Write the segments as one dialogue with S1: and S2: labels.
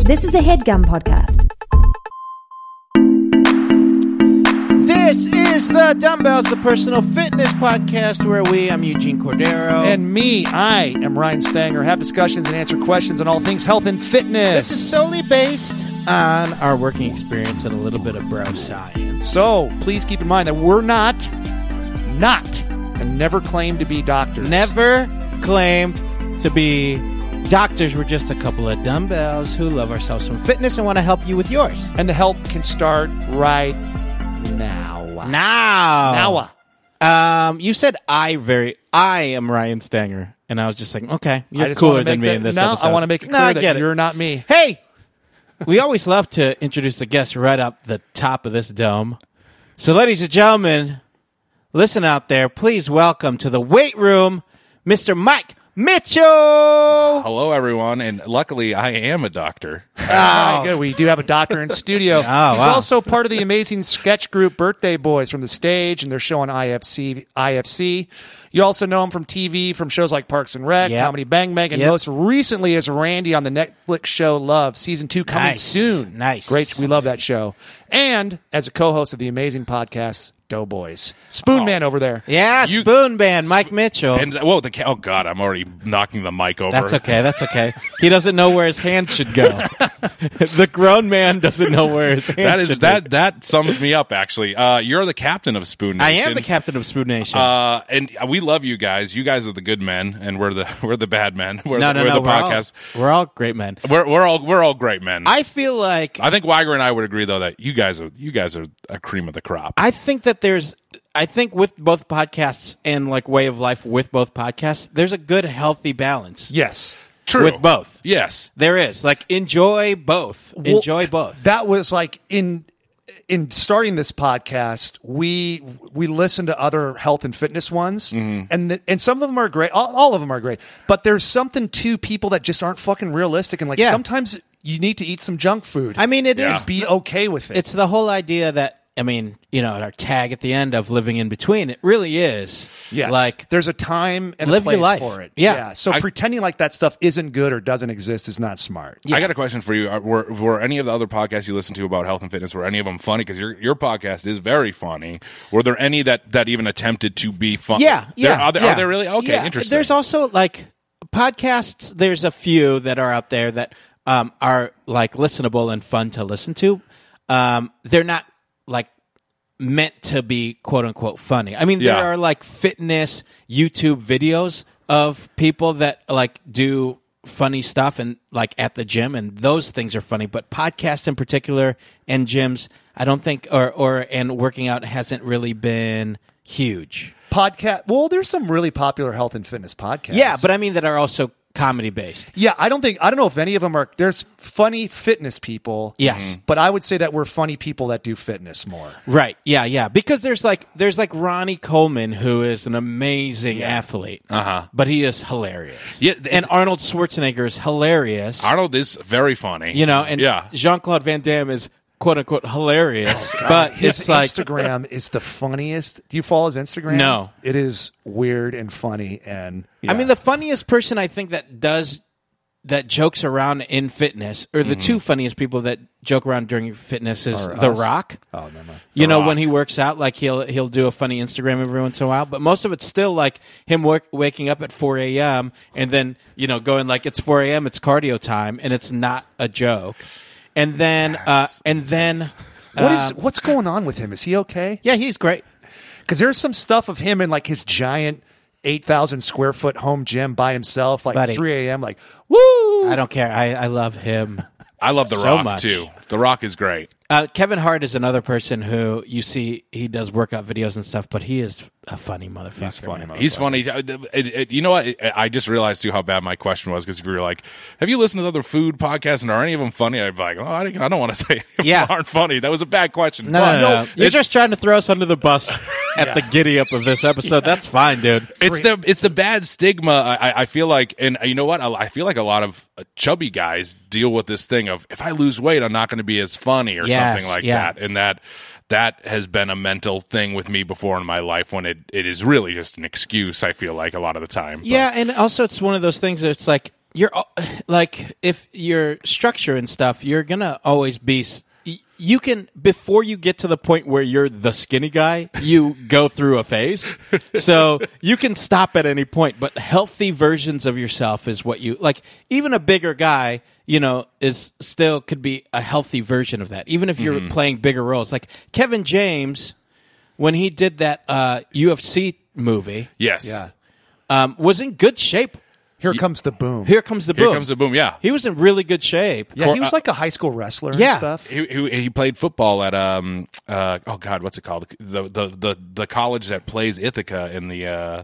S1: This is a headgum podcast.
S2: This is the Dumbbells, the personal fitness podcast where we, I'm Eugene Cordero.
S3: And me, I am Ryan Stanger. Have discussions and answer questions on all things health and fitness.
S2: this is solely based on our working experience and a little bit of bro science.
S3: so please keep in mind that we're not, not, and never claim to be doctors.
S2: Never claimed to be doctors. We're just a couple of dumbbells who love ourselves some fitness and want to help you with yours.
S3: And the help can start right now.
S2: Now.
S3: Now.
S2: Um, you said I very, I am Ryan Stanger. And I was just like, okay,
S3: I
S2: you're
S3: just
S2: cooler
S3: wanna
S2: than
S3: make
S2: me
S3: that-
S2: in this
S3: no,
S2: episode.
S3: I want to make it
S2: No,
S3: clear
S2: I
S3: that
S2: get it.
S3: you're not me.
S2: Hey, we always love to introduce the guests right up the top of this dome. So, ladies and gentlemen, listen out there. Please welcome to the weight room, Mr. Mike Mitchell.
S4: Hello, everyone, and luckily I am a doctor.
S2: Oh.
S3: All right, good. We do have a doctor in studio. He's
S2: wow.
S3: also part of the amazing sketch group Birthday Boys from the stage, and they're showing IFC. IFC. You also know him from TV, from shows like Parks and Rec,
S2: Yep.
S3: Comedy Bang Bang, and
S2: Yep.
S3: most recently as Randy on the Netflix show Love, season two coming
S2: Nice.
S3: soon.
S2: Nice.
S3: great. We love that show, and as a co-host of the amazing podcast Doughboys, Spoon Man over there.
S2: Oh. Yeah,
S4: You-
S2: Spoon Band, Mike Mitchell.
S4: And whoa, the ca- oh god, I'm already knocking the mic over.
S2: That's okay. That's okay. He doesn't know where his hand should go. the grown man doesn't know where his hand
S4: That
S2: should
S4: is
S2: go.
S4: that that sums me up. Actually, uh, you're the captain of Spoon
S2: I
S4: Nation.
S2: am the captain of Spoon Nation.
S4: Uh, and we love you guys. You guys are the good men, and we're the we're the bad men. We're,
S2: no,
S4: the,
S2: no,
S4: we're
S2: no.
S4: the
S2: we're, all,
S4: podcast.
S2: we're all great men.
S4: We're we're all we're all great men.
S2: I feel like
S4: I think Weiger and I would agree though that you guys are you guys are a cream of the crop.
S2: I think that there's I think with both podcasts and like way of life with both podcasts, there's a good healthy balance.
S3: Yes.
S4: True
S2: With both.
S4: Yes.
S2: There is. Like enjoy both.
S3: Well,
S2: enjoy both.
S3: That was like in in starting this podcast, we we listen to other health and fitness ones,
S2: Mm-hmm.
S3: and the, and some of them are great. All, all of them are great, but there's something to people that just aren't fucking realistic, and like
S2: Yeah.
S3: sometimes you need to eat some junk food.
S2: I mean it is.
S4: Yeah.
S3: be okay with it.
S2: it's the whole idea that I mean, you know, our tag at the end of living in between, it really is.
S3: yes,
S2: Like
S3: there's a time and
S2: Live
S3: a
S2: your
S3: place
S2: life.
S3: for it.
S2: Yeah.
S3: So
S4: I-
S3: pretending like that stuff isn't good or doesn't exist is not smart.
S4: I got a question for you. Are- Were, were any of the other podcasts you listen to about health and fitness were any of them funny? Because your your podcast is very funny. Were there any that that even attempted to be funny?
S2: Yeah, yeah.
S4: There, are, there,
S2: yeah.
S4: are there really? Okay,
S2: Yeah.
S4: interesting.
S2: There's also like podcasts. There's a few that are out there that um, are like listenable and fun to listen to. Um, they're not like meant to be quote unquote funny. I mean,
S4: Yeah.
S2: there are like fitness YouTube videos of people that like do funny stuff and like at the gym and those things are funny but podcasts in particular and gyms i don't think or or and working out hasn't really been huge
S3: Podcast. Well, there's some really popular health and fitness podcasts.
S2: yeah, but I mean that are also comedy based.
S3: Yeah, I don't think I don't know if any of them are. There's funny fitness people.
S2: Yes. Mhm.
S3: but I would say that we're funny people that do fitness more.
S2: Right. Yeah, yeah. Because there's like there's like Ronnie Coleman who is an amazing athlete. Uh-huh. But he is hilarious.
S4: Yeah, it's-
S2: and Arnold Schwarzenegger is hilarious.
S4: Arnold is very funny.
S2: you know, and
S4: yeah,
S2: Jean-Claude Van Damme is quote unquote hilarious. but
S3: His
S2: Uh, it's like
S3: Instagram is the funniest. Do you follow his Instagram?
S2: No.
S3: It is weird and funny, and
S2: I mean the funniest person I think that does that jokes around in fitness or the two funniest people that joke around during fitness is The
S3: us.
S2: Rock.
S3: oh, never mind.
S2: You know, when he works out, like he'll he'll do a funny Instagram every once in a while, but most of it's still like him work, waking up at four a.m. and then you know going like it's four a.m. it's cardio time and it's not a joke, and then uh, and then
S3: What is
S2: um,
S3: what's going on with him? Is he okay?
S2: yeah he's great
S3: Because there's some stuff of him in like his giant eight thousand square foot home gym by himself, like
S2: Buddy.
S3: three a.m. Like woo.
S2: I don't care I I love him
S4: I love The
S2: So
S4: Rock
S2: much.
S4: too. The Rock is great.
S2: uh, Kevin Hart is another person who you see he does workout videos and stuff but he is a funny motherfucker man.
S4: He's funny. Uh, It- it- you know what? I just realized too how bad my question was because if you were like, "Have you listened to other food podcasts and are any of them funny?" I'd be like, "Oh, I don't, I don't want to say
S2: Yeah.
S4: aren't funny." That was a bad question.
S2: no,
S4: But
S2: no, no, no. you're
S4: it's-
S2: just trying to throw us under the bus at the giddy up of this episode that's fine dude
S4: It's the it's the bad stigma. I, I- I feel like, and you know what? I, I feel like a lot of uh, chubby guys deal with this thing of if I lose weight, I'm not going to be as funny or
S2: Yes,
S4: something like
S2: yeah.
S4: that. And that that has been a mental thing with me before in my life when it, it is really just an excuse. I feel like a lot of the time. But
S2: Yeah, and also it's one of those things that it's like you're al- like if your structure and stuff, you're gonna always be. s- y- You can before you get to the point where you're the skinny guy, you go through a phase, so you can stop at any point. But healthy versions of yourself is what you like. Even a bigger guy, you know, is still could be a healthy version of that. Even if you're playing bigger roles, like Kevin James, when he did that uh, UFC movie,
S4: Yes.
S3: Yeah.
S2: um, was in good shape.
S3: Here comes the boom.
S2: Here comes the boom.
S4: Here comes the boom. Yeah.
S2: He was in really good shape.
S3: yeah, he was like a high school wrestler
S2: Yeah.
S3: and stuff.
S4: He, he, he played football at um uh oh god what's it called the the the, the college that plays Ithaca in the uh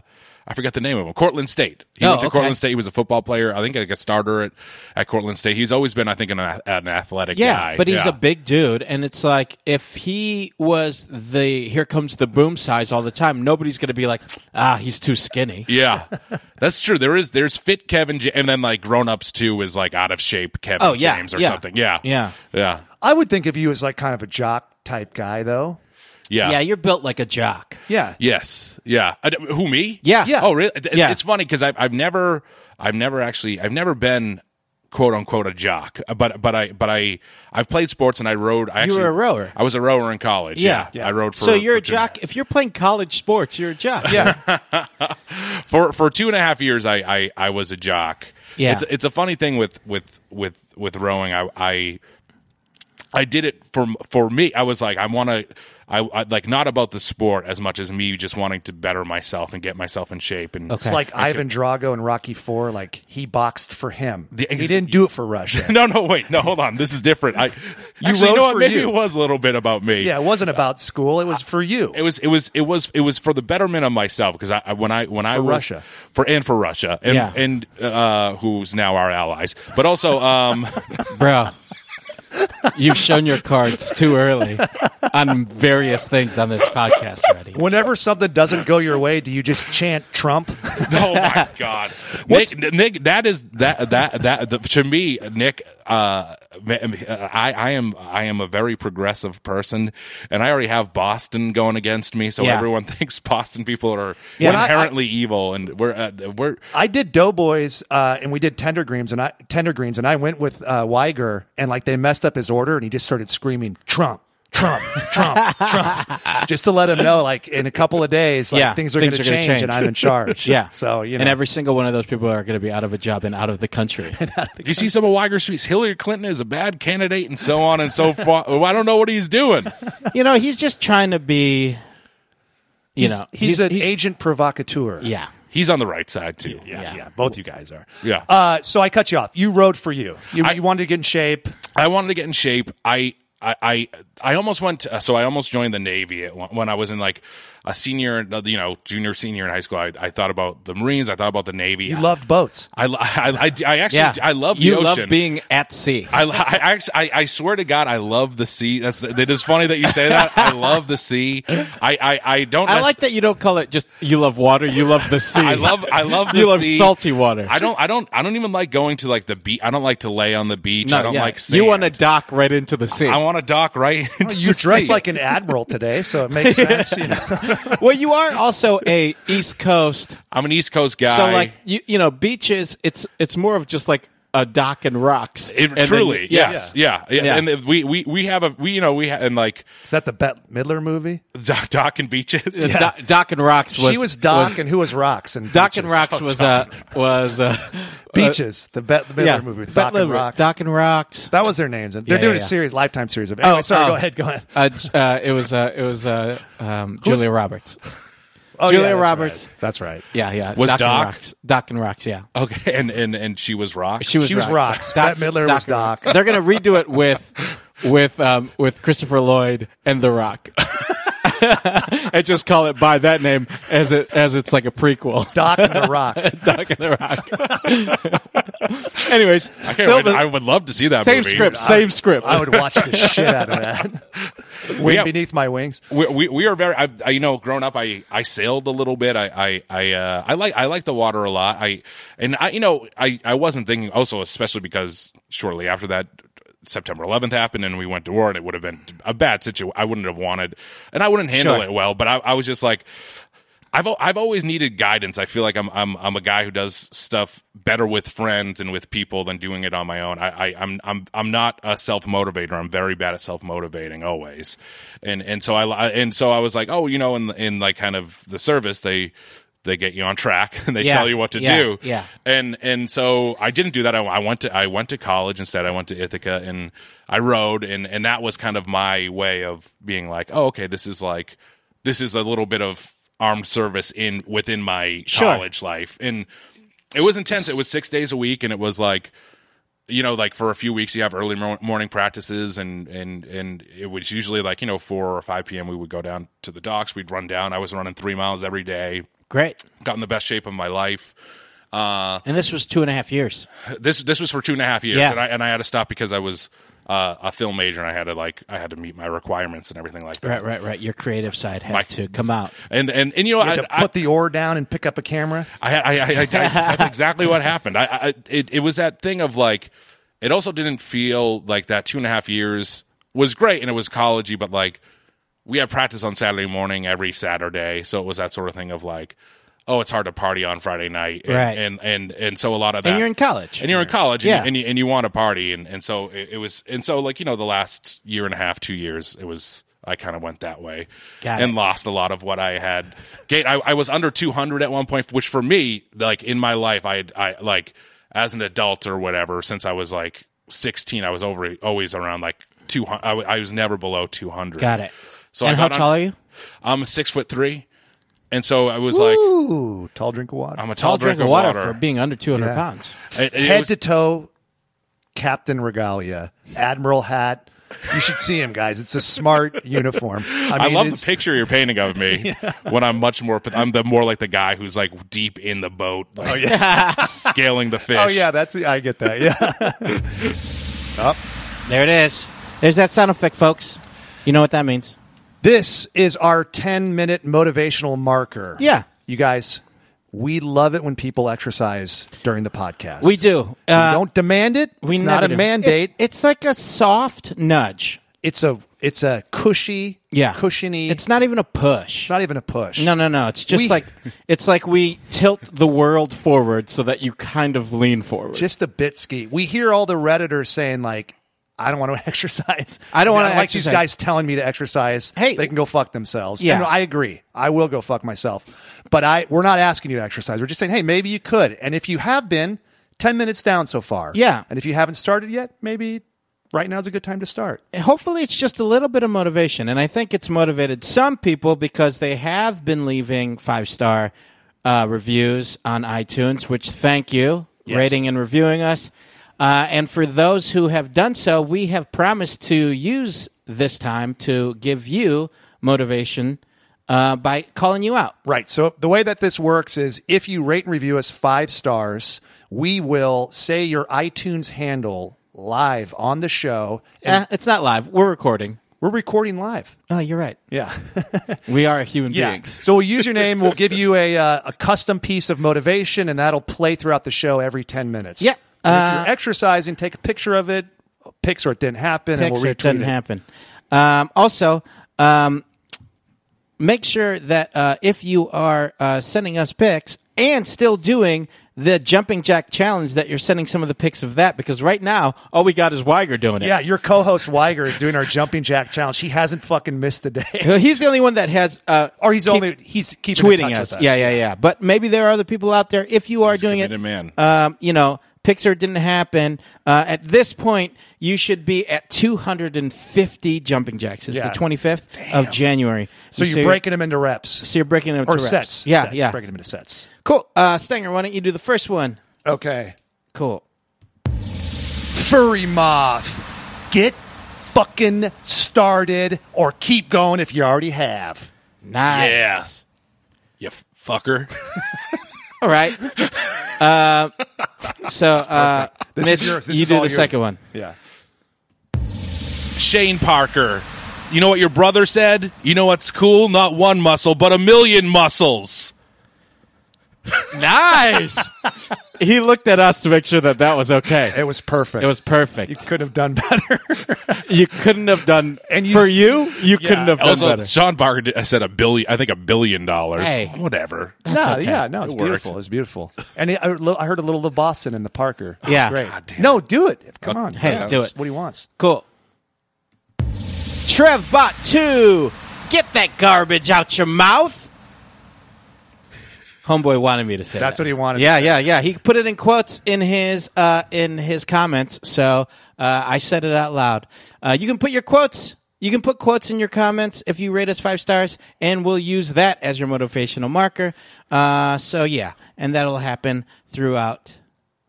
S4: I forget the name of him Cortland State he
S2: Oh,
S4: went to
S2: okay.
S4: Cortland State he was a football player I think like a starter at at Cortland State he's always been I think an, a- an athletic
S2: Yeah,
S4: guy
S2: but he's
S4: Yeah.
S2: a big dude, and it's like if he was the here comes the boom size all the time, nobody's going to be like, ah, he's too skinny.
S4: yeah that's true there is there's fit Kevin J- and then like grown ups too is like out of shape Kevin
S2: Oh, yeah,
S4: James or
S2: yeah.
S4: something yeah
S2: Yeah.
S4: yeah
S3: I would think of you as like kind of a jock type guy, though.
S4: yeah
S2: Yeah, you're built like a jock.
S3: Yeah.
S4: Yes. Yeah. I d- who me?
S2: Yeah. Yeah.
S4: Oh, really? It-
S2: Yeah.
S4: It's funny because I've I've never I've never actually I've never been quote unquote a jock, uh, but but I but I I've played sports and I rode. I
S2: You
S4: actually,
S2: were a rower.
S4: I was a rower in college. Yeah.
S2: Yeah.
S4: I rode for.
S2: so you're
S4: for
S2: a jock. If you're playing college sports, you're a jock. Yeah,
S4: Two, for for two and a half years, I I, I was a jock.
S2: Yeah.
S4: It's it's a funny thing with with with with rowing. I I I did it for for me. I was like, I want to. I, I like not about the sport as much as me just wanting to better myself and get myself in shape and
S3: It's like Ivan Drago in Rocky Four. Like he boxed for him.
S4: ex-
S3: he didn't do it for Russia.
S4: No, no, wait, no, hold on. This is different. I you
S3: wrote
S4: know what?
S3: for
S4: Maybe
S3: you.
S4: it was a little bit about me.
S3: yeah, it wasn't about school. It was for you.
S4: It was, it was, it was, it was for the betterment of myself because I, I when I when I was
S3: Russia.
S4: for and for Russia and
S2: Yeah.
S4: and uh, who's now our allies, but also um,
S2: bro. You've shown your cards too early on various things on this podcast already.
S3: Whenever something doesn't go your way, do you just chant Trump?
S4: oh my god, Nick, Nick, that is that that that the, to me, Nick. Uh, ma- I, I am I am a very progressive person, and I already have Boston going against me. So
S2: Yeah.
S4: everyone thinks Boston people are
S3: When I-
S4: inherently evil, and we're uh, we're
S3: I did Doughboys uh, and we did Tender Greens and I Tender Greens and I went with uh, Weiger and like they messed up his order and he just started screaming Trump. Trump, Trump, Trump, just to let him know, like in a couple of days, like
S2: Yeah,
S3: things are going
S2: things
S3: to
S2: are gonna
S3: change,
S2: change.
S3: and I'm in charge.
S2: Yeah.
S3: so you know,
S2: and every single one of those people are going to be out of a job and out of the country.
S4: You see some of Weiger's tweets. Hillary Clinton is a bad candidate, and so on and so forth. Oh, I don't know what he's doing.
S2: you know, he's just trying to be. You know,
S3: he's, an agent provocateur.
S2: Yeah.
S4: He's on the right side too.
S3: yeah,
S2: Yeah.
S3: yeah, Both you guys are.
S4: Yeah.
S3: Uh, so I cut you off. You rode for you. You, you wanted to get in shape.
S4: I wanted to get in shape. I I I, I almost went. To, so I almost joined the Navy at, one- when I was in like a senior, uh, you know, junior, senior in high school. I, I thought about the Marines. I thought about the Navy.
S3: You loved boats.
S4: I, lo- I, I, I actually
S2: Yeah.
S4: I love the
S2: you
S4: ocean.
S2: love being at sea.
S4: I, I actually, I, I swear to God, I love the sea. That's it is funny that you say that. I love the sea. I, I, I don't.
S2: I
S4: necess-
S2: like that you don't call it just you love water, you love the sea.
S4: I love I love the
S2: you love
S4: sea.
S2: salty water.
S4: I don't I don't I don't even like going to like the beach. I don't like to lay on the beach. I don't
S2: yeah.
S4: like sand.
S2: you Oh, want to dock right into the sea.
S4: I want to dock right. into
S3: You
S4: the
S3: dress
S4: sea.
S3: like an admiral today, so it makes sense. You know?
S2: well, you are also a East Coast,
S4: I'm an East Coast guy.
S2: so like you you know beaches. It's it's more of just like a dock and rocks.
S4: It-
S2: And then-
S4: truly,
S2: yeah.
S4: yes, yeah, yeah.
S2: Yeah.
S4: And if we, we we have a we you know we ha- and like
S3: Is that the Bette Midler movie?
S4: do- dock and beaches.
S2: Do- Dock, and rocks was
S3: she was Doc, and who was Rocks? And
S2: Dock and
S3: Beaches.
S2: Rocks
S3: Oh,
S2: was uh was uh
S3: Beaches, the Bette Midler
S2: yeah
S3: movie. With
S2: Bette
S3: Doc and
S2: Midler,
S3: Rocks.
S2: Dock and Rocks.
S3: that was their names. And They're
S2: Yeah,
S3: doing
S2: yeah,
S3: a
S2: yeah.
S3: series, lifetime series of. Anyway, sorry,
S2: oh.
S3: go ahead, go ahead.
S2: Uh, j- uh, it was uh, it was uh, um, Julia Roberts.
S3: Oh,
S2: Julia
S3: yeah, that's
S2: Roberts.
S3: right. That's right.
S2: Yeah, yeah.
S4: Was
S2: Doc,
S4: Doc?
S2: and Rocks. Doc and Rocks, yeah.
S4: Okay, and and and she was rock.
S2: She was
S3: She was Rocks. Bette Midler was
S2: and Rock.
S3: Doc.
S2: They're gonna redo it with with um with Christopher Lloyd and The Rock. and just call it by that name as it as it's like a prequel.
S3: Doc and the Rock.
S2: Doc and The Rock. Anyways,
S4: I, can't
S2: still
S4: wait.
S2: the
S4: I would love to see that.
S2: same
S4: movie.
S2: script, same script.
S3: I would watch the shit out of that. Wing
S4: have-
S3: beneath my wings.
S4: we, we, we are very I, I you know growing up I, I sailed a little bit I I I, uh, I like I like the water a lot I and I you know I, I wasn't thinking also especially because shortly after that September 11th happened and we went to war and it would have been a bad situation I wouldn't have wanted and I wouldn't handle
S2: Sure.
S4: it well but I, I was just like I've al- I've always needed guidance. I feel like I'm I'm I'm a guy who does stuff better with friends and with people than doing it on my own. I, I I'm I'm I'm not a self motivator. I'm very bad at self motivating always, and and so I I- and so I was like, oh, you know, in in like kind of the service they they get you on track and they
S2: Yeah,
S4: tell you what to
S2: yeah,
S4: do
S2: yeah.
S4: and and so I didn't do that. I, I went to I went to college instead. I went to Ithaca and I rode, and and that was kind of my way of being like, oh, okay, this is like this is a little bit of armed service in within my
S2: Sure.
S4: college life, and it was intense. It was six days a week, and it was like you know, like for a few weeks, you have early mor- morning practices, and and and it was usually like you know four or five p.m. We would go down to the docks. We'd run down. I was running three miles every day.
S2: Great.
S4: Got in the best shape of my life. Uh,
S2: And this was two and a half years.
S4: this this was for two and a half years,
S2: Yeah.
S4: and I and I had to stop because I was uh, a film major and I had to like I had to meet my requirements and everything like that.
S2: Right, right, right. Your creative side had
S4: My-
S2: to come out.
S4: And and and you know
S3: had
S4: I,
S3: to
S4: I,
S3: put the oar down and pick up a camera.
S4: I, I, I, I- I- that's exactly what happened. I, I it, it was that thing of like, it also didn't feel like that two and a half years was great and it was collegey, but like we had practice on Saturday morning every Saturday, so it was that sort of thing of like, oh, it's hard to party on Friday night, and
S2: Right.
S4: and, and and so a lot of that,
S2: And you're in college.
S4: and you're in college, and,
S2: Yeah.
S4: you, and you and you want to party, and and so it, it was, and so like you know the last year and a half, two years, it was. I kind of went that way
S2: Got
S4: and
S2: it.
S4: lost a lot of what I had. Gate, I, I was under 200 at one point, which for me, like in my life, I, had- I like as an adult or whatever, since I was like 16, I was over always around like 200. I, w- I was never below 200.
S2: Got it.
S4: So
S2: and
S4: I
S2: how
S4: got on-
S2: tall are you?
S4: I'm six foot three, and so I was like,
S3: Ooh, tall drink of water.
S4: I'm a tall
S2: Tall
S4: drink
S2: drink of water, for being under 200
S3: Yeah.
S2: pounds.
S4: It- it
S3: Head
S4: was-
S3: to toe, Captain Regalia, Admiral hat. You should see him, guys. It's a smart uniform. I,
S4: I
S3: mean,
S4: love
S3: it's-
S4: the picture you're painting of me when I'm much more. I'm the more like the guy who's like deep in the boat, like, scaling the fish.
S3: Oh yeah, that's I get that. Yeah,
S2: There it is. There's that sound effect, folks. You know what that means.
S3: this is our ten minute motivational marker.
S2: Yeah.
S3: you guys, we love it when people exercise during the podcast.
S2: We do. Uh,
S3: We don't demand it.
S2: we
S3: it's not
S2: never
S3: a
S2: do.
S3: mandate.
S2: It's, it's like a soft nudge.
S3: It's, a it's a cushy,
S2: Yeah.
S3: cushiony.
S2: It's not even a push.
S3: it's not even a push.
S2: No, no, no. It's just
S3: We-
S2: like it's like we tilt the world forward so that you kind of lean forward.
S3: just a bit ski. We hear all the redditors saying like, "I don't want to exercise.
S2: I don't
S3: And
S2: wanna
S3: like these
S2: exercise."
S3: guys telling me to exercise.
S2: Hey.
S3: they can go fuck themselves.
S2: Yeah.
S3: And I agree. I will go fuck myself. But I, we're not asking you to exercise. We're just saying, hey, maybe you could. And if you have been ten minutes down so far,
S2: Yeah.
S3: And if you haven't started yet, maybe right now is a good time to start.
S2: hopefully it's just a little bit of motivation and i think it's motivated some people because they have been leaving five star uh, reviews on itunes which thank you rating and reviewing us uh, and for those who have done so we have promised to use this time to give you motivation uh, by calling you out
S3: Right. So the way that this works is if you rate and review us five stars, we will say your iTunes handle live on the show. And
S2: Eh, it's not live we're recording
S3: we're recording live.
S2: oh you're right
S3: Yeah.
S2: we are human beings
S3: So we'll use your name. We'll give you a uh, a custom piece of motivation, and that'll play throughout the show every ten minutes.
S2: Yeah. Uh,
S3: And if you're exercising, take a picture of it. Pics or it didn't happen, and we'll
S2: picture
S3: retweet
S2: it doesn't
S3: it.
S2: happen. Um, also, um, make sure that uh, if you are uh, sending us pics and still doing the jumping jack challenge, that you're sending some of the pics of that because right now all we got is Weiger doing it.
S3: Yeah, your co-host Weiger is doing our jumping jack challenge. He hasn't fucking missed a day,
S2: he's the only one that has. Uh,
S3: or he's
S2: keep
S3: only he's keeping in
S2: tweeting
S3: touch
S2: us.
S3: With us.
S2: Yeah, yeah, yeah. But maybe there are other people out there. If you are doing it,
S4: committed man.
S2: Um, you know, Pixar didn't happen. Uh, at this point, you should be at 250 jumping jacks. It's
S3: Yeah.
S2: the 25th of January.
S3: So you're breaking them into reps
S2: So you're breaking them
S3: or
S2: to reps.
S3: sets.
S2: Yeah,
S3: Sets.
S2: yeah.
S3: breaking them into sets.
S2: Cool. Uh, Stenger, why don't you do the first one?
S3: Okay.
S2: Cool.
S3: furry moth. Get fucking started or keep going if you already have.
S2: Nice.
S4: Yeah. you f- fucker.
S2: All right. Uh, so, uh,
S3: This
S2: Mitch,
S3: is yours. This
S2: you
S3: is
S2: do
S3: all
S2: the
S3: yours.
S2: second one.
S3: Yeah.
S4: Shane Parker. You know what your brother said? You know what's cool? Not one muscle, but a million muscles.
S2: nice. he looked at us to make sure that that was okay.
S3: It was perfect.
S2: It was perfect.
S3: You could have done better.
S2: You couldn't have done
S3: And you-
S2: for you. You couldn't have done
S4: Also,
S2: better.
S4: Sean Parker did- said a billion. I think a billion dollars.
S2: Hey.
S4: Whatever.
S3: no,
S2: okay.
S3: yeah, no, it's
S4: It worked.
S3: beautiful. It's beautiful. And it, I, I heard a little of Boston in the Parker.
S2: Yeah.
S3: great.
S2: God
S3: no, do it. Come on,
S2: Hey,
S3: Yeah,
S2: do
S3: that's
S2: it.
S3: What he wants.
S2: Cool. Trev bought two. Get that garbage out your mouth. Homeboy wanted me to say
S3: That's
S2: that.
S3: what he wanted
S2: Yeah,
S3: to say.
S2: yeah, yeah. He put it in quotes in his uh, in his comments, so uh, I said it out loud. Uh, you can put your quotes. You can put quotes in your comments if you rate us five stars, and we'll use that as your motivational marker. Uh, so yeah, and that'll happen throughout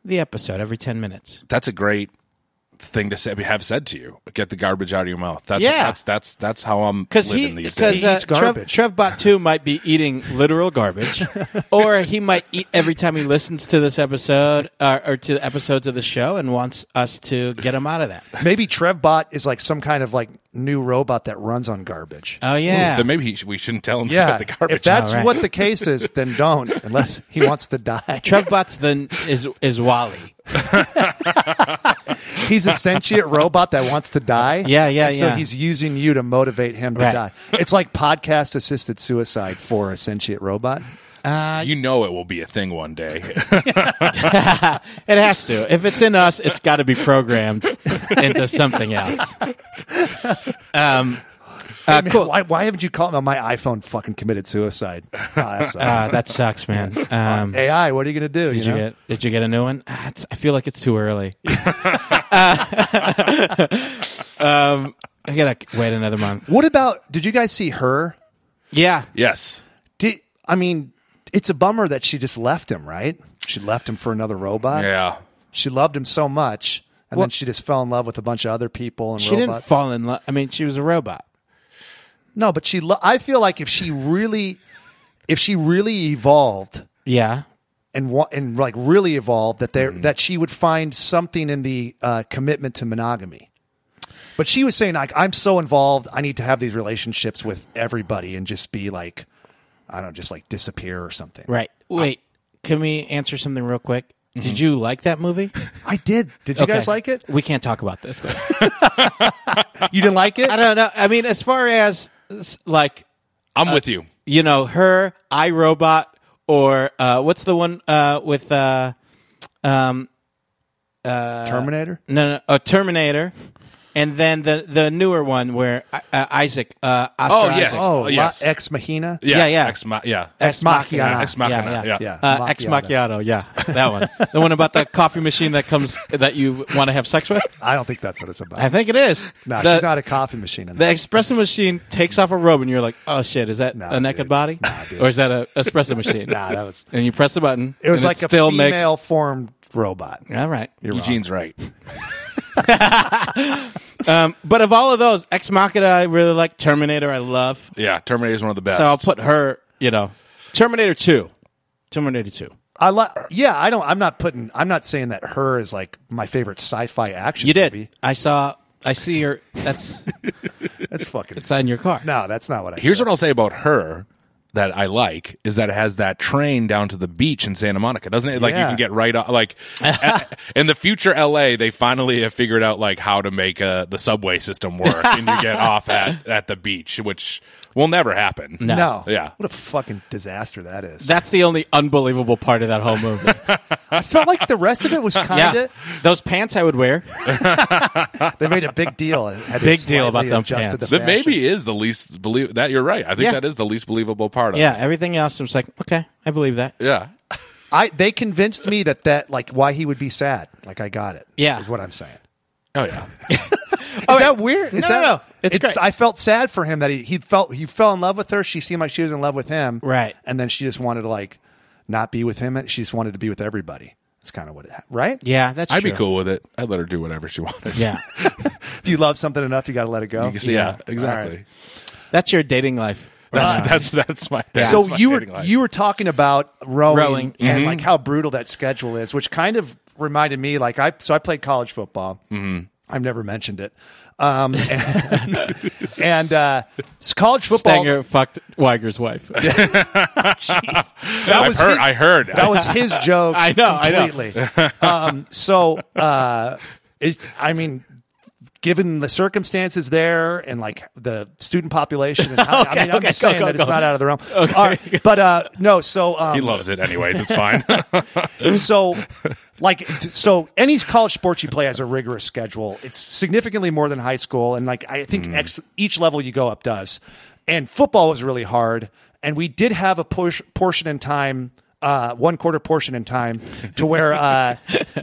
S2: the episode every ten minutes.
S4: That's a great thing to say, have said to you. Get the garbage out of your mouth. That's
S2: Yeah.
S4: that's that's that's how I'm
S2: because
S4: living
S2: he
S4: these
S2: because
S4: days.
S2: uh,
S3: He eats
S2: Trev,
S3: garbage.
S2: Trev Bot Two might be eating literal garbage, or he might eat every time he listens to this episode uh, or to the episodes of the show and wants us to get him out of that.
S3: Maybe Trevbot is like some kind of like new robot that runs on garbage.
S2: Oh yeah,
S4: Then maybe he, sh- we shouldn't tell him to
S3: yeah,
S4: get the garbage.
S3: if that's
S2: All right.
S3: what the case is, then don't unless he wants to die.
S2: Trev Bot's then is is Wally.
S3: He's a sentient robot that wants to die.
S2: Yeah, yeah,
S3: and
S2: yeah.
S3: So he's using you to motivate him to
S2: Right.
S3: die. It's like podcast assisted suicide for a sentient robot.
S4: out. you know it will be a thing one day.
S2: It has to. If it's in us, it's got to be programmed into something else. Um, uh,
S3: Man,
S2: cool.
S3: Why, why haven't you called me? My iPhone fucking committed suicide. Oh, that sucks.
S2: Uh, that sucks, man. Um,
S3: AI, what are you going to do?
S2: Did you,
S3: know?
S2: get? Did you get a new one? Ah, it's, I feel like it's too early. um, I gotta wait another month.
S3: What about? Did you guys see her?
S2: Yeah,
S4: yes.
S3: Did I mean? It's a bummer that she just left him, right? She left him for another robot.
S4: Yeah.
S3: She loved him so much, and
S2: Well-
S3: then she just fell in love with a bunch of other people and
S2: she didn't
S3: robots.
S2: fall in love. I mean, she was a robot.
S3: no, but she. Lo- I feel like if she really, if she really evolved
S2: Yeah,
S3: and wa- and like really evolved, that
S2: Mm-hmm.
S3: there that she would find something in the uh, commitment to monogamy. But she was saying like, I'm so involved, I need to have these relationships with everybody and just be like, I don't know, just like disappear or something.
S2: right. Wait, can we answer something real quick? Did Mm-hmm. you like that movie?
S3: I did. Did you guys
S2: Okay.
S3: like it?
S2: We can't talk about this. Though.
S3: You didn't like it?
S2: I don't know. I mean, as far as s- like
S4: I'm with you.
S2: you know, her, I Robot, or uh, what's the one uh, with uh, um,
S3: Terminator.
S2: No, no, a Terminator, and then the the newer one where uh, uh, Isaac, uh, Oscar
S4: Oh, yes.
S2: Isaac.
S3: Oh,
S4: Oh, yes.
S3: La- Ex Machina.
S4: Yeah.
S2: Yeah, yeah.
S4: Ex ma- yeah.
S3: Ex Machina.
S2: Machina.
S4: Ex Machina, yeah.
S3: Yeah.
S2: Uh, ex Macchiato, yeah, that one, the one about the coffee machine that comes that you want to have sex with.
S3: I don't think that's what it's about.
S2: I think it is.
S3: no,
S2: the,
S3: she's not a coffee machine. In
S2: the
S3: that.
S2: espresso machine takes off a robe, and you're like, "Oh shit, is that
S3: Nah,
S2: a naked
S3: dude.
S2: body,
S3: Nah, dude.
S2: or is that a espresso machine?"
S3: Nah, that was-
S2: And you press the button.
S3: It was
S2: and
S3: like a
S2: still
S3: female formed robot.
S2: Makes, all right.
S4: Eugene's right.
S2: But of all of those, Ex Machina, I really like Terminator. I love.
S4: Yeah. Terminator is one of the best.
S2: So I'll put her, you know, Terminator 2. Terminator 2.
S3: I like. Yeah, I don't. I'm not putting. I'm not saying that her is like my favorite sci-fi action.
S2: You did.
S3: Movie.
S2: I saw, I see your, that's,
S3: That's fucking.
S2: it's on your car.
S3: no, that's not what I.
S4: Here's
S3: said.
S4: what I'll say about her that I like is that it has that train down to the beach in Santa Monica, doesn't it? Like you
S3: Yeah.
S4: can get right on. Like in the future LA, they finally have figured out like how to make uh, the subway system work, and you get off at at the beach, which will never happen.
S3: No.
S4: Yeah.
S3: What a fucking disaster that is.
S2: That's the only unbelievable part of that whole movie.
S3: I felt like the rest of it was kind
S2: yeah.
S3: of.
S2: Those pants I would wear.
S3: They made a big deal. It had
S2: Big deal about
S3: slightly
S2: them
S3: adjusted
S2: pants.
S3: The
S4: That maybe is the least believe that you're right. I think
S2: Yeah.
S4: that is the least believable part of
S2: Yeah.
S4: it.
S2: Everything else, I was like, okay, I believe that.
S4: Yeah.
S3: I they convinced me that that like why he would be sad. Like I got it.
S2: Yeah.
S3: is what I'm saying.
S4: Oh yeah.
S3: Is that weird? Is
S2: No,
S3: that,
S2: no, no. It's great.
S3: I felt sad for him that he, he felt he fell in love with her. She seemed like she was in love with him.
S2: Right.
S3: And then she just wanted to like not be with him. and She just wanted to be with everybody. That's kind of what it ha- right?
S2: Yeah. That's
S4: I'd
S2: true.
S4: be cool with it. I'd let her do whatever she wanted.
S2: Yeah.
S3: If you love something enough, you got to let it go.
S4: You see, yeah, exactly.
S3: All right.
S2: That's your dating life.
S4: That's, that's that's my. That's
S3: so
S4: my
S3: you were
S4: dating life.
S3: you were talking about rowing,
S2: Rowing. Mm-hmm.
S3: and
S4: Mm-hmm.
S3: like how brutal that schedule is, which kind of reminded me like I so I played college football. I've never mentioned it. Um, and and, uh, s- college football.
S2: Stanger fucked Weiger's wife.
S3: That
S4: I
S3: was
S4: heard.
S3: his-
S4: I heard.
S3: That was his joke.
S2: I know, I know.
S3: Completely. um, so uh, it's. I mean, given the circumstances there and like the student population, and how, I mean, I'm
S2: okay,
S3: just
S2: go,
S3: saying
S2: go,
S3: that
S2: go.
S3: it's not out of the realm. All right, but uh, no. So um,
S4: he loves it, anyways. It's fine.
S3: so like so any college sports you play has a rigorous schedule it's significantly more than high school and like i think ex- each level you go up does and football was really hard and we did have a push portion in time uh, one quarter portion in time to where uh,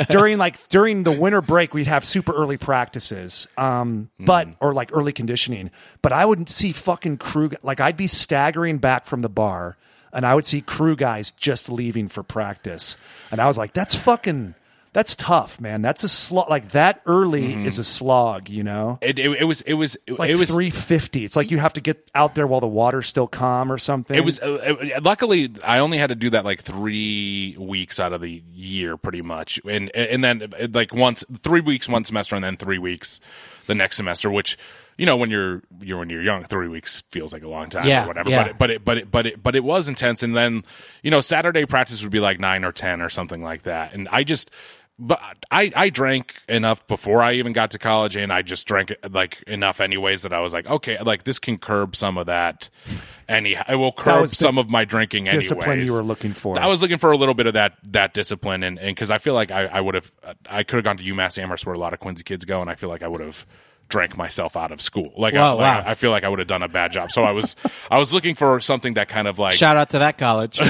S3: during like during the winter break we'd have super early practices um, but or like early conditioning but i wouldn't see fucking crew like i'd be staggering back from the bar and I would see crew guys just leaving for practice. And I was like, that's fucking that's tough, man. That's a slog like that early is a slog, you know?
S4: it, it, it was. It was.
S3: It's like
S4: Mm-hmm. it was.
S3: 350. It's like you have to get out there while the water's still calm or something.
S4: It was uh, uh, luckily I only had to do that like three weeks out of the year, pretty much, and and then uh, like once three weeks one semester, and then three weeks the next semester. Which you know when you're you're when you're young, three weeks feels like a long time
S2: Yeah,
S4: or whatever.
S2: yeah.
S4: But it, but it but it but it but it was intense. And then you know Saturday practice would be like nine or ten or something like that, and I just. But I, I drank enough before I even got to college, and I just drank like enough anyways that I was like, okay, like this can curb some of that. Anyhow, it will curb
S3: was the-
S4: some of my drinking anyways.
S3: discipline you were looking for.
S4: I was looking for a little bit of that that discipline, and because I feel like I, I would have, I could have gone to UMass Amherst where a lot of Quincy kids go, and I feel like I would have drank myself out of school. Like, I,
S2: Wow,
S4: like,
S2: wow.
S4: I feel like I would have done a bad job. So I was, I was looking for something that kind of like.
S2: Shout out to that college. if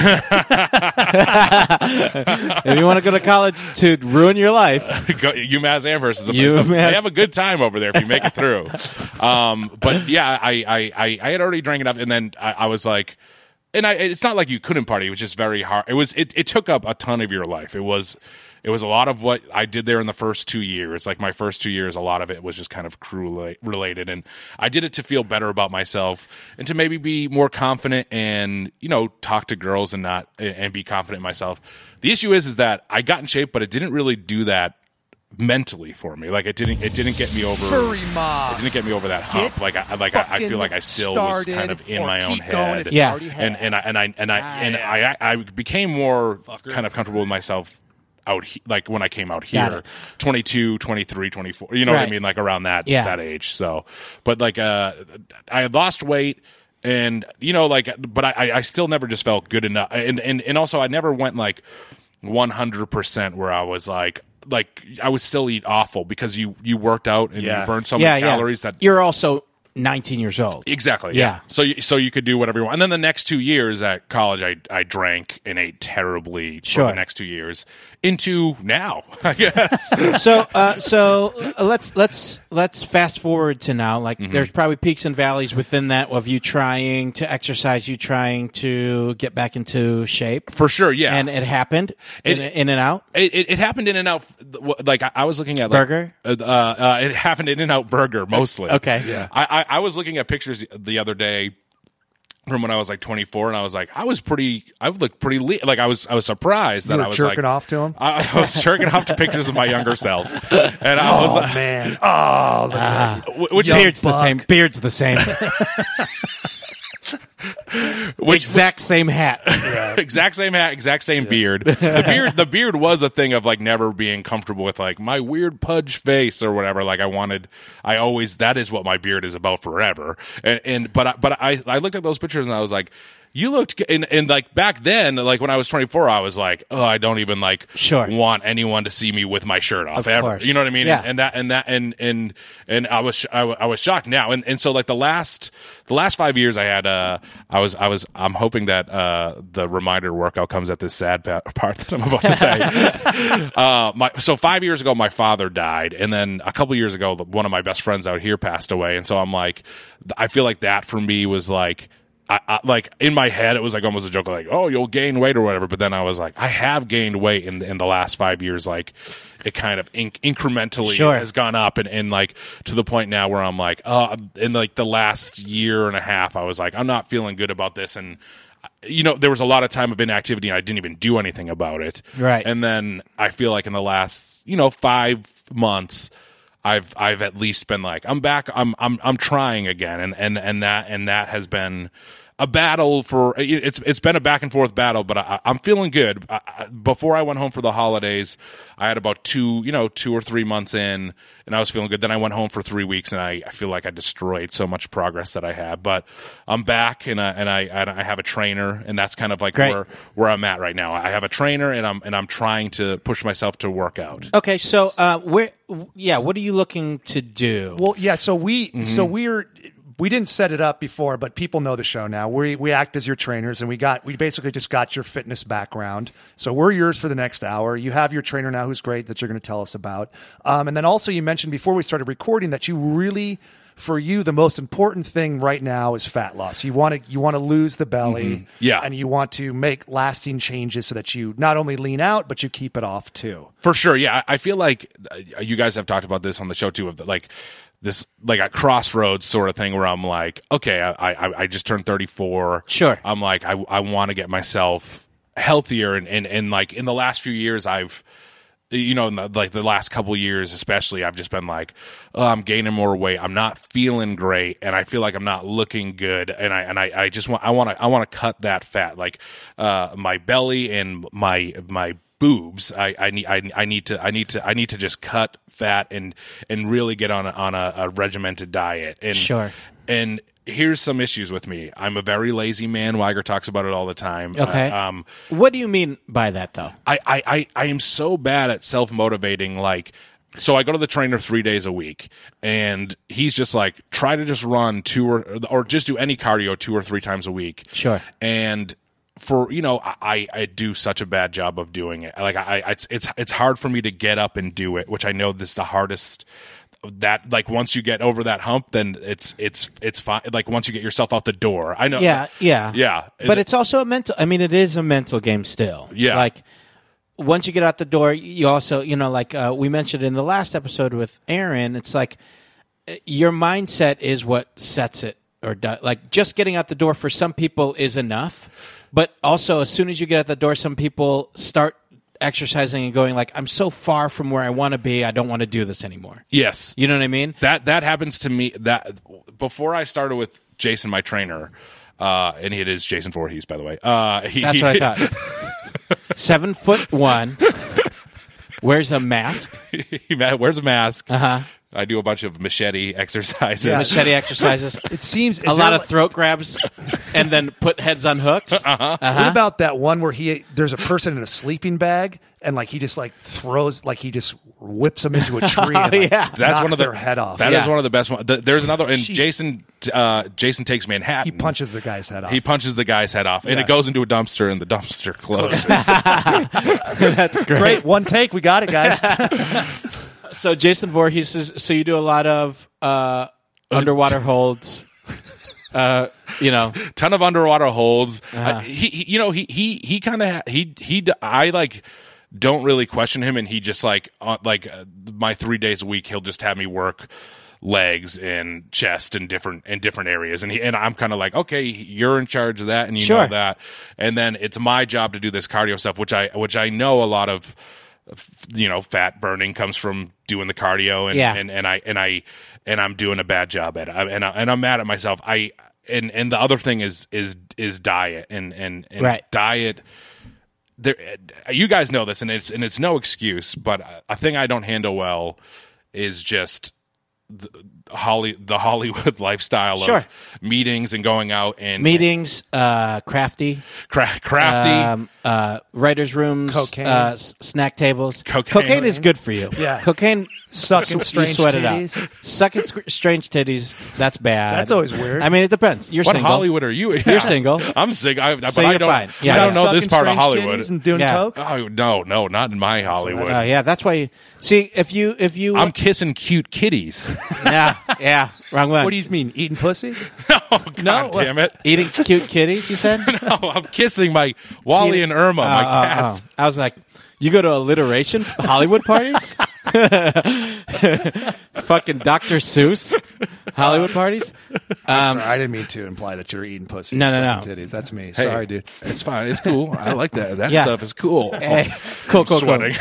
S2: you want to go to college to ruin your life,
S4: go, UMass Amherst is a, it's a-
S2: UMass.
S4: they have a good time over there if you make it through. um, but yeah, I, I, I, I had already drank enough, and then I, I was like, and I, it's not like you couldn't party. It was just very hard. It was it, it took up a ton of your life. It was it was a lot of what I did there in the first two years. Like my first two years, a lot of it was just kind of crew rela- related, and I did it to feel better about myself and to maybe be more confident and you know talk to girls and not and be confident in myself. The issue is is that I got in shape, but it didn't really do that mentally for me. Like it didn't it didn't get me over
S3: Furry mob.
S4: It didn't get me over that hump.
S3: Ah. Get
S4: like I like I, I feel like I still was
S3: started
S4: kind of in
S3: or
S4: my own
S3: keep going
S4: head.
S3: if
S2: you Yeah. already
S3: have.
S4: And and I and I and I and I, I became more kind of comfortable with myself out he, like when I came out
S2: Got
S4: here
S2: it.
S4: 22 23 24 you know what I
S2: Right.
S4: mean like around that
S2: Yeah.
S4: that age so but like uh I had lost weight and you know like but I- I I still never just felt good enough and and and also I never went like 100% where I was like like I would still eat awful because you you worked out and
S3: Yeah.
S4: you burned so many
S2: yeah,
S4: calories
S2: yeah.
S4: that
S2: You're also 19 years old.
S4: Exactly.
S2: Yeah.
S4: So you, so you could do whatever you want. And then the next two years at college, I, I drank and ate terribly for
S2: Sure.
S4: the next two years into now, I guess.
S2: so uh, so uh, let's let's let's fast forward to now. Like there's probably peaks and valleys within that of you trying to exercise, you trying to get back into shape,
S4: for sure. Yeah.
S2: and it happened in, in and out.
S4: it, it, it happened in and out. Like I, I was looking at like,
S2: Burger?
S4: Uh, uh, it happened in and out burger mostly.
S2: Okay. Yeah.
S4: I, I I was looking at pictures the other day from when I was like 24, and I was like, I was pretty. I looked pretty. Le- like I was I was surprised that
S3: were
S4: I was
S3: jerking
S4: like,
S3: off to 'em?
S4: I, I was jerking off to pictures of my younger self, and I was like,
S3: Man. Oh, look at you.
S4: wh- which
S2: Beard's the
S3: buck.
S2: same. Beard's the same. exact same hat.
S4: exact same hat, exact same beard. The beard, the beard was a thing of like never being comfortable with like my weird pudge face or whatever. Like I wanted, I always that is what my beard is about forever. And, and but I, but I I looked at those pictures and I was like, you looked g- and and like back then, like when I was 24, I was like, oh, I don't even like
S2: Sure.
S4: want anyone to see me with my shirt off
S2: Of
S4: ever.
S2: course.
S4: You know what I mean?
S2: Yeah.
S4: And, and that and that and and and I was sh- I, w- I was shocked now and and so like the last the last five years I had uh I was I was I'm hoping that uh the reminder workout comes at this sad pa- part that I'm about to say uh my so five years ago my father died and then a couple years ago one of my best friends out here passed away and so I'm like I feel like that for me was like I, I, like in my head, it was like almost a joke, like "oh, you'll gain weight" or whatever. But then I was like, I have gained weight in in the last five years. Like it kind of inc- incrementally
S2: Sure.
S4: has gone up, and, and like to the point now where I'm like, uh, in like the last year and a half, I was like, I'm not feeling good about this, and uh, you know, there was a lot of time of inactivity, and I didn't even do anything about it.
S2: Right.
S4: And then I feel like in the last you know five months. I've I've at least been like I'm back I'm I'm I'm trying again and and and that and that has been a battle for it's it's been a back and forth battle but I, I'm feeling good I, I- before I went home for the holidays I had about two you know two or three months in and I was feeling good then I went home for three weeks and I, I feel like I destroyed so much progress that I had but I'm back and I and I and I have a trainer and that's kind of like
S2: Great.
S4: where where I'm at right now I have a trainer and I'm and I'm trying to push myself to work out
S2: Okay, so uh, where? Yeah, what are you looking to do?
S3: Well, yeah. So we so we're we didn't set it up before, but people know the show now. We we act as your trainers, and we got we basically just got your fitness background. So we're yours for the next hour. You have your trainer now, who's great that you're going to tell us about. Um, and then also you mentioned before we started recording that you really. For you, the most important thing right now is fat loss. You want to you want to lose the belly,
S4: Yeah.
S3: and you want to make lasting changes so that you not only lean out but you keep it off too.
S4: For sure, yeah. I I feel like uh, you guys have talked about this on the show too, of the, like this like a crossroads sort of thing where I'm like, okay, I I, I just turned 34.
S2: Sure.
S4: I'm like, I I want to get myself healthier, and and and like in the last few years, I've you know, in the, like the last couple years, especially, I've just been like, oh, I'm gaining more weight. I'm not feeling great, and I feel like I'm not looking good. And I and I, I just want I want to I want to cut that fat, like uh, my belly and my my boobs. I, I need I, I need to I need to I need to just cut fat and and really get on a, on a, a regimented diet. And
S2: Sure.
S4: And here's some issues with me. I'm a very lazy man. Weiger talks about it all the time.
S2: Okay.
S4: Uh, um.
S2: what do you mean by that, though?
S4: I, I, I, I am so bad at self motivating. Like, so I go to the trainer three days a week, and he's just like, try to just run two or or just do any cardio two or three times a week.
S2: Sure.
S4: And for you know, I, I do such a bad job of doing it. Like I, I it's it's it's hard for me to get up and do it, which I know this is the hardest. That like once you get over that hump, then it's it's it's fine. Like once you get yourself out the door, I know.
S2: Yeah, yeah,
S4: yeah.
S2: But it's also a mental. I mean, it is a mental game still.
S4: Yeah.
S2: like once you get out the door, you also you know like uh, we mentioned in the last episode with Aaron, it's like uh, your mindset is what sets it or do- like just getting out the door for some people is enough, but also as soon as you get out the door, some people start exercising and going like I'm so far from where I want to be, I don't want to do this anymore.
S4: yes,
S2: You know what I mean?
S4: that that happens to me that before I started with Jason my trainer uh and it is Jason Voorhees by the way uh he,
S2: That's
S4: he-
S2: what I thought. Seven foot one. Wears a mask,
S4: he ma- wears a mask uh-huh I do a bunch of machete exercises
S2: machete exercises,
S3: It seems
S2: a lot of throat grabs, and then put heads on hooks. Uh-huh.
S3: What about that one where he there's a person in a sleeping bag and like he just like throws like he just whips them into a tree? and, like,
S2: yeah.
S4: that's one of the
S3: their head off.
S4: That is
S2: Yeah.
S4: one of the best ones. There's another and
S3: Jeez.
S4: Jason uh Jason takes Manhattan.
S3: he punches the guy's head off.
S4: He punches the guy's head off and
S3: Yeah.
S4: it goes into a dumpster and the dumpster closes.
S2: That's great.
S3: Great one take, we got it, guys.
S2: So Jason Voorhees is. So you do a lot of uh, underwater holds. Uh, you know,
S4: ton of underwater holds.
S2: Uh-huh.
S4: Uh, he, he, you know, he he he kind of he he. d- I like don't really question him, and he just like uh, like uh, my three days a week, he'll just have me work legs and chest and different and different areas, and he and I'm kind of like, okay, you're in charge of that, and you
S2: Sure.
S4: know that, and then it's my job to do this cardio stuff, which I which I know a lot of. f- You know, fat burning comes from doing the cardio, and
S2: Yeah.
S4: and and I and I and I'm doing a bad job at it, I, and I, and I'm mad at myself. I and and the other thing is is is diet and and, and
S2: Right.
S4: diet. There, you guys know this, and it's and it's no excuse. But a- a thing I don't handle well is just the Holly the Hollywood lifestyle
S2: Sure.
S4: of meetings and going out and
S2: meetings, uh, crafty,
S4: cra- crafty.
S2: um, uh, writers' rooms,
S3: Cocaine.
S2: uh, s- snack tables.
S4: Cocaine.
S2: is good for you.
S3: Yeah.
S2: cocaine
S3: Sucking
S2: sw-
S3: strange
S2: you sweat it
S3: titties.
S2: out. Sucking sc- strange titties. That's bad.
S3: That's always weird.
S2: I mean, it depends. You're
S4: what
S2: single.
S4: Hollywood are you?
S2: You're single.
S4: I'm single. I, but
S2: So
S4: I
S2: you're
S4: don't.
S2: fine. Yeah,
S4: I don't
S2: yeah.
S4: know this
S3: Sucking
S4: part of
S3: strange
S4: Hollywood.
S3: titties and doing
S2: Yeah.
S3: coke.
S4: Oh no, no, not in my Hollywood.
S2: Oh yeah, that's why. You, see, if you if you
S4: I'm kissing cute kitties.
S2: yeah yeah wrong one.
S3: What do you mean, eating pussy?
S2: Um,
S4: oh God damn it!
S2: eating cute kitties? You said
S4: No, I'm kissing my Wally and Irma, my
S2: Oh, oh,
S4: cats.
S2: oh. I was like, you go to alliteration Hollywood parties? Fucking Dr. Seuss. Hollywood parties.
S3: Sorry, I didn't mean to imply that you're eating pussy.
S2: No,
S3: and
S2: no,
S3: sucking
S2: no.
S3: Titties. That's me.
S4: Hey,
S3: Sorry, dude.
S4: It's fine. It's cool. I like that. That
S2: Yeah.
S4: stuff is cool.
S2: Hey, Eh, cool, cool, cool.
S4: Sweating.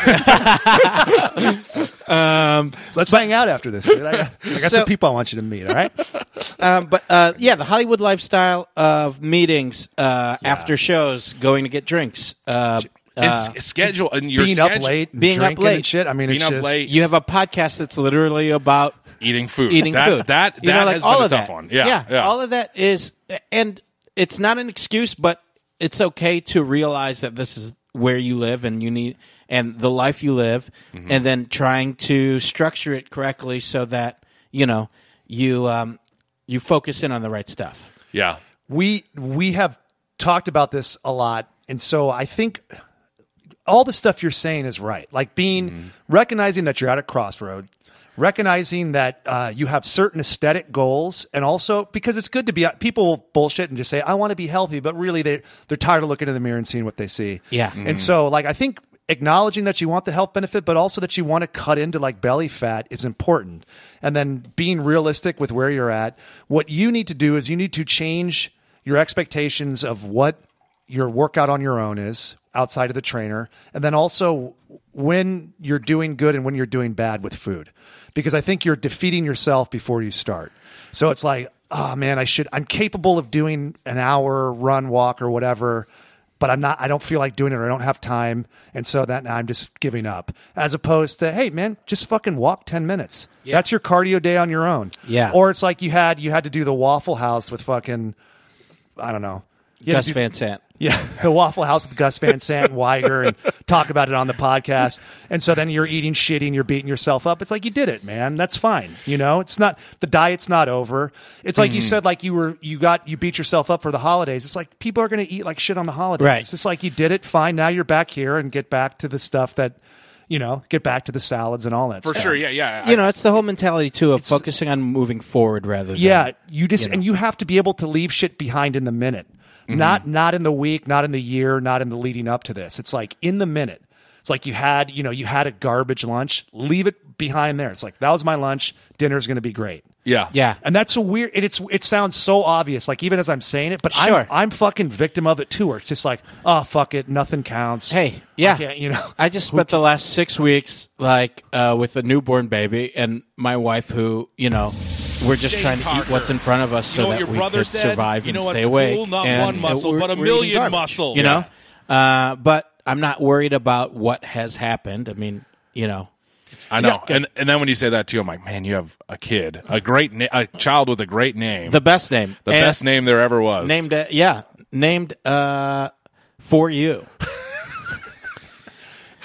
S3: Let's hang out after this, dude. I got, I got
S2: So-
S3: some people I want you to meet. All right.
S2: Um, but uh, yeah, the Hollywood lifestyle of meetings uh, after shows, going to get drinks. Uh,
S4: and
S2: uh,
S4: s- schedule and your
S3: being up
S4: schedule-
S3: late, and
S2: being up
S3: drinking
S2: late.
S3: and shit. I mean,
S4: Being
S3: it's
S4: up
S3: just,
S4: late.
S2: you have a podcast that's literally about
S4: eating food.
S2: eating
S4: that,
S2: food.
S4: That that
S2: you know, like
S4: has
S2: all
S4: been a
S2: of
S4: tough
S2: that.
S4: one. Yeah, yeah.
S2: all of that is, and it's not an excuse, but it's okay to realize that this is where you live and you need and the life you live,
S4: Mm-hmm.
S2: and then trying to structure it correctly so that you know you um, you focus in on the right stuff.
S4: yeah.
S3: we we have talked about this a lot and so i think all the stuff you're saying is right like being recognizing that you're at a crossroad recognizing that uh, you have certain aesthetic goals and also because it's good to be people bullshit and just say i want to be healthy but really they, they're tired of looking in the mirror and seeing what they see
S2: Yeah.
S3: and so like i think acknowledging that you want the health benefit but also that you want to cut into like belly fat is important and then being realistic with where you're at what you need to do is you need to change your expectations of what your workout on your own is outside of the trainer and then also when you're doing good and when you're doing bad with food because i think you're defeating yourself before you start so it's like oh man i should i'm capable of doing an hour run walk or whatever but I'm not, I don't feel like doing it or I don't have time. And so that now I'm just giving up as opposed to, Hey man, just fucking walk 10 minutes. That's your cardio day on your own.
S2: Yeah.
S3: Or it's like you had, you had to do the waffle house with fucking, I don't know. You had
S2: Gus
S3: to do-
S2: Van Sant.
S3: yeah, the Waffle House with Gus Van Sant and Weiger and talk about it on the podcast. And so then you're eating shitty and you're beating yourself up. It's like you did it, man. That's fine. You know, it's not the diet's not over. It's like you said, like you were you got you beat yourself up for the holidays. It's like people are gonna eat like shit on the holidays.
S2: Right.
S3: It's just like you did it, fine. Now you're back here and get back to the stuff that you know, get back to the salads and all that
S4: For
S3: stuff.
S4: sure. Yeah, yeah.
S2: You know, it's the whole mentality too of focusing on moving forward rather than
S3: Yeah, you just and you have to be able to leave shit behind in the minute, not not in the week, not in the year, not in the leading up to this. It's like in the minute. It's like you had you know you had a garbage lunch, leave it behind there. It's like that was my lunch. Dinner's going to be great.
S4: yeah.
S2: yeah.
S3: And that's a weird. And it's it sounds so obvious, like even as I'm saying it, but
S2: Sure.
S3: I'm I'm fucking victim of it too. Or it's just like, oh fuck it, nothing counts.
S2: Hey,
S3: I
S2: yeah,
S3: can't, you know.
S2: I just spent the last six weeks like uh, with a newborn baby and my wife, who you know, we're just
S5: Jay
S2: trying to
S5: Parker.
S2: eat what's in front of us
S5: You
S2: so
S5: know what
S2: that
S5: your
S2: we
S5: brother
S2: could
S5: said?
S2: survive
S5: You
S2: and
S5: know
S2: stay
S5: what's
S2: awake.
S5: cool? Not
S2: and,
S5: one muscle,
S2: we're-
S5: but a
S2: we're eating
S5: million
S2: garbage,
S5: muscles.
S2: You
S5: Yeah.
S2: know, uh, but I'm not worried about what has happened. I mean, you know,
S4: I know. And and then when you say that too, I'm like, man, you have a kid, a great, na- a child with a great name,
S2: the best name,
S4: the
S2: And
S4: best name there ever was.
S2: named, uh, yeah, named uh, for you,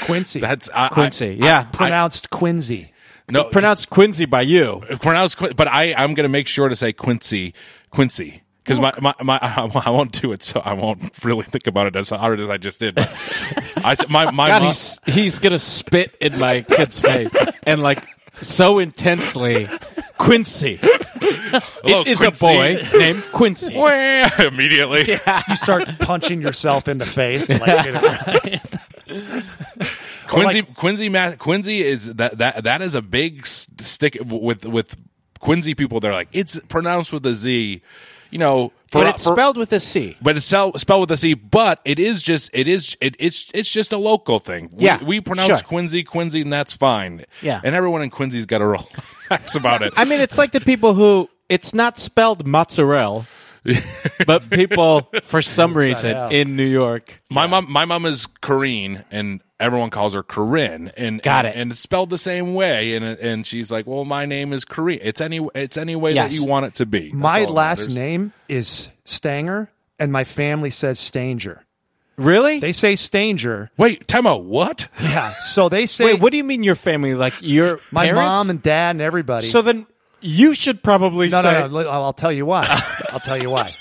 S3: Quincy,
S4: That's I,
S2: Quincy.
S4: I,
S2: yeah,
S3: pronounced Quincy.
S4: no,
S2: pronounced Quincy by you.
S4: pronounced, Quin- but I I'm gonna make sure to say Quincy, Quincy. Because
S2: Oh,
S4: my, my, my I won't- I won't do it, so I won't really think about it as hard as I just did. I my my
S2: God,
S4: mom-
S2: he's he's gonna spit in my kid's face and like so intensely. Quincy.
S4: Hello,
S2: it is
S4: Quincy.
S2: a boy named Quincy.
S4: immediately.
S3: You start punching yourself in the face. Like, get it right.
S4: Quincy Quincy Ma- Quincy is that that that is a big s- stick with with Quincy people. They're like it's pronounced with a Z, you know. for-
S2: But it's
S4: for-
S2: spelled with a C.
S4: But it's spell, spelled with a C. But it is just it is it, it's it's just a local thing. We-
S2: Yeah,
S4: we, pronounce
S2: sure.
S4: Quincy Quincy, and that's fine.
S2: Yeah.
S4: and everyone in Quincy's got a roll. That's about it.
S2: I mean, it's like the people who it's not spelled mozzarella, but people for some reason
S3: out.
S2: in New York.
S4: my mom my mom is Corrine, and everyone calls her Corinne. And
S2: Got it.
S4: And it's spelled the same way. And and she's like, well, my name is Corrine. It's any it's any way
S2: Yes.
S4: that you want it to be. That's all
S3: My
S4: that
S3: last
S4: matters.
S3: name is Stanger, and my family says Stanger.
S2: Really?
S3: They say Stanger.
S4: Wait, Temo, what?
S3: Yeah. So they say
S2: Wait, what do you mean your family? Like your
S3: my
S2: parents?
S3: mom and dad and everybody.
S2: so then you should probably
S3: no,
S2: say
S3: no, no. li- I'll I'll tell you why. I'll tell you why.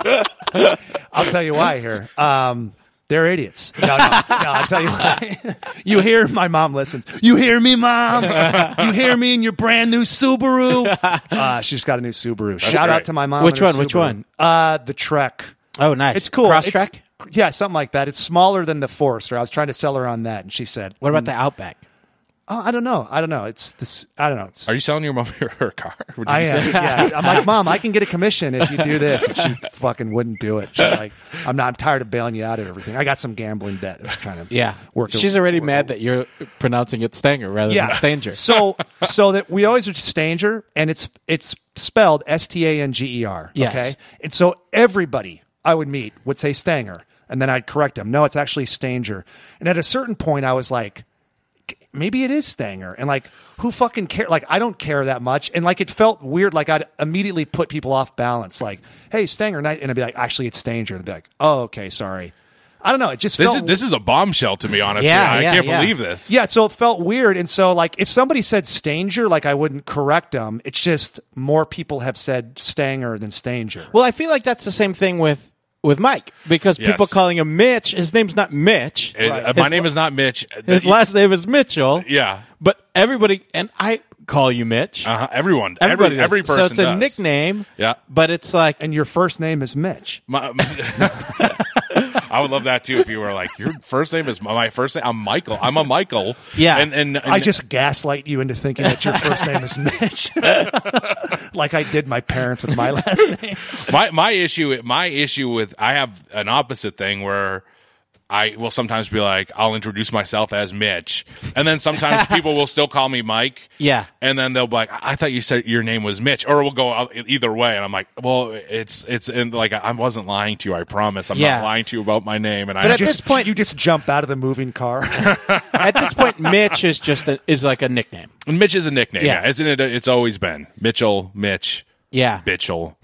S3: I'll tell you why here. Um, they're idiots. No, no, no. I'll tell you why. You hear my mom listens. You hear me, mom. You hear me in your brand new Subaru. Uh, she's got a new Subaru. Shout
S4: great.
S3: out to my mom.
S2: Which
S3: and her
S2: one? Which
S3: Subaru.
S2: one?
S3: Uh, the Trek.
S2: Oh, nice.
S3: It's cool.
S2: Cross
S3: It's-
S2: track.
S3: Yeah, something like that. It's smaller than the Forester. I was trying to sell her on that, and she said,
S2: What about the Outback?
S3: Oh, I don't know. I don't know. It's this. I don't know. It's,
S4: Are you selling your mom her, her car? What did
S3: I
S4: you say?
S3: am. Yeah. I'm like, mom, I can get a commission if you do this. And she fucking wouldn't do it. She's like, I'm not. I'm tired of bailing you out of everything. I got some gambling debt. I'm trying to
S2: Yeah,
S3: work.
S2: she's already mad that you're pronouncing it Stanger rather than Stanger.
S3: So so that we always are Stanger, and it's it's spelled S T A N G E R.
S2: Yes.
S3: Okay. And so everybody I would meet would say Stanger, and then I'd correct them. No, it's actually Stanger. And at a certain point, I was like, maybe it is Stanger, and like. Who fucking care? Like, I don't care that much, and like, it felt weird. Like, I'd immediately put people off balance. Like, hey, Stanger, and, I, and I'd be like, actually, it's Stanger, and I'd be like, oh, okay, sorry. I don't know. It just
S4: This
S3: felt
S4: is this is a bombshell to me, honestly.
S2: Yeah,
S4: I
S2: yeah,
S4: can't
S2: yeah.
S4: believe this.
S3: yeah, so it felt weird. And so, like, if somebody said Stanger, like, I wouldn't correct them. It's just more people have said Stanger than Stanger.
S2: Well, I feel like that's the same thing with with Mike because
S4: Yes.
S2: people calling him Mitch. His name's not Mitch.
S4: It- uh, my
S2: His-
S4: name is not Mitch.
S2: His last name is Mitchell.
S4: Yeah.
S2: but everybody and I call you Mitch.
S4: Uh-huh. Everyone.
S2: everybody,
S4: every,
S2: does.
S4: every person.
S2: So it's a
S4: does.
S2: nickname.
S4: Yeah.
S2: but it's like
S3: and your first name is Mitch.
S4: My- I would love that too if you were like your first name is my first name. I'm Michael. I'm a Michael.
S2: Yeah.
S4: and and, and
S3: I just gaslight you into thinking that your first name is Mitch, like I did my parents with my last name.
S4: my my issue my issue with I have an opposite thing where I will sometimes be like I'll introduce myself as Mitch, and then sometimes people will still call me Mike.
S2: Yeah.
S4: and then they'll be like, I I thought you said your name was Mitch, or we'll go out e, either way. And I'm like, well, it's it's and like I wasn't lying to you. I promise, I'm
S2: Yeah.
S4: not lying to you about my name. And I
S2: But at
S4: just
S2: this point-
S3: you just jump out of the moving car.
S2: at this point, Mitch is just a, is like a nickname.
S4: Mitch is a nickname.
S2: Yeah.
S4: Yeah, it's it, it's always been Mitchell, Mitch,
S2: Yeah,
S4: Bitchell.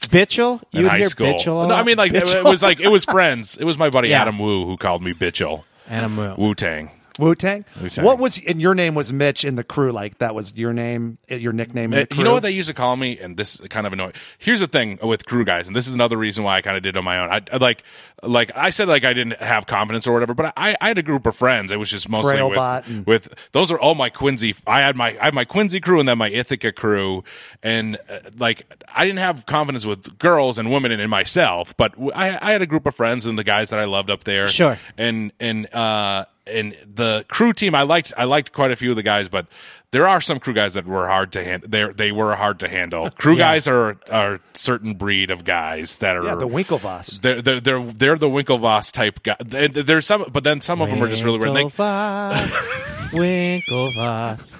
S2: Bitchel. You
S4: in
S2: would
S4: high
S2: hear
S4: school.
S2: Bitchel. a
S4: no, I
S2: lot?
S4: mean like uh, it,
S2: Bitchel.
S4: it was like it was friends. It was my buddy
S2: Yeah.
S4: Adam Wu who called me Bitchel.
S2: Adam Wu.
S4: Wu Tang.
S3: Wu Tang.
S4: Wu-Tang.
S3: What was and your name was Mitch in the crew? Like that was your name, eh, your nickname. In the crew?
S4: Uh, You know what they used to call me, and this kind of annoying. Here's the thing with crew guys, and this is another reason why I kind of did it on my own. I, I like, like I said, like I didn't have confidence or whatever, but I, I had a group of friends. It was just mostly
S3: Frailbot
S4: with,
S3: and-
S4: with those are all my Quincy. I had my I had my Quincy crew and then my Ithaca crew, and uh, like I didn't have confidence with girls and women and in myself, but w- I, I had a group of friends and the guys that I loved up there.
S2: Sure.
S4: and and uh and the crew team i liked i liked quite a few of the guys but there are some crew guys that were hard to handle they they were hard to handle crew guys are are certain breed of guys that are
S3: Yeah, the Winklevoss.
S4: they're they're they're, they're the winklevoss type guy There- there's some but then some of them are just really weird like,
S2: Winklevoss, Winklevoss.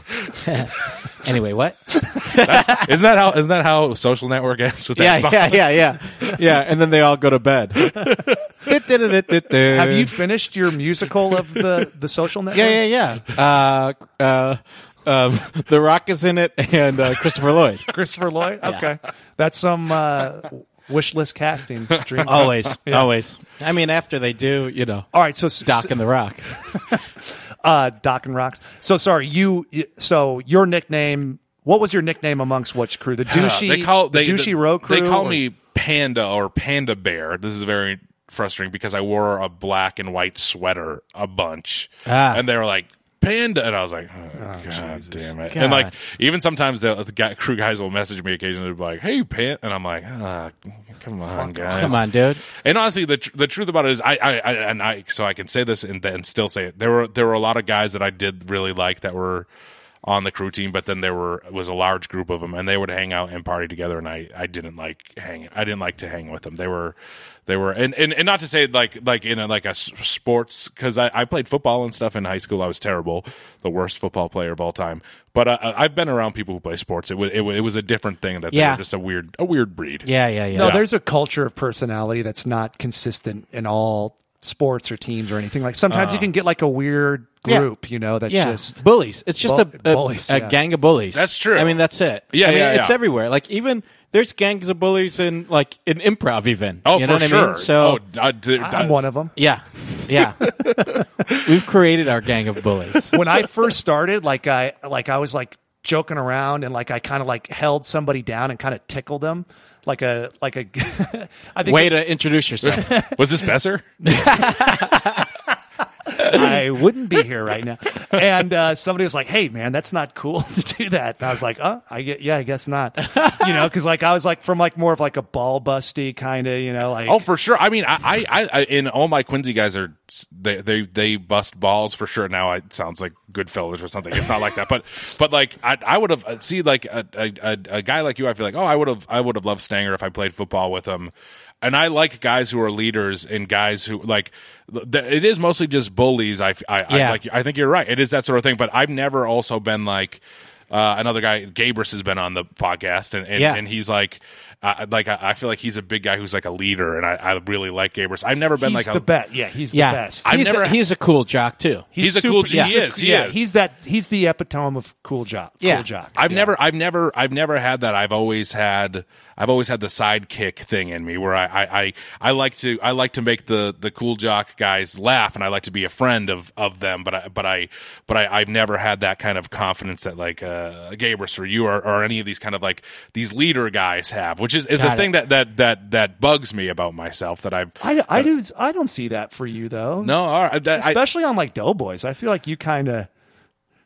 S2: anyway, what?
S4: isn't that how isn't that how social network ends with that
S2: Yeah,
S4: song?
S2: yeah, yeah, yeah, yeah. And then they all go to bed. Have
S3: Have you finished your musical of the the social network?
S2: Yeah, yeah, yeah. Uh, uh, um, the Rock is in it, and uh, Christopher Lloyd.
S3: Christopher Lloyd. Okay, that's some uh, wish list casting. Dream.
S4: Oh.
S2: Always, always. I mean, after they do, you know,
S3: All right, so s-
S2: Doc and the Rock.
S3: uh, Doc and Rocks. So sorry, you. y- So your nickname. What was your nickname amongst which crew? The
S4: Yeah,
S3: douchey.
S4: they call they
S3: the douchey row crew.
S4: They call
S3: or-
S4: me panda or panda bear. This is very frustrating because I wore a black and white sweater a bunch,
S2: Ah.
S4: and they were like panda, and I was like, oh, god damn it.
S2: God.
S4: And like even sometimes the, the guy, crew guys will message me occasionally, they'll be like, hey pan, and I'm like, ah, come on guys,
S2: Come on, dude.
S4: and honestly, the tr- the truth about it is, I, I, I and I so I can say this and then still say it. There were there were a lot of guys that I did really like that were on the crew team, but then there were was a large group of them, and they would hang out and party together, and I, I didn't like hang I didn't like to hang with them. They were they were and, and, and not to say like like in a, like a s- sports because I, I played football and stuff in high school. I was terrible, the worst football player of all time. But I, I- I've been around people who play sports. It was it, wa- it was a different thing that they
S2: Yeah.
S4: were just a weird a weird breed.
S2: Yeah, yeah, yeah.
S3: No, there's a culture of personality that's not consistent in all sports or teams or anything. Like sometimes
S4: Uh.
S3: you can get like a weird
S2: Yeah.
S3: group, you know, that
S2: yeah,
S3: just
S2: bullies. It's just
S3: Bu-
S2: a, a,
S3: bullies,
S2: a
S3: yeah.
S2: gang of bullies.
S4: That's true.
S2: I mean, that's it.
S4: Yeah,
S2: I mean,
S4: yeah,
S2: It's
S4: yeah.
S2: everywhere. Like even there's gangs of bullies in like in improv, even.
S4: Oh,
S2: you
S4: for
S2: know what
S4: sure.
S2: I mean? So
S4: oh, I- d-
S3: I'm one of them.
S2: yeah, yeah. We've created our gang of bullies.
S3: when I first started, like I like I was like joking around and like I kind of like held somebody down and kind of tickled them, like a like a. I think
S2: Way to introduce yourself.
S4: Was this Besser?
S3: I wouldn't be here right now. And uh, somebody was like, "Hey, man, that's not cool to do that." And I was like, "Uh, I get, yeah, I guess not." You know, because like I was like from like more of like a ball busty kind of, you know, like
S4: Oh, for sure. I mean, I, I, I, I and all my Quincy guys are they, they, they bust balls for sure. Now it sounds like Goodfellas or something. It's not like that, but, but like I, I would have uh, see like a, a, a a guy like you. I feel like oh, I would have, I would have loved Stanger if I played football with him. And I like guys who are leaders and guys who like. th- It is mostly just bullies. I, f- I- I
S2: Yeah.
S4: like. I think you're right. It is that sort of thing. But I've never also been like. Uh, another guy, Gabris, has been on the podcast, and and,
S2: Yeah.
S4: and he's like, uh, like I, I feel like he's a big guy who's like a leader, and I, I really like Gabris. I've never been
S3: he's
S4: like
S3: the
S4: a,
S3: best. Yeah, he's
S2: yeah,
S3: the best.
S4: I've
S2: he's,
S4: never-
S2: a, he's a cool jock too.
S4: he's a cool-
S3: he's
S4: he
S3: the-
S4: is, he
S3: yeah,
S4: is.
S3: He's that. He's the epitome of cool jock.
S2: Yeah.
S3: Cool jock.
S4: I've never, I've never, I've never had that. I've always had, I've always had the sidekick thing in me where I, I, I, I like to, I like to make the the cool jock guys laugh, and I like to be a friend of of them. But I, but I, but I, I've never had that kind of confidence that like uh, Gabris or you or, or any of these kind of like these leader guys have, which is is
S2: Got
S4: a
S2: it.
S4: thing that that that that bugs me about myself that I've.
S3: I, I do. I don't see that for you though.
S4: no, all right. That, I,
S3: especially on like Doughboys. I feel like you kind of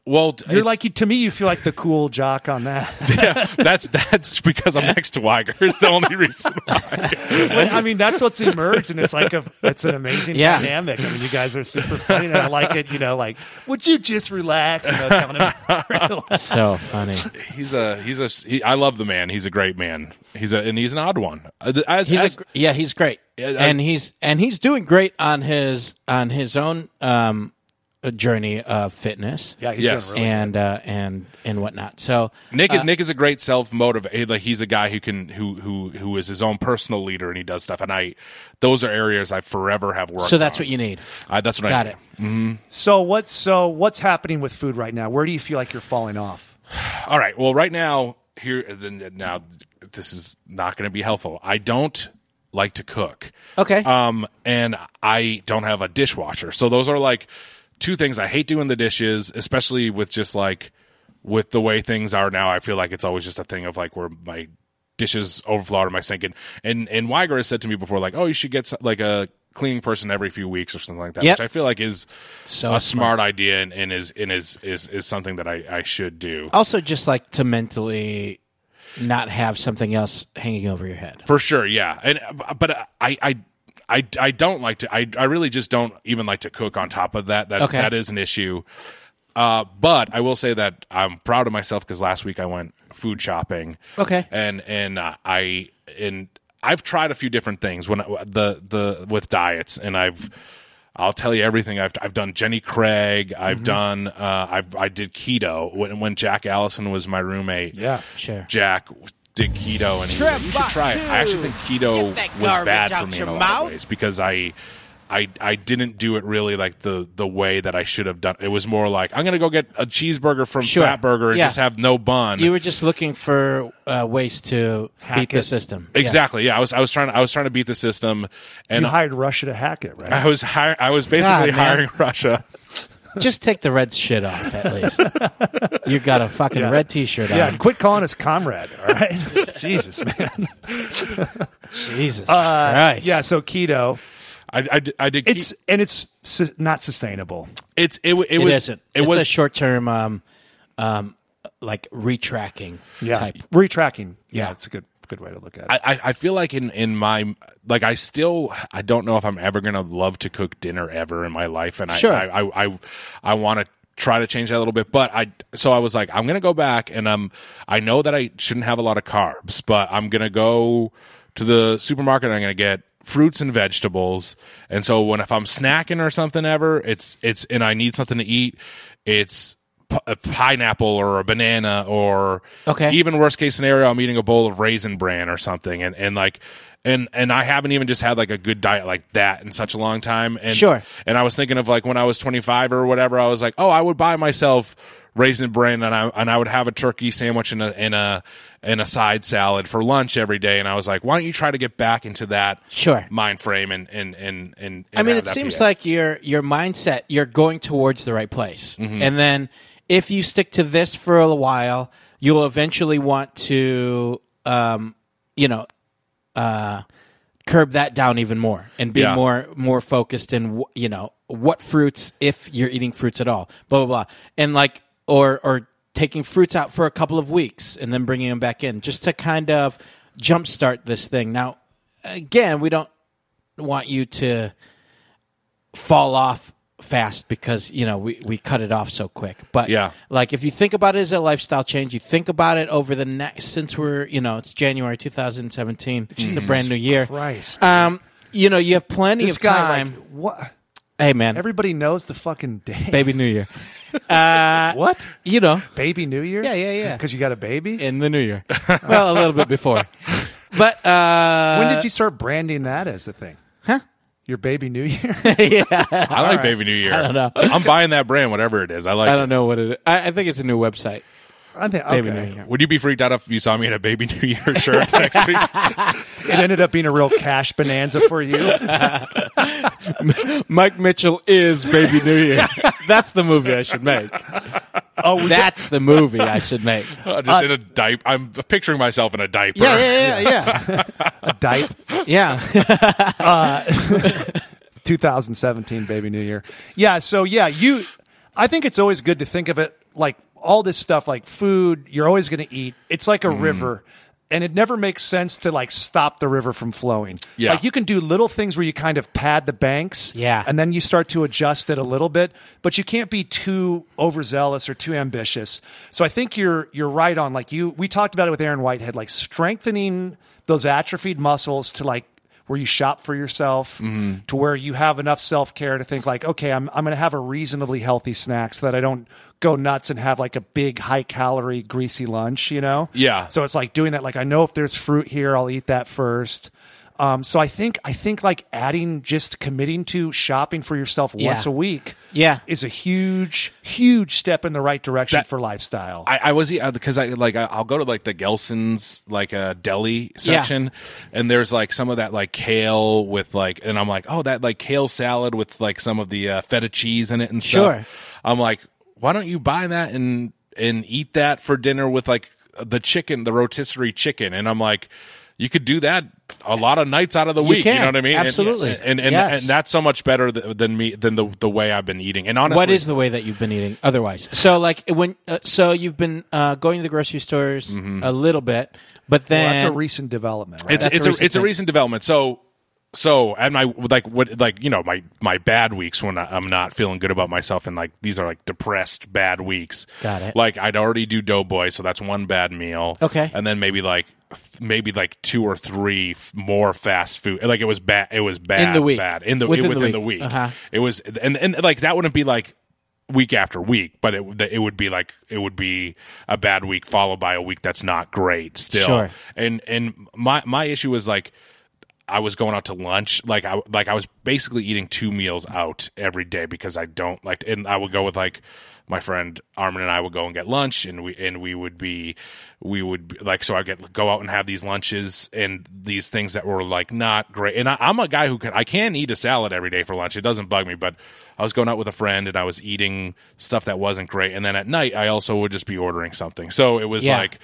S4: well,
S3: you're
S4: it's-
S3: like you, to me. You feel like the cool jock on that.
S4: yeah, that's that's because I'm next to Weiger. It's the only reason. Why.
S3: But, I mean, that's what's emerged, and it's like a it's an amazing
S2: Yeah.
S3: dynamic. I mean, you guys are super funny, and I like it. You know, like would you just relax? You know, coming in.
S2: So funny.
S4: He's a he's a he, I love the man. He's a great man. He's a and he's an odd one. Uh, th- As,
S2: He's a
S4: as-
S2: gr- yeah, he's great,
S4: Yeah, I-
S2: and he's and he's doing great on his on his own um, uh, journey of fitness.
S3: yeah, he's
S4: Yes.
S3: doing really.
S2: and uh, and and whatnot. So
S4: Nick is Nick is a great self motivator. Like he's a guy who can who who who is his own personal leader and he does stuff. And I those are areas I forever have worked.
S2: so that's
S4: on.
S2: what you need.
S4: I, that's what I
S2: Got
S4: do.
S2: it.
S3: So what's so what's happening with food right now? Where do you feel like you're falling off?
S4: All right. Well, right now here then now this is not going to be helpful. I don't like to cook.
S2: Okay.
S4: Um, and I don't have a dishwasher. So those are like two things I hate doing the dishes, especially with just like with the way things are now. I feel like it's always just a thing of like where my dishes overflow out of my sink. And and, and Weiger has said to me before, like, oh, you should get so- like a cleaning person every few weeks or something like that,
S2: Yep.
S4: which I feel like is
S2: So
S4: a smart,
S2: smart.
S4: idea and, and is and is is is something that I, I should do.
S2: Also, just like to mentally not have something else hanging over your head.
S4: For sure, yeah. And but I I I, I don't like to I I really just don't even like to cook on top of that. That
S2: Okay.
S4: that is an issue. Uh, but I will say that I'm proud of myself because last week I went food shopping.
S2: Okay.
S4: And and uh, I and I've tried a few different things when I, the the with diets and I've I'll tell you everything I've I've done Jenny Craig
S2: Mm-hmm.
S4: I've done uh, I've I did keto when when Jack Allison was my roommate
S3: Yeah.
S2: Sure.
S4: Jack did keto and he was like, you should try it. I actually think keto was bad for me in a lot of ways because I, I, I didn't do it really like the the way that I should have done. It was more like I'm gonna go get a cheeseburger from
S2: Sure.
S4: Fatburger and
S2: Yeah.
S4: just have no bun.
S2: You were just looking for uh, ways to beat the
S3: it.
S2: system. Yeah.
S4: exactly. Yeah. I was I was trying I was trying to beat the system, and
S3: You hired Russia to hack it, right?
S4: I was hi- I was basically
S2: God, man.
S4: hiring Russia.
S2: Just take the red shit off at least. you got a fucking red T-shirt
S3: Yeah,
S2: on.
S3: quit calling us comrade. All right, Jesus man.
S2: Jesus
S3: Uh,
S2: Christ.
S3: Yeah, so keto.
S4: I, I, did- I did. ke-
S3: It's and it's su- not sustainable.
S4: it's it, w- it
S2: it
S4: was
S2: isn't.
S4: it
S2: it's
S4: was
S2: a short-term, um, um, like retracking
S3: Yeah,
S2: type.
S3: retracking. Yeah,
S2: Yeah.
S3: it's a good good way to look at it.
S4: I, I- I feel like in, in my like I still I don't know if I'm ever gonna love to cook dinner ever in my life, and I
S2: Sure.
S4: I I, I, I want to try to change that a little bit, but I so I was like I'm gonna go back and um I know that I shouldn't have a lot of carbs, but I'm gonna go to the supermarket and I'm gonna get fruits and vegetables, and so when if I'm snacking or something ever, it's it's and I need something to eat, it's p- a pineapple or a banana or
S2: Okay.
S4: even worst case scenario, I'm eating a bowl of raisin bran or something, and and like, and and I haven't even just had like a good diet like that in such a long time. And
S2: Sure.
S4: And I was thinking of like when I was 25 or whatever, I was like, oh, I would buy myself raisin bran and I and I would have a turkey sandwich and a and a and a side salad for lunch every day. And I was like, why don't you try to get back into that
S2: Sure.
S4: mind frame and and and and,
S2: I mean,
S4: have
S2: it
S4: that be
S2: seems like your your mindset you're going towards the right place, and then if you stick to this for a while, you'll eventually want to, um, you know, uh, curb that down even more and be
S4: Yeah.
S2: more more focused in wh- you know what fruits if you're eating fruits at all blah blah blah and like or or taking fruits out for a couple of weeks and then bringing them back in just to kind of jumpstart this thing now again we don't want you to fall off fast because you know we, we cut it off so quick but
S4: Yeah.
S2: like if you think about it as a lifestyle change you think about it over the next since we're you know it's january 2017 it's a brand new year
S3: Christ.
S2: um you know you have plenty
S3: This
S2: of
S3: guy,
S2: time
S3: like, what?
S2: hey man
S3: Everybody knows the fucking day.
S2: baby new year
S3: What?
S2: you know
S3: Baby New Year?
S2: Yeah, yeah, yeah.
S3: Because you got a baby?
S2: in the new year well a little bit before but uh
S3: when did you start branding that as the thing? Huh? Your baby New Year?
S4: I like Baby New Year. I
S2: don't know.
S4: I'm buying that brand, whatever it is. I like.
S2: i don't know what it is I, I think it's a new website
S3: I think,
S2: baby
S3: okay.
S2: new year
S4: it. Would you be freaked out if you saw me in a Baby New Year shirt next week?
S3: It ended up being a real cash bonanza for you.
S2: mike mitchell is baby new year that's the movie i should make
S3: Oh, was that?
S2: that's the movie i should make
S4: Uh, Just in a diaper. I'm picturing myself in a diaper.
S2: yeah yeah yeah yeah
S3: a dipe?
S2: Yeah.
S3: 2017 baby new year yeah so yeah you i think it's always good to think of it like all this stuff like food you're always going to eat it's like a river and it never makes sense to like stop the river from flowing
S4: Yeah.
S3: like you can do little things where you kind of pad the banks
S2: Yeah.
S3: and then you start to adjust it a little bit but you can't be too overzealous or too ambitious so i think you're you're right on like you we talked about it with aaron whitehead like strengthening those atrophied muscles to like where you shop for yourself to where you have enough self-care to think like okay i'm, I'm going to have a reasonably healthy snack so that i don't go nuts and have like a big high calorie greasy lunch you know
S4: Yeah.
S3: so it's like doing that like i know if there's fruit here i'll eat that first um, so I think I think like adding just committing to shopping for yourself
S2: Yeah.
S3: once a week
S2: Yeah.
S3: is a huge huge step in the right direction
S4: That-
S3: for lifestyle.
S4: I, I was because I like I, I'll go to like the Gelson's like uh, deli section, and there's like some of that like kale with like, and I'm like, oh, that like kale salad with like some of the uh, feta cheese in it and stuff.
S2: Sure.
S4: I'm like, why don't you buy that and and eat that for dinner with like the chicken, the rotisserie chicken, and I'm like. You could do that a lot of nights out of the week.
S2: can.
S4: know what I mean? And-
S2: Absolutely.
S4: And and, and,
S2: Yes.
S4: that's so much better th- than me than the the way I've been eating. And honestly,
S2: What is the way that you've been eating otherwise? So like when uh, so you've been uh, going to the grocery stores a little bit, but then
S3: well, that's a recent development, right?
S4: it's
S2: That's a
S4: it's a,
S2: recent
S4: it's a
S2: thing.
S4: recent development. So so at my like what like you know my my bad weeks when I, I'm not feeling good about myself and like these are like depressed bad weeks.
S2: Got it.
S4: Like I'd already do Doughboy, so that's one bad meal.
S2: Okay.
S4: and then maybe like th- maybe like two or three f- more fast food. Like it was bad. It was bad
S2: the week.
S4: Bad in the
S2: Within
S4: within,
S2: the
S4: the
S2: week.
S4: week.
S2: Uh-huh.
S4: It was and and like that wouldn't be like week after week, but it it would be like it would be a bad week followed by a week that's not great still
S2: Sure.
S4: and and my my issue was like I was going out to lunch like I like I was basically eating two meals out every day because I don't like and I would go with like my friend Armin and I would go and get lunch and we and we would be we would be, like so I get go out and have these lunches and these things that were like not great and I, I'm a guy who can I can eat a salad every day for lunch it doesn't bug me but I was going out with a friend and I was eating stuff that wasn't great and then at night I also would just be ordering something so it was
S2: Yeah.
S4: like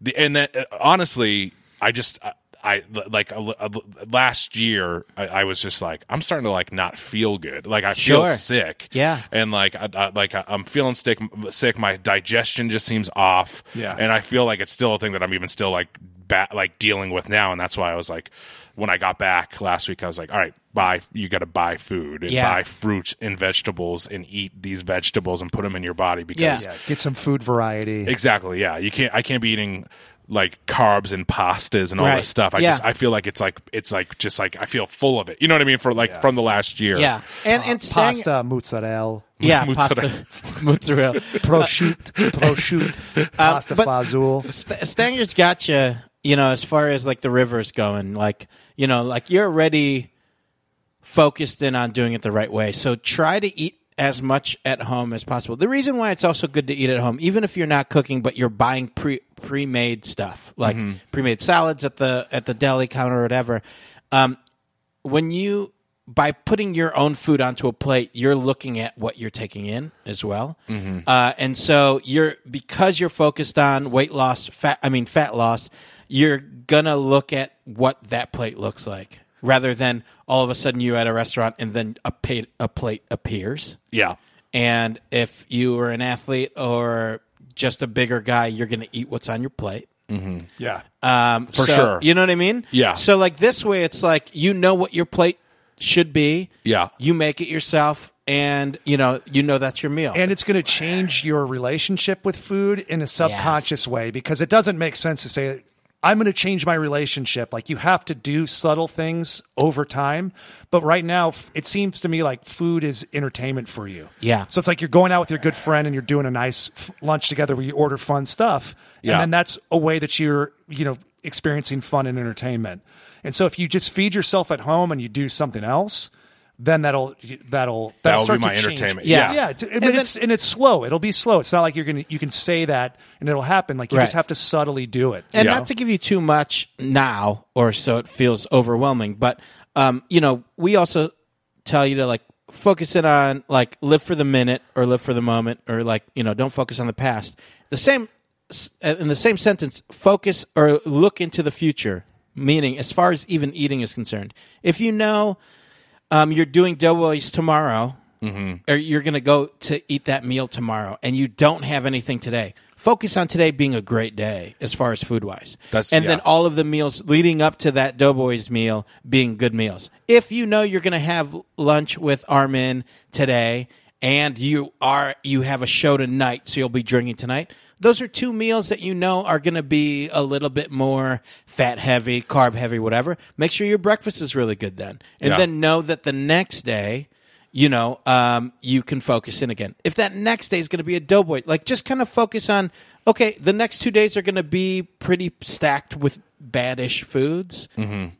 S4: the, and that uh, honestly, I just I, I like uh, uh, last year I, I was just like I'm starting to like not feel good. Like I feel
S2: Sure.
S4: sick.
S2: Yeah.
S4: and like I, I like I, I'm feeling sick. Sick. My digestion just seems off.
S3: Yeah.
S4: and I feel like it's still a thing that I'm even still like ba- like dealing with now, and that's why I was like. When I got back last week, I was like, "All right, buy. You got to buy food and
S2: Yeah.
S4: buy fruit and vegetables and eat these vegetables and put them in your body because
S3: yeah, get some food variety.
S4: Exactly. Yeah, you can't. I can't be eating like carbs and pastas and all
S2: Right.
S4: this stuff. I
S2: Yeah.
S4: just I feel like it's like it's like just like I feel full of it. You know what I mean? For like from the last year.
S2: yeah, and and staying,
S3: Pasta, mozzarella,
S2: yeah,
S4: Mozzarella.
S2: pasta, Uh, mozzarella.
S3: prosciutto, prosciutto, pasta
S2: Um, but-
S3: fazool.
S2: St- Stanger's got you, you know, as far as like the rivers going, like you know, like you're already focused in on doing it the right way. So try to eat as much at home as possible. The reason why it's also good to eat at home, even if you're not cooking, but you're buying pre pre-made stuff, like pre-made salads at the at the deli counter or whatever. Um, when you by putting your own food onto a plate, you're looking at what you're taking in as well, uh, and so you're because you're focused on weight loss, fat. I mean, fat loss. You're gonna look at what that plate looks like. rather than all of a sudden you at a restaurant and then a, pa- a plate appears.
S4: Yeah.
S2: And if you were an athlete or just a bigger guy, you're going to eat what's on your plate.
S3: Yeah.
S2: Um, for
S4: sure.
S2: You know what I mean?
S4: Yeah.
S2: So like this way, it's like you know what your plate should be.
S4: Yeah.
S2: You make it yourself, and you know you know that's your meal.
S3: and it's going to change your relationship with food in a subconscious way because it doesn't make sense to say i'm going to change my relationship like you have to do subtle things over time but right now f- it seems to me like food is entertainment for you
S2: Yeah.
S3: so it's like you're going out with your good friend and you're doing a nice f- lunch together where you order fun stuff
S4: Yeah.
S3: and then that's a way that you're you know experiencing fun and entertainment and so if you just feed yourself at home and you do something else then that'll that'll that'll,
S4: That'll be
S3: start to
S4: my
S3: change.
S4: entertainment.
S2: Yeah.
S3: yeah t- but
S2: then-
S3: it's and it's slow. It'll be slow. It's not like you're gonna you can say that and it'll happen. Like you
S2: Right.
S3: just have to subtly do it.
S2: and
S4: Yeah.
S2: not to give you too much now or so it feels overwhelming but um, you know we also tell you to like focus it on like live for the minute or live for the moment or like you know don't focus on the past the same s- uh, in the same sentence focus or look into the future meaning as far as even eating is concerned if you know um, you're doing doughboys tomorrow
S4: Mm-hmm.
S2: or you're going to go to eat that meal tomorrow and you don't have anything today focus on today being a great day as far as food wise
S4: That's-
S2: and then
S4: yeah.
S2: all of the meals leading up to that doughboys meal being good meals if you know you're going to have lunch with armin today and you are you have a show tonight so you'll be drinking tonight those are two meals that you know are going to be a little bit more fat heavy carb heavy whatever make sure your breakfast is really good then and
S4: Yeah.
S2: then know that the next day, you know, um, you can focus in again. If that next day is going to be a doughboy, like just kind of focus on, okay, the next two days are going to be pretty stacked with baddish foods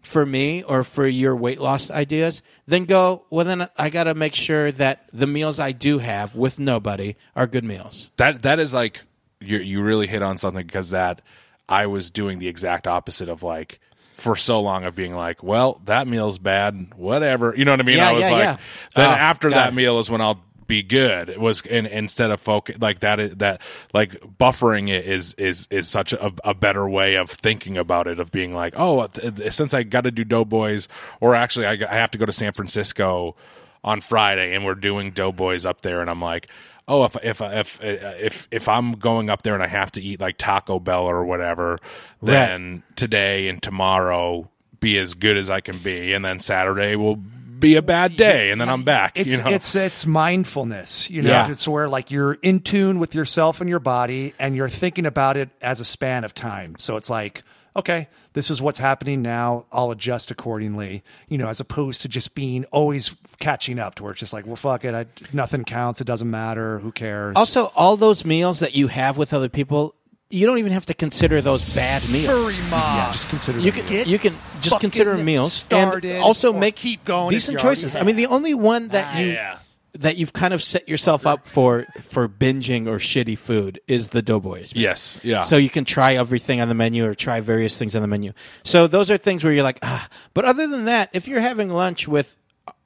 S2: for me or for your weight loss ideas. Then go, well, then I got to make sure that the meals I do have with nobody are good meals.
S4: that that is like you you really hit on something because that I was doing the exact opposite of like for so long of being like, well, that meal's bad, whatever. You know what I mean?
S2: Yeah,
S4: I was
S2: yeah,
S4: like,
S2: yeah.
S4: then
S2: Oh,
S4: after
S2: God.
S4: that meal is when I'll be good. It was and instead of focus like that is, that like buffering it is is is such a, a better way of thinking about it of being like, oh, t- since I got to do Doughboys or actually I, g- I have to go to San Francisco on Friday and we're doing Doughboys up there and I'm like, oh, if if if if if I'm going up there and I have to eat like Taco Bell or whatever, then today and tomorrow be as good as I can be, and then Saturday will be a bad day, and then I'm back.
S3: It's
S4: you know,
S3: it's it's mindfulness. You know,
S2: Yeah.
S3: it's where like you're in tune with yourself and your body and you're thinking about it as a span of time. So it's like, okay, this is what's happening now. I'll adjust accordingly, you know, as opposed to just being always catching up to where it's just like, well fuck it, I, nothing counts, it doesn't matter, who cares?
S2: Also, all those meals that you have with other people, you don't even have to consider those bad meals.
S3: yeah, just consider
S2: you
S3: the
S2: can
S3: meal.
S2: you can just
S5: fucking
S2: consider meals
S5: started
S2: and also
S5: or
S2: make
S5: keep going if
S2: decent
S5: you already Ah,
S2: choices. I
S5: have.
S2: mean, the only one that you
S4: Yeah.
S2: that you've kind of set yourself up for for binging or shitty food is the Doughboys. meal.
S4: Yes, yeah.
S2: So you can try everything on the menu or try various things on the menu. So those are things where you're like, ah. But other than that, if you're having lunch with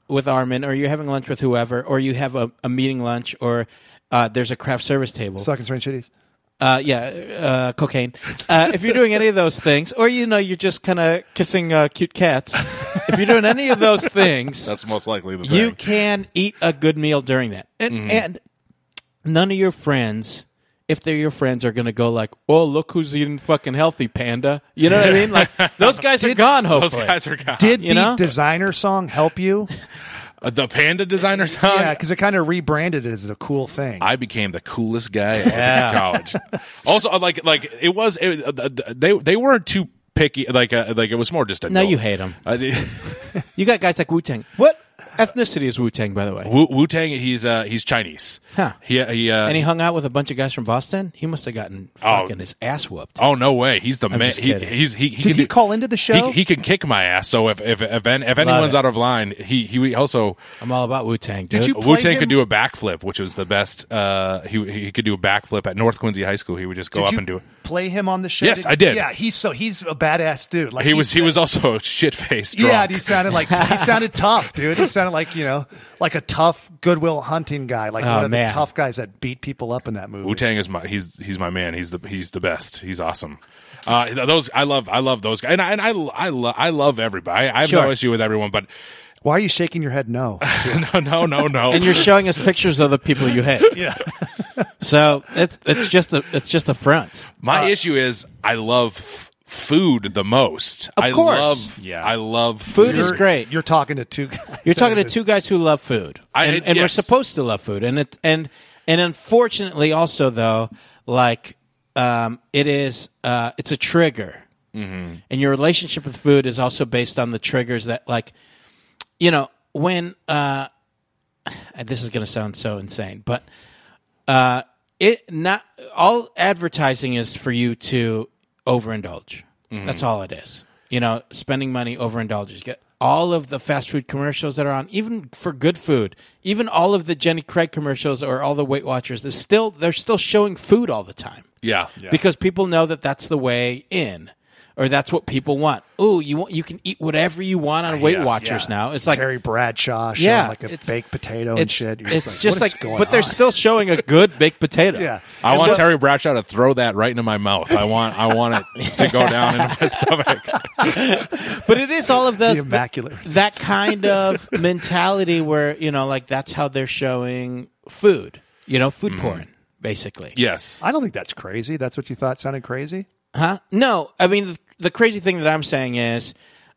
S2: with Armin or you're having lunch with whoever or you have a, a meeting lunch or uh, there's a craft service table
S3: sucking strange shitties.
S2: uh, yeah, uh, cocaine. Uh, if you're doing any of those things, or you know, you're just kind of kissing uh, cute cats. If you're doing any of those things,
S4: that's most likely the thing.
S2: you can eat a good meal during that, and
S4: Mm-hmm.
S2: and none of your friends. If they're your friends, are gonna go like, "Oh, look who's eating fucking healthy, panda." You know what I mean? Like those guys are gone. Hopefully,
S4: Those guys are gone.
S3: Did
S2: You
S3: the
S2: know?
S3: designer song help you?
S4: Uh, the panda designer song?
S3: Yeah, because it kind of rebranded it as a cool thing.
S4: I became the coolest guy at college. Also, uh, like, like it was. It, uh, uh, they they weren't too picky. Like, uh, like it was more just a. Uh,
S2: Now you hate 'em. You got guys like Wu Tang. What ethnicity is Wu Tang, by the way?
S4: Wu Tang. He's uh he's Chinese.
S2: Huh.
S4: He he. Uh,
S2: And he hung out with a bunch of guys from Boston. He must have gotten
S4: Oh.
S2: fucking his ass whooped.
S4: Oh no way! He's the man.
S2: just
S4: He,
S2: kidding.
S4: he's he. he
S3: Did
S4: can
S3: he
S4: do-
S3: call into the show?
S4: He, he can kick my ass. So if if if, an- if anyone's
S2: it.
S4: out of line, he he also
S2: I'm all about Wu Tang.
S3: Did you play
S4: Wu Tang
S3: him-
S4: could do a backflip, which was the best. Uh, he he could do a backflip at North Quincy High School. He would just go
S3: Did
S4: up
S3: you
S4: and do it.
S3: play him on the show?
S4: Yes, I did.
S3: Yeah, he's so he's a badass dude. Like
S4: He was he
S3: said-
S4: was also shit faced.
S3: Yeah, and he sounded like he sounded tough, dude. He sounded like you know, like a tough Goodwill Hunting guy,
S4: Oh,
S3: like one of
S2: man.
S3: the tough guys that beat people up in that movie.
S4: Wu Tang is my he's he's my man. He's the he's the best. He's awesome. Uh, th- those I love I love those guys and I and I I, lo- I love everybody. I, I have
S2: Sure.
S4: no issue with everyone, but
S3: Why are you shaking your head? No,
S4: no no no no.
S2: and you're showing us pictures of the people you hit. Yeah. so it's it's just a it's just a front.
S4: My issue is I love f- food the most. Of I
S2: course.
S4: love
S3: Yeah.
S4: I love food.
S2: Food is
S3: You're-
S2: great.
S3: You're talking to two. Guys
S2: You're talking to
S3: This-
S2: two guys who love food,
S4: I-
S2: and, and we're
S4: yes.
S2: supposed to love food, and it and and unfortunately, also though, like um, it is, uh, it's a trigger, mm-hmm. and your relationship with food is also based on the triggers that, like, you know, when uh, this is going to sound so insane, but uh, it not all advertising is for you to overindulge.
S3: Mm-hmm.
S2: That's all it is. You know, spending money overindulges. Get all of the fast food commercials that are on, even for good food, even all of the Jenny Craig commercials or all the Weight Watchers. Is still they're still showing food all the time
S4: Yeah.
S2: because people know that that's the way in. Or that's what people want. Ooh, you want, you can eat whatever you want on Weight
S4: yeah,
S2: Watchers
S3: yeah.
S2: now. It's like
S3: Terry Bradshaw showing
S2: Yeah,
S3: like a
S2: it's-
S3: baked potato and
S2: it's,
S3: shit. You're
S2: it's just
S3: what is
S2: like,
S3: going
S2: but they're
S3: on?
S2: still showing a good baked potato.
S3: Yeah.
S4: I
S3: And
S4: want
S3: so-
S4: Terry Bradshaw to throw that right into my mouth. I want I want it to go down into my stomach.
S2: but it is all of those
S3: The immaculate.
S2: that kind of mentality where you know like that's how they're showing food you know food porn basically
S4: Yes.
S3: I don't think that's crazy. That's what you thought sounded crazy.
S2: huh no i mean the, the crazy thing that i'm saying is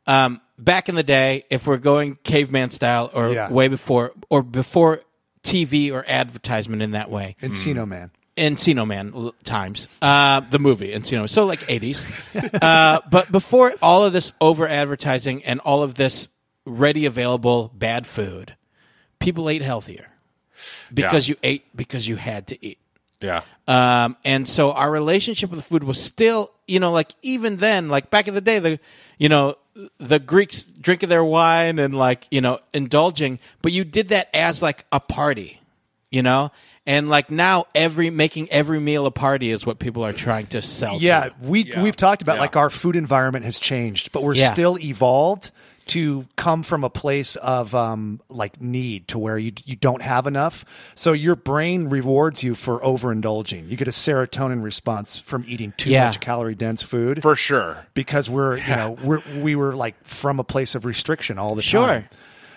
S2: um, back in the day if we're going caveman style or
S3: Yeah.
S2: way before or before tv or advertisement in that way
S3: Encino
S4: Hmm.
S3: Man.
S2: Encino Man l- times, uh, the movie Encino. So like eighties, uh, but before all of this over advertising and all of this ready available bad food, people ate healthier because you ate because you had to eat.
S4: Yeah.
S2: Um, and so our relationship with food was still, you know, like even then, like back in the day, the, you know, the Greeks drinking their wine and like, you know, indulging, but you did that as like a party, you know? And like now every, making every meal a party is what people are trying to sell. to.
S3: Yeah, we
S4: Yeah.
S3: we've talked about
S4: Yeah.
S3: like our food environment has changed, but we're
S2: Yeah.
S3: still evolved to come from a place of um, like need to where you you don't have enough. So your brain rewards you for overindulging. You get a serotonin response from eating too
S2: Yeah.
S3: much calorie dense food
S4: For sure.
S3: because we're you know we're, we were like from a place of restriction all the
S2: Sure.
S3: time.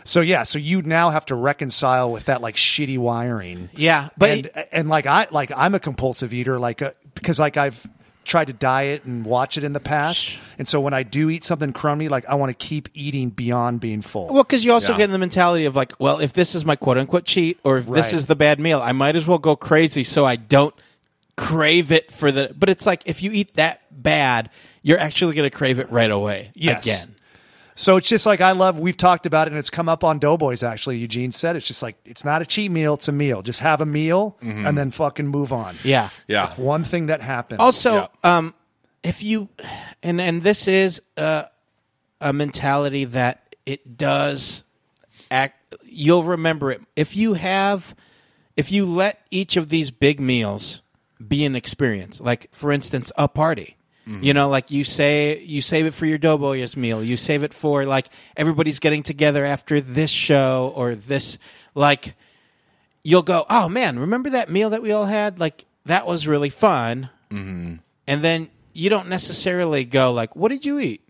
S3: So yeah, so you now have to reconcile with that like shitty wiring.
S2: Yeah, but-
S3: and, and like I like I'm a compulsive eater like a, because like I've tried to diet and watch it in the past, and so when I do eat something crummy, like I want to keep eating beyond being full.
S2: Well, because you also
S4: Yeah.
S2: get in the mentality of like, well, if this is my quote unquote cheat or if this
S3: Right.
S2: is the bad meal, I might as well go crazy so I don't crave it for the. But it's like if you eat that bad, you're actually going to crave it right away
S3: Yes.
S2: again.
S3: So it's just like I love. We've talked about it, and it's come up on Doughboys. Actually, Eugene said it's just like it's not a cheat meal; it's a meal. Just have a meal and then fucking move on.
S2: Mm-hmm. Yeah.
S4: Yeah.
S3: That's one thing that happened.
S2: Also,
S4: Yeah.
S2: um, if you and and this is uh, a mentality that it does act. You'll remember it if you have if you let each of these big meals be an experience. Like for instance, a party. You know, like you say, you save it for your Doughboys meal. You save it for like everybody's getting together after this show or this like you'll go, oh man, remember that meal that we all had? Like that was really fun. Mm-hmm. And then you don't necessarily go like, what did you eat?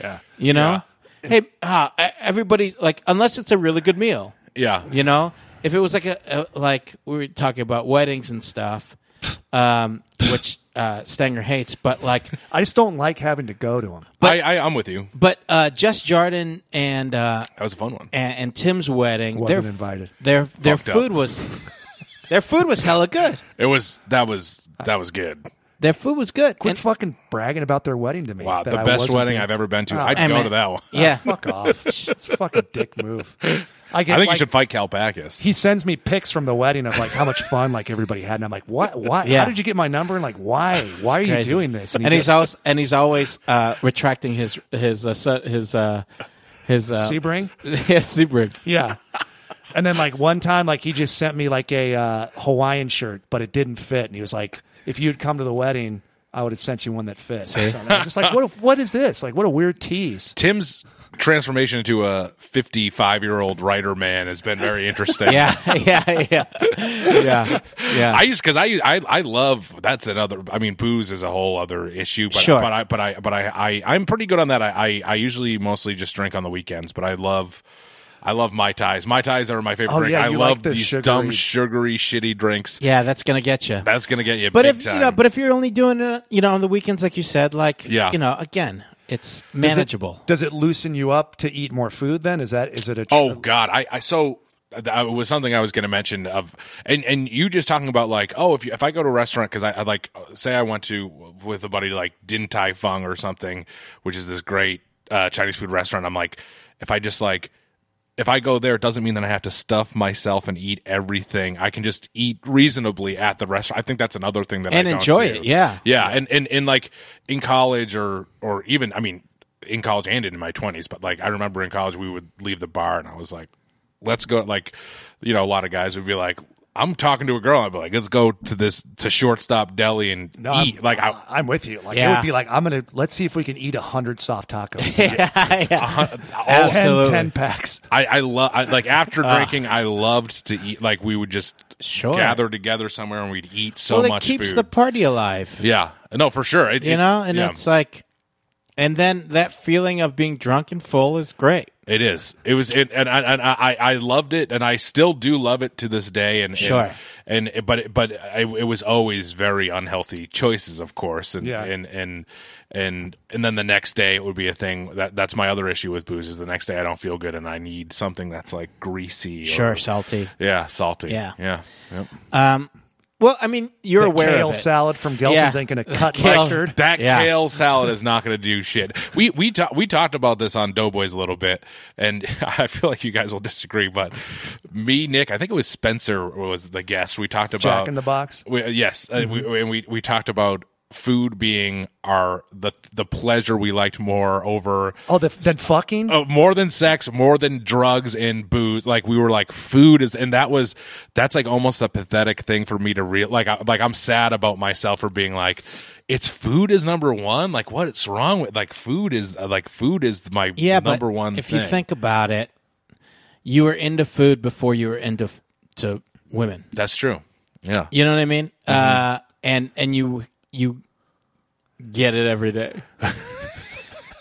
S4: Yeah.
S2: You know, hey, uh, everybody like unless it's a really good meal.
S4: Yeah.
S2: You know, if it was like a, a like we were talking about weddings and stuff, um, which uh, Stenger hates, but like,
S3: I just don't like having to go to them.
S2: But-
S4: I, I I'm with you.
S2: but uh, Jess Jardin and uh,
S4: That was a fun one.
S2: and, and Tim's wedding
S3: Wasn't
S2: their,
S3: invited.
S2: Their their
S4: Fucked up.
S2: food was their food was hella good.
S4: It was that was that was good.
S2: Their food was good.
S3: Quit
S2: And-
S3: fucking bragging about their wedding to me.
S4: Wow,
S3: that
S4: the
S3: I
S4: best
S3: wasn't
S4: wedding
S3: there.
S4: I've ever been to.
S3: Oh,
S4: I'd
S2: Hey,
S4: go
S2: man.
S4: to that one.
S2: Yeah.
S3: Fuck off. It's a fucking dick move. I get.
S4: I think you
S3: like,
S4: should fight Calpacus.
S3: He sends me pics from the wedding of like how much fun like everybody had, and I'm like, what? Why?
S2: Yeah.
S3: How did you get my number? And like, why? Why are you
S2: Crazy.
S3: doing this?
S2: And,
S3: he
S2: he's
S3: goes,
S2: always and he's always uh, retracting his his uh, su- his uh, his uh,
S3: Sebring.
S2: yes, Sebring.
S3: Yeah. And then like one time, like he just sent me like a uh, Hawaiian shirt, but it didn't fit, and he was like, if you'd come to the wedding, I would have sent you one that fit. So I was just like, what? What is this? Like, what a weird tease.
S4: Tim's transformation into a 55 year old writer man has been very interesting.
S2: Yeah, yeah, yeah, yeah, yeah.
S4: I used because I, I I love that's another. I mean, booze is a whole other issue. But,
S2: Sure.
S4: but I but I but I, I I'm pretty good on that. I, I I usually mostly just drink on the weekends. But I love. I love mai tais. Mai tais are my favorite
S3: Oh,
S4: drink.
S3: yeah,
S4: I
S3: you
S4: love
S3: like the
S4: these
S3: sugary-
S4: dumb, sugary, shitty drinks.
S2: yeah, that's gonna get you.
S4: That's gonna get you.
S2: But
S4: big
S2: if
S4: time.
S2: you know, but if you're only doing it, you know, on the weekends, like you said, like
S4: Yeah.
S2: you know, again, it's
S3: Does it-
S2: manageable.
S3: Does it loosen you up to eat more food? Then is that is it a?
S4: Oh God, I, I so that was something I was going to mention of, and and you just talking about like, oh, if you, if I go to a restaurant because I, I like say I went to with a buddy to, like Din Tai Fung or something, which is this great uh, Chinese food restaurant. I'm like, if I just like. If I go there, it doesn't mean that I have to stuff myself and eat everything. I can just eat reasonably at the restaurant. I think that's another thing that
S2: And
S4: I don't
S2: enjoy
S4: do.
S2: it, yeah.
S4: yeah, and and and like in college or or even I mean in college and in my twenties, but like I remember in college we would leave the bar and I was like, let's go. Like you know, a lot of guys would be like, I'm talking to a girl, I'd be like, let's go to this to shortstop deli and
S3: No, I'm,
S4: eat. like I,
S3: I'm with you. Like it
S2: Yeah.
S3: would be like I'm gonna let's see if we can eat hundred soft tacos.
S4: all-
S3: Ten,
S2: Absolutely.
S3: 10 packs.
S4: I, I love I, like after drinking, I loved to eat. Like we would just
S2: Uh. Sure.
S4: gather together somewhere and we'd eat so
S2: well, it
S4: much
S2: keeps
S4: food.
S2: the party alive.
S4: yeah, no, for sure. It-
S2: you
S4: it-
S2: know and
S4: yeah.
S2: it's like and then that feeling of being drunk and full is great
S4: It is. It was. It, and I, and I I loved it, and I still do love it to this day. And
S2: Sure.
S4: And, and but but it, it was always very unhealthy choices, of course. And
S3: Yeah.
S4: and and and and then the next day it would be a thing that that's my other issue with booze is the next day I don't feel good and I need something that's like greasy. or-
S2: sure salty
S4: Yeah. Salty.
S2: Yeah.
S4: Yeah. Yep.
S2: Um, well i mean you're
S3: The
S2: aware
S3: kale
S2: of it.
S3: salad from Gelson's
S2: Yeah.
S3: ain't gonna cut
S2: Kale.
S3: mustard.
S4: That
S2: Yeah.
S4: kale salad is not going to do shit. We we ta- we talked about this on Doughboys a little bit, and I feel like you guys will disagree. But me, Nick, I think it was Spencer was the guest. We talked about
S3: Jack in the box. Mm-hmm.
S4: We, yes, uh, we, and we we talked about food being our the the pleasure we liked more over
S3: Oh, the, then fucking.
S4: uh, more than sex, more than drugs and booze. Like we were like food is, and that was that's like almost a pathetic thing for me to real. Like I, like I'm sad about myself for being like, it's food is number one. Like what's wrong with like food is uh, like food is my
S2: yeah
S4: number
S2: but
S4: one.
S2: if you
S4: thing.
S2: think about it you were into food before you were into f- to women
S4: that's true, yeah,
S2: you know what i mean
S3: Mm-hmm.
S2: uh and and you you get it every day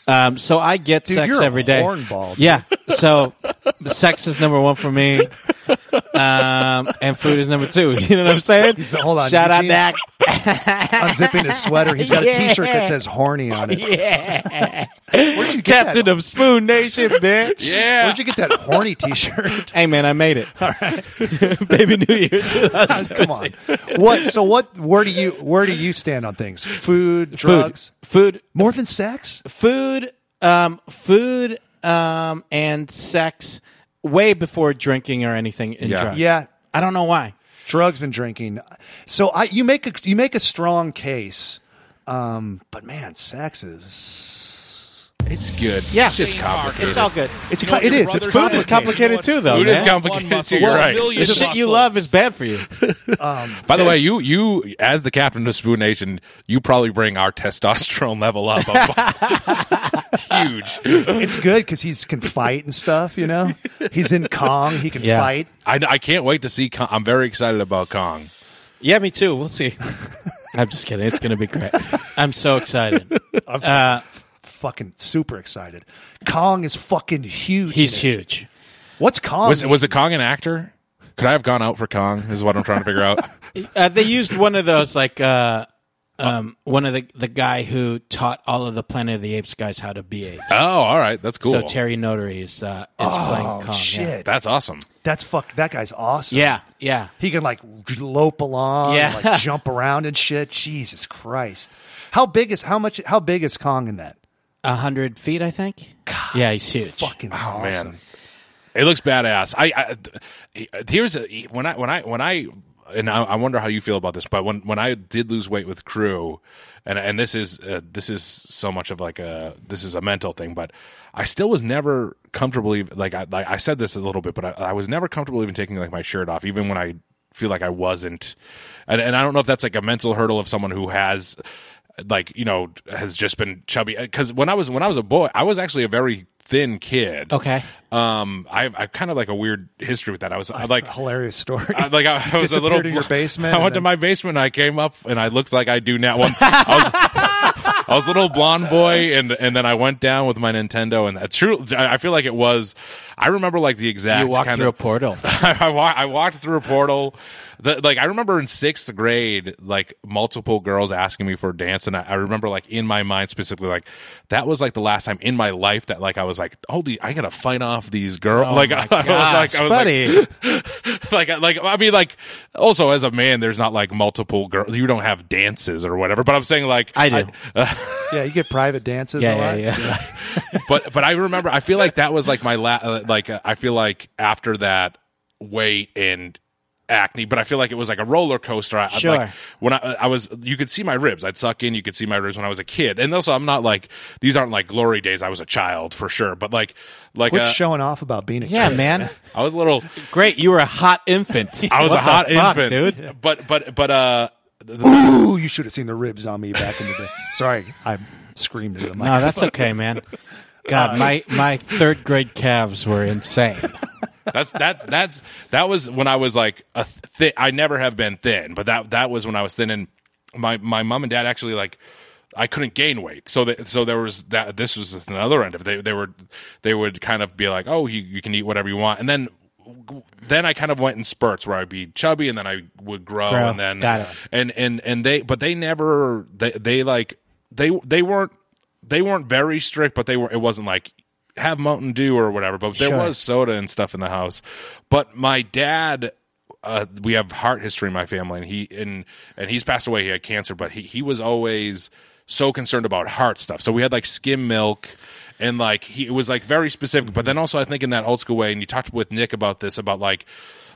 S2: um so i get
S3: Dude,
S2: sex
S3: you're a
S2: every day
S3: hornball, dude.
S2: yeah so sex is number one for me um and food is number two you know what i'm saying
S3: So hold on.
S2: shout out
S3: Eugene's
S2: that
S3: unzipping his sweater. He's got a
S2: Yeah.
S3: T-shirt that says "horny" on it. Where'd you get
S2: Captain
S3: that?
S2: of Spoon Nation, bitch.
S4: yeah.
S3: Where'd you get that horny T-shirt?
S2: Hey man, I made it. All right. Baby New Year.
S3: Come on. What? So what? Where do you where do you stand on things?
S2: Food.
S3: Food, drugs,
S2: Food.
S3: more than sex.
S2: Food. Um, food um, and sex way before drinking or anything in
S4: Yeah.
S2: drugs.
S3: Yeah,
S2: I don't know why.
S3: drugs and drinking. So I you make a you make a strong case, um, but man, sex is
S4: it's good.
S2: Yeah.
S4: it's just complicated.
S2: It's all good.
S3: it's co- it is it's
S2: Food is complicated too though.
S4: Food is
S2: man.
S4: complicated too. You're right.
S2: The shit you love is bad for you.
S4: By the way, you you as the captain of Spoon Nation, you probably bring our testosterone level up. a- Huge.
S3: it's good because he's can fight and stuff. You know, he's in Kong, he can
S2: Yeah.
S3: fight.
S4: I, I can't wait to see. Kong. I'm very excited about Kong.
S2: Yeah, me too. We'll see. I'm just kidding. It's gonna be great. I'm so excited.
S3: Fucking super excited. Kong is fucking huge.
S2: He's
S3: in it.
S2: huge.
S3: What's
S2: Oh,
S3: Kong?
S4: Was was it Kong an actor? Could I have gone out for Kong? Is what I'm trying to figure out.
S2: Uh, they used one of those like uh, um, one of the the guy who taught all of the Planet of the Apes guys how to be apes.
S4: Oh, all right, that's cool. Oh,
S2: So Terry Notary is uh, is playing Kong. Yeah,
S3: Oh, shit.
S4: that's awesome.
S3: That's fuck. That guy's awesome.
S2: yeah. yeah.
S3: He can like lope along,
S2: Yeah.
S3: like jump around and shit. Jesus Christ! How big is how much? How big is Kong in that?
S2: A hundred feet, I think. yeah, he's huge.
S3: Fucking awesome.
S4: Man, it looks badass. I, I here's a, when I when I when I and I, I wonder how you feel about this, but when when I did lose weight with crew, and and this is uh, this is so much of like a this is a mental thing, but I still was never comfortable. Even, like I like I said this a little bit, but I, I was never comfortable even taking like my shirt off, even when I feel like I wasn't, and and I don't know if that's like a mental hurdle of someone who has like you know has just been chubby because when I was when I was a boy I was actually a very thin kid.
S2: Okay.
S4: Um, I I kind of like a weird history with that. I was I, like
S3: It's a hilarious story.
S4: I, like I, I was a
S3: Disappeared
S4: little
S3: to your basement
S4: I went
S3: and
S4: to
S3: then-
S4: my basement. and I came up and I looked like I do now. One, I was, I was a little blonde boy, and and then I went down with my Nintendo. And that true, I I feel like it was. I remember like the exact.
S2: You walked
S4: kind
S2: through a
S4: of,
S2: portal.
S4: I, wa- I walked through a portal. The, like I remember in sixth grade, like multiple girls asking me for a dance, and I, I remember like in my mind specifically, like that was like the last time in my life that like I was like, holy, I gotta fight off these girls. like I, was like, I was like,
S2: Oh buddy.
S4: like like I mean like also as a man there's not like multiple girls you don't have dances or whatever but I'm saying like
S2: I do.
S3: yeah, you get private dances. a
S2: yeah,
S3: lot.
S2: yeah, yeah.
S4: but but I remember I feel like that was like my la- uh, like uh, I feel like after that weight and acne but I feel like it was like a roller coaster I, I'd
S2: Sure.
S4: like when I uh, I was you could see my ribs I'd suck in you could see my ribs when I was a kid and also I'm not like these aren't like glory days I was a child for sure but like like
S3: Quit
S4: uh,
S3: showing off about being a
S2: yeah,
S3: kid.
S2: man.
S4: I was a little
S2: Great, you were a hot infant.
S4: I was
S2: What the
S4: a hot
S2: fuck,
S4: infant
S2: dude.
S4: but but but uh
S3: Ooh, you should have seen the ribs on me back in the day. Sorry, I screamed into the mic.
S2: No, that's okay, man. God, my my third grade calves were insane.
S4: That's that that's that was when I was like a th- thin. I never have been thin, but that that was when I was thin. And my my mom and dad actually like I couldn't gain weight, so that so there was that. This was just another end of it. they they were they would kind of be like, oh, you you can eat whatever you want, and then. Then I kind of went in spurts where I'd be chubby and then I would grow,
S2: Grow.
S4: and then
S2: Got it.
S4: and and and they but they never they they like they they weren't they weren't very strict but they were it wasn't like have Mountain Dew or whatever but there
S2: Sure.
S4: was soda and stuff in the house but my dad uh, we have heart history in my family and he and and he's passed away he had cancer but he he was always so concerned about heart stuff so we had like skim milk and like he it was like very specific but then also I think in that old school way and you talked with Nick about this about like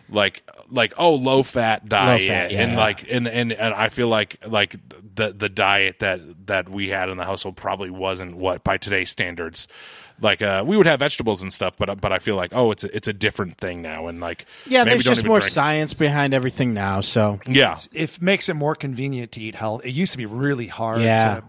S4: like like oh low fat diet
S2: Low fat,
S4: diet
S2: yeah,
S4: and
S2: yeah.
S4: like and, and and I feel like like the the diet that that we had in the household probably wasn't what by today's standards like uh we would have vegetables and stuff but but I feel like oh it's a, it's a different thing now and like
S2: Yeah,
S4: maybe
S2: there's
S4: don't
S2: just
S4: even
S2: more
S4: drink.
S2: science behind everything now. So
S4: yeah
S3: It makes it more convenient to eat healthy. It used to be really hard
S2: Yeah.
S3: to,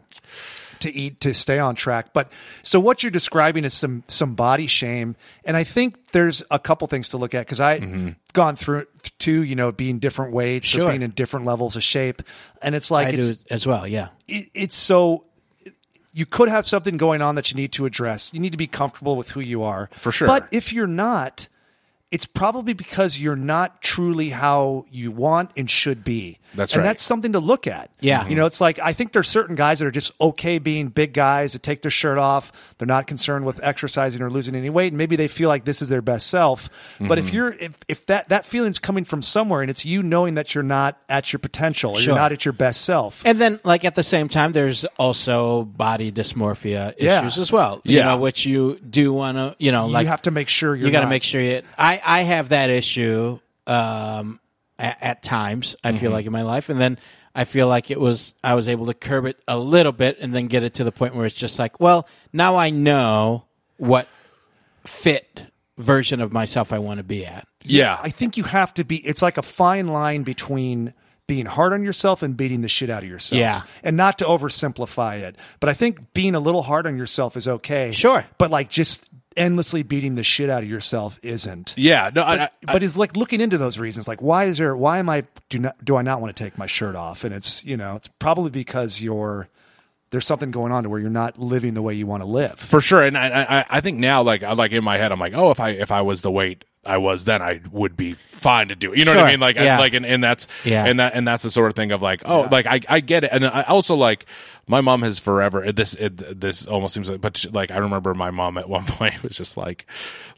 S3: to eat to stay on track. But so what you're describing is some some body shame, and I think there's a couple things to look at because I gone through it too. You know, being different weights
S2: Mm-hmm. Sure.
S3: or being in different levels of shape, and it's like
S2: I
S3: it's,
S2: do as well. Yeah,
S3: it, it's so you could have something going on that you need to address. You need to be comfortable with who you are.
S4: For sure.
S3: But if you're not, it's probably because you're not truly how you want and should be.
S4: That's
S3: and
S4: right.
S3: that's something to look at.
S2: Yeah.
S3: You know, it's like I think there's certain guys that are just okay being big guys that take their shirt off. They're not concerned with exercising or losing any weight, and maybe they feel like this is their best self. But
S4: Mm-hmm.
S3: if you're if, if that that feeling's coming from somewhere and it's you knowing that you're not at your potential, or
S2: Sure.
S3: you're not at your best self.
S2: and then like at the same time, there's also body dysmorphia
S3: Yeah.
S2: issues as well. You
S4: Yeah.
S2: know, which you do want to. You know, like
S3: you have to make sure you're
S2: you got to
S3: not-
S2: make sure you. I I have that issue um, at, at times. I feel like in my life, and then I feel like it was I was able to curb it a little bit, and then get it to the point where it's just like, well, now I know what fit version of myself I want to be at.
S4: yeah
S3: I think you have to be. It's like a fine line between being hard on yourself and beating the shit out of yourself.
S2: Yeah.
S3: And not to oversimplify it, but I think being a little hard on yourself is okay.
S2: Sure.
S3: But like just endlessly beating the shit out of yourself isn't.
S4: yeah no I, I,
S3: But it's like looking into those reasons, like why is there? Why am I do not do I not want to take my shirt off? And it's you know it's probably because you're there's something going on to where you're not living the way you want to live.
S4: for sure. And I, I, I- I think now, like, I like in my head, I'm like, oh, if I, if I was the weight I was then, I would be fine to do. It. You know what
S2: Sure.
S4: I mean? Like, I-
S2: Yeah.
S4: like, and, and that's,
S2: Yeah.
S4: and that, and that's the sort of thing of like, oh, like I, I get it. And I also like, my mom has forever. This, it, this almost seems like, but she, like, I remember my mom at one point was just like,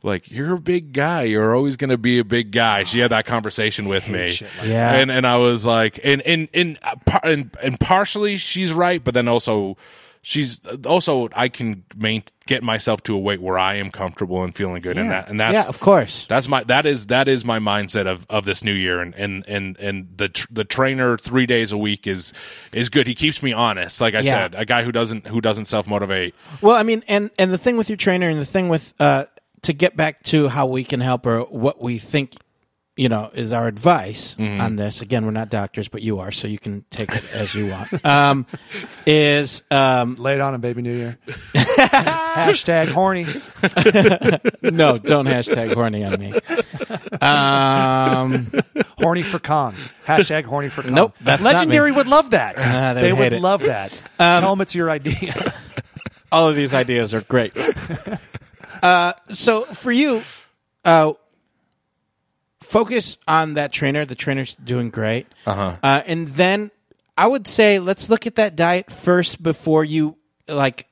S4: like you're a big guy. You're always going to be a big guy. She had that conversation with me.
S2: Yeah.
S4: And and I was like, and and and uh, par- and, and partially she's right, but then also she's also I can main, get myself to a weight where I am comfortable and feeling good, and that and that's
S2: yeah, of course.
S4: that's my that is that is my mindset of, of this new year and and and and the tr- the trainer three days a week is is good. He keeps me honest, like I
S2: Yeah.
S4: said, a guy who doesn't who doesn't self motivate.
S2: Well, I mean, and and the thing with your trainer, and the thing with uh, to get back to how we can help or what we think you know, is our advice on this. Again, we're not doctors, but you are, so you can take it as you want. Um, is um,
S3: Lay it on him, baby New Year. Hashtag horny.
S2: no, don't hashtag horny on me. Um,
S3: Horny for Kong. Hashtag horny for Kong.
S2: Nope, that's not me.
S3: Legendary would love that.
S2: Nah, they
S3: they
S2: would hate
S3: would
S2: it. Um,
S3: love that. Tell them it's your idea.
S2: all of these ideas are great. uh, so for you, uh, focus on that trainer. The trainer's doing great. Uh-huh. and then I would say let's look at that diet first before you like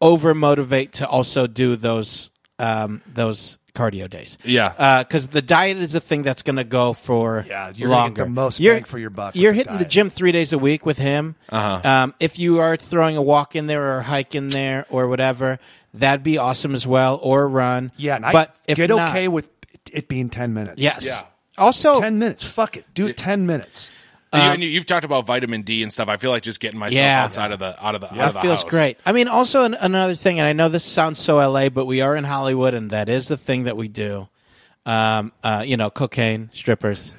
S2: over motivate to also do those um, those cardio days.
S4: Yeah.
S2: Because the diet is the thing that's going to go for
S3: Yeah, you're gonna get
S2: longer.
S3: the most bang for your buck with
S2: You're
S3: the
S2: hitting the
S3: diet.
S2: gym three days a week with him. Uh-huh. Um, if you are throwing a walk in there or a hike in there or whatever, that'd be awesome as well, or a run.
S3: Yeah, and I
S2: but if
S3: get
S2: not-
S3: okay with it being 10 minutes.
S2: Yes.
S4: Yeah.
S2: Also,
S3: 10 minutes. Fuck it. Do it 10 minutes.
S4: you, and you, you've talked about vitamin D and stuff. I feel like just getting myself
S2: Uh, Yeah.
S4: outside of the out of the out
S2: that
S4: of the
S2: feels
S4: house.
S2: great. I mean, also an, another thing, and I know this sounds so LA, but we are in Hollywood, and that is the thing that we do. Um, uh, you know, cocaine, strippers,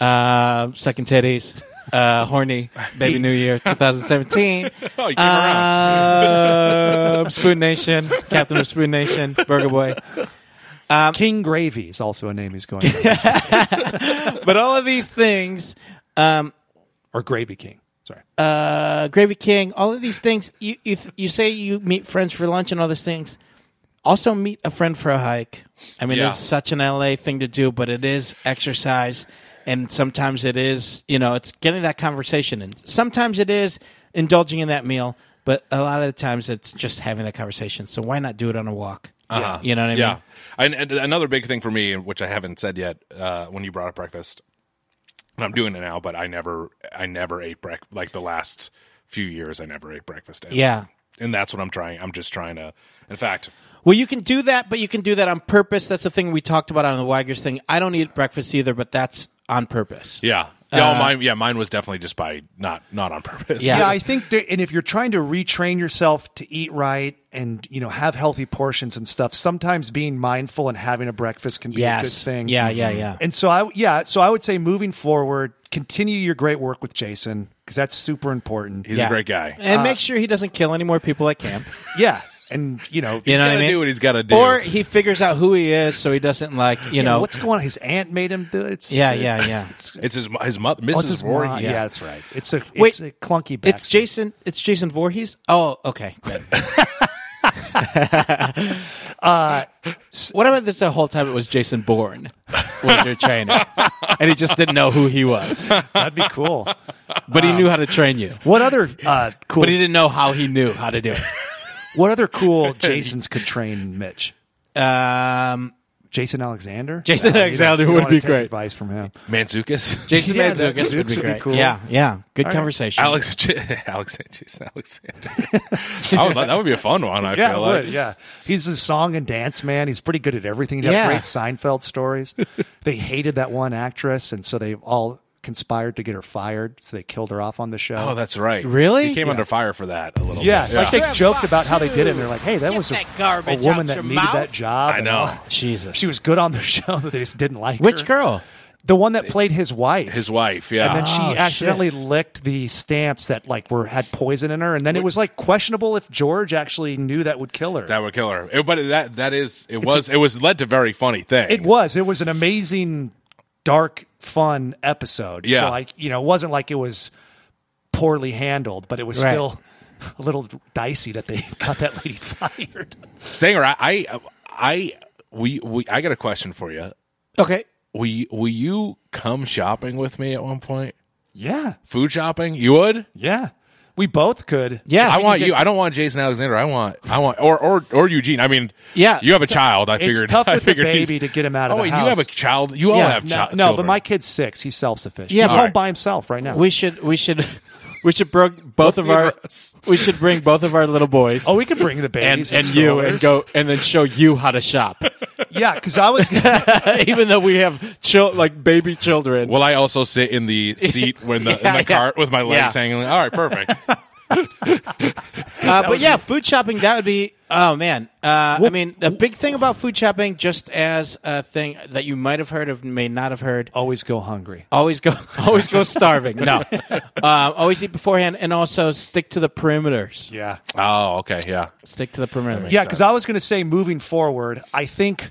S2: uh, second titties, uh, horny, baby New Year, 2017.
S4: Oh, you came around.
S2: Um, Spoon Nation, Captain of Spoon Nation, Burger Boy. Um,
S3: King Gravy is also a name he's going by.
S2: But all of these things,
S3: or Gravy King. Sorry.
S2: uh, Gravy King, all of these things, you, you, th- you say you meet friends for lunch and all those things. Also, meet a friend for a hike. I mean,
S4: Yeah.
S2: it's such an LA thing to do, but it is exercise. And sometimes it is, you know, it's getting that conversation. And sometimes it is indulging in that meal, but a lot of the times it's just having that conversation. So why not do it on a walk?
S4: Uh-huh.
S2: You know what I
S4: yeah.
S2: mean?
S4: And, and another big thing for me, which I haven't said yet, uh, when you brought up breakfast, and I'm doing it now, but I never, I never ate breakfast. Like the last few years, I never ate breakfast. ever.
S2: Yeah.
S4: and that's what I'm trying. I'm just trying to. In fact,
S2: Well, you can do that, but you can do that on purpose. That's the thing we talked about on the Weigers thing. I don't eat breakfast either, but that's on purpose.
S4: yeah, yeah, oh, mine, yeah, mine was definitely just by not, not on purpose.
S2: Yeah.
S3: Uh, Yeah, I think, that, and if you're trying to retrain yourself to eat right and you know have healthy portions and stuff, sometimes being mindful and having a breakfast can be a good
S2: Yes.
S3: thing. Mm-hmm.
S2: Yeah, yeah, yeah.
S3: And so I, yeah, so I would say moving forward, continue your great work with Jason because that's super important.
S4: he's
S2: Yeah.
S4: a great guy.
S2: And
S3: Uh,
S2: make sure he doesn't kill any more people at camp.
S3: Yeah, and you know,
S2: You know
S4: gotta
S2: what I mean?
S4: do what he's gotta do.
S2: Or he figures out who he is so he doesn't like, you know.
S3: what's going on? His aunt made him do it. It's,
S2: yeah, yeah, yeah.
S3: It's,
S4: It's his his mother,
S3: oh, it's
S4: Mrs.
S3: his
S4: Voorhees.
S3: mom. Yeah, that's right. It's a
S2: Wait.
S3: it's a clunky. Backstory.
S2: It's Jason. It's Jason Voorhees. Oh, okay. Good. Uh, what about this? The whole time it was Jason Bourne was your trainer, and he just didn't know who he was,
S3: That'd be cool.
S2: but
S4: Uh,
S2: he knew how to train you.
S3: What other uh, cool?
S2: But he didn't know how he knew how to do it.
S3: What other cool Jasons could train Mitch?
S2: Um,
S3: Jason Alexander.
S2: Jason
S3: you don't-
S2: Alexander
S3: you don't
S2: would
S3: wanna
S2: be
S3: take
S2: great.
S3: Advice from him.
S4: Manzukis.
S2: Jason
S3: Yeah, that-
S2: Mantzoukas would
S3: Zooks
S2: be
S3: would be
S2: great.
S3: cool.
S2: Yeah, yeah. Good
S3: right.
S2: conversation.
S4: Alex, Alex, Jason Alexander. I would, like- that would be a fun one. I
S3: Yeah, it
S4: feel
S3: would.
S4: like.
S3: Yeah, he's a song and dance man. He's pretty good at everything. He
S2: Yeah.
S3: had great Seinfeld stories. they hated that one actress, and so they all conspired to get her fired. So they killed her off on the show.
S4: Oh, that's right.
S2: Really?
S4: He came under fire for that a little.
S3: yeah,
S4: bit.
S3: like they joked about how they did it. and They're like, "Hey, that was a,
S2: that garbage
S3: a woman
S2: out
S3: that
S2: your
S3: needed
S2: mouth.
S3: that job."
S4: I
S3: and
S4: know.
S3: all.
S2: Jesus.
S3: She was good on the show, but they just didn't like her.
S2: Which girl?
S3: The one that played his wife.
S4: His wife. Yeah.
S3: and then she
S2: Oh, shit.
S3: accidentally licked the stamps that like were had poison in her, and then it was like questionable if George actually knew that would kill her.
S4: That would kill her. It- but that that is it was it was led to very funny things.
S3: It was. It was an amazing, dark, fun episode.
S4: Yeah.
S3: So like you know, it wasn't like it was poorly handled, but it was
S2: Right.
S3: still a little dicey that they got that lady fired.
S4: Stinger. I I, I we, we I got a question for you.
S2: Okay.
S4: Will you, will you come shopping with me at one point?
S3: Yeah.
S4: Food shopping? You would?
S3: Yeah. We both could.
S2: Yeah.
S4: I
S2: we
S4: want
S2: can
S4: you. I don't want Jason Alexander. I want I want or or or Eugene. I mean,
S2: Yeah.
S4: You have a child. I
S3: It's
S4: figured.
S3: tough
S4: I
S3: with the
S4: figured he's-
S3: baby to get him out of
S4: oh,
S3: the
S4: wait,
S3: house.
S4: You have a child. You all
S2: Yeah,
S4: have
S3: No,
S4: child.
S3: no, but my kid's six. He's self sufficient.
S2: Yeah,
S3: he's
S2: but-
S3: home by himself right now.
S2: We should we should we should bring both of
S4: the
S2: our
S4: us.
S2: we should bring both of our little boys
S3: oh, we could bring the
S2: and
S3: babies
S2: and you and
S3: strollers.
S2: go and then show you how to shop.
S3: Yeah, because I was.
S2: Even though we have chil- like baby children.
S4: Will I also sit in the seat when the in
S2: Yeah,
S4: the
S2: yeah.
S4: cart with my legs
S2: Yeah.
S4: hanging? All right, perfect.
S2: Uh, but yeah, food shopping that would be oh man. Uh, I mean, the big thing about food shopping, just as a thing that you might have heard of, may not have heard,
S3: Always go hungry.
S2: always go always go starving. No, uh, always eat beforehand, and also stick to the perimeters.
S3: Yeah.
S4: Oh, okay, yeah.
S2: Stick to the perimeter.
S3: Yeah, because I was going to say moving forward, I think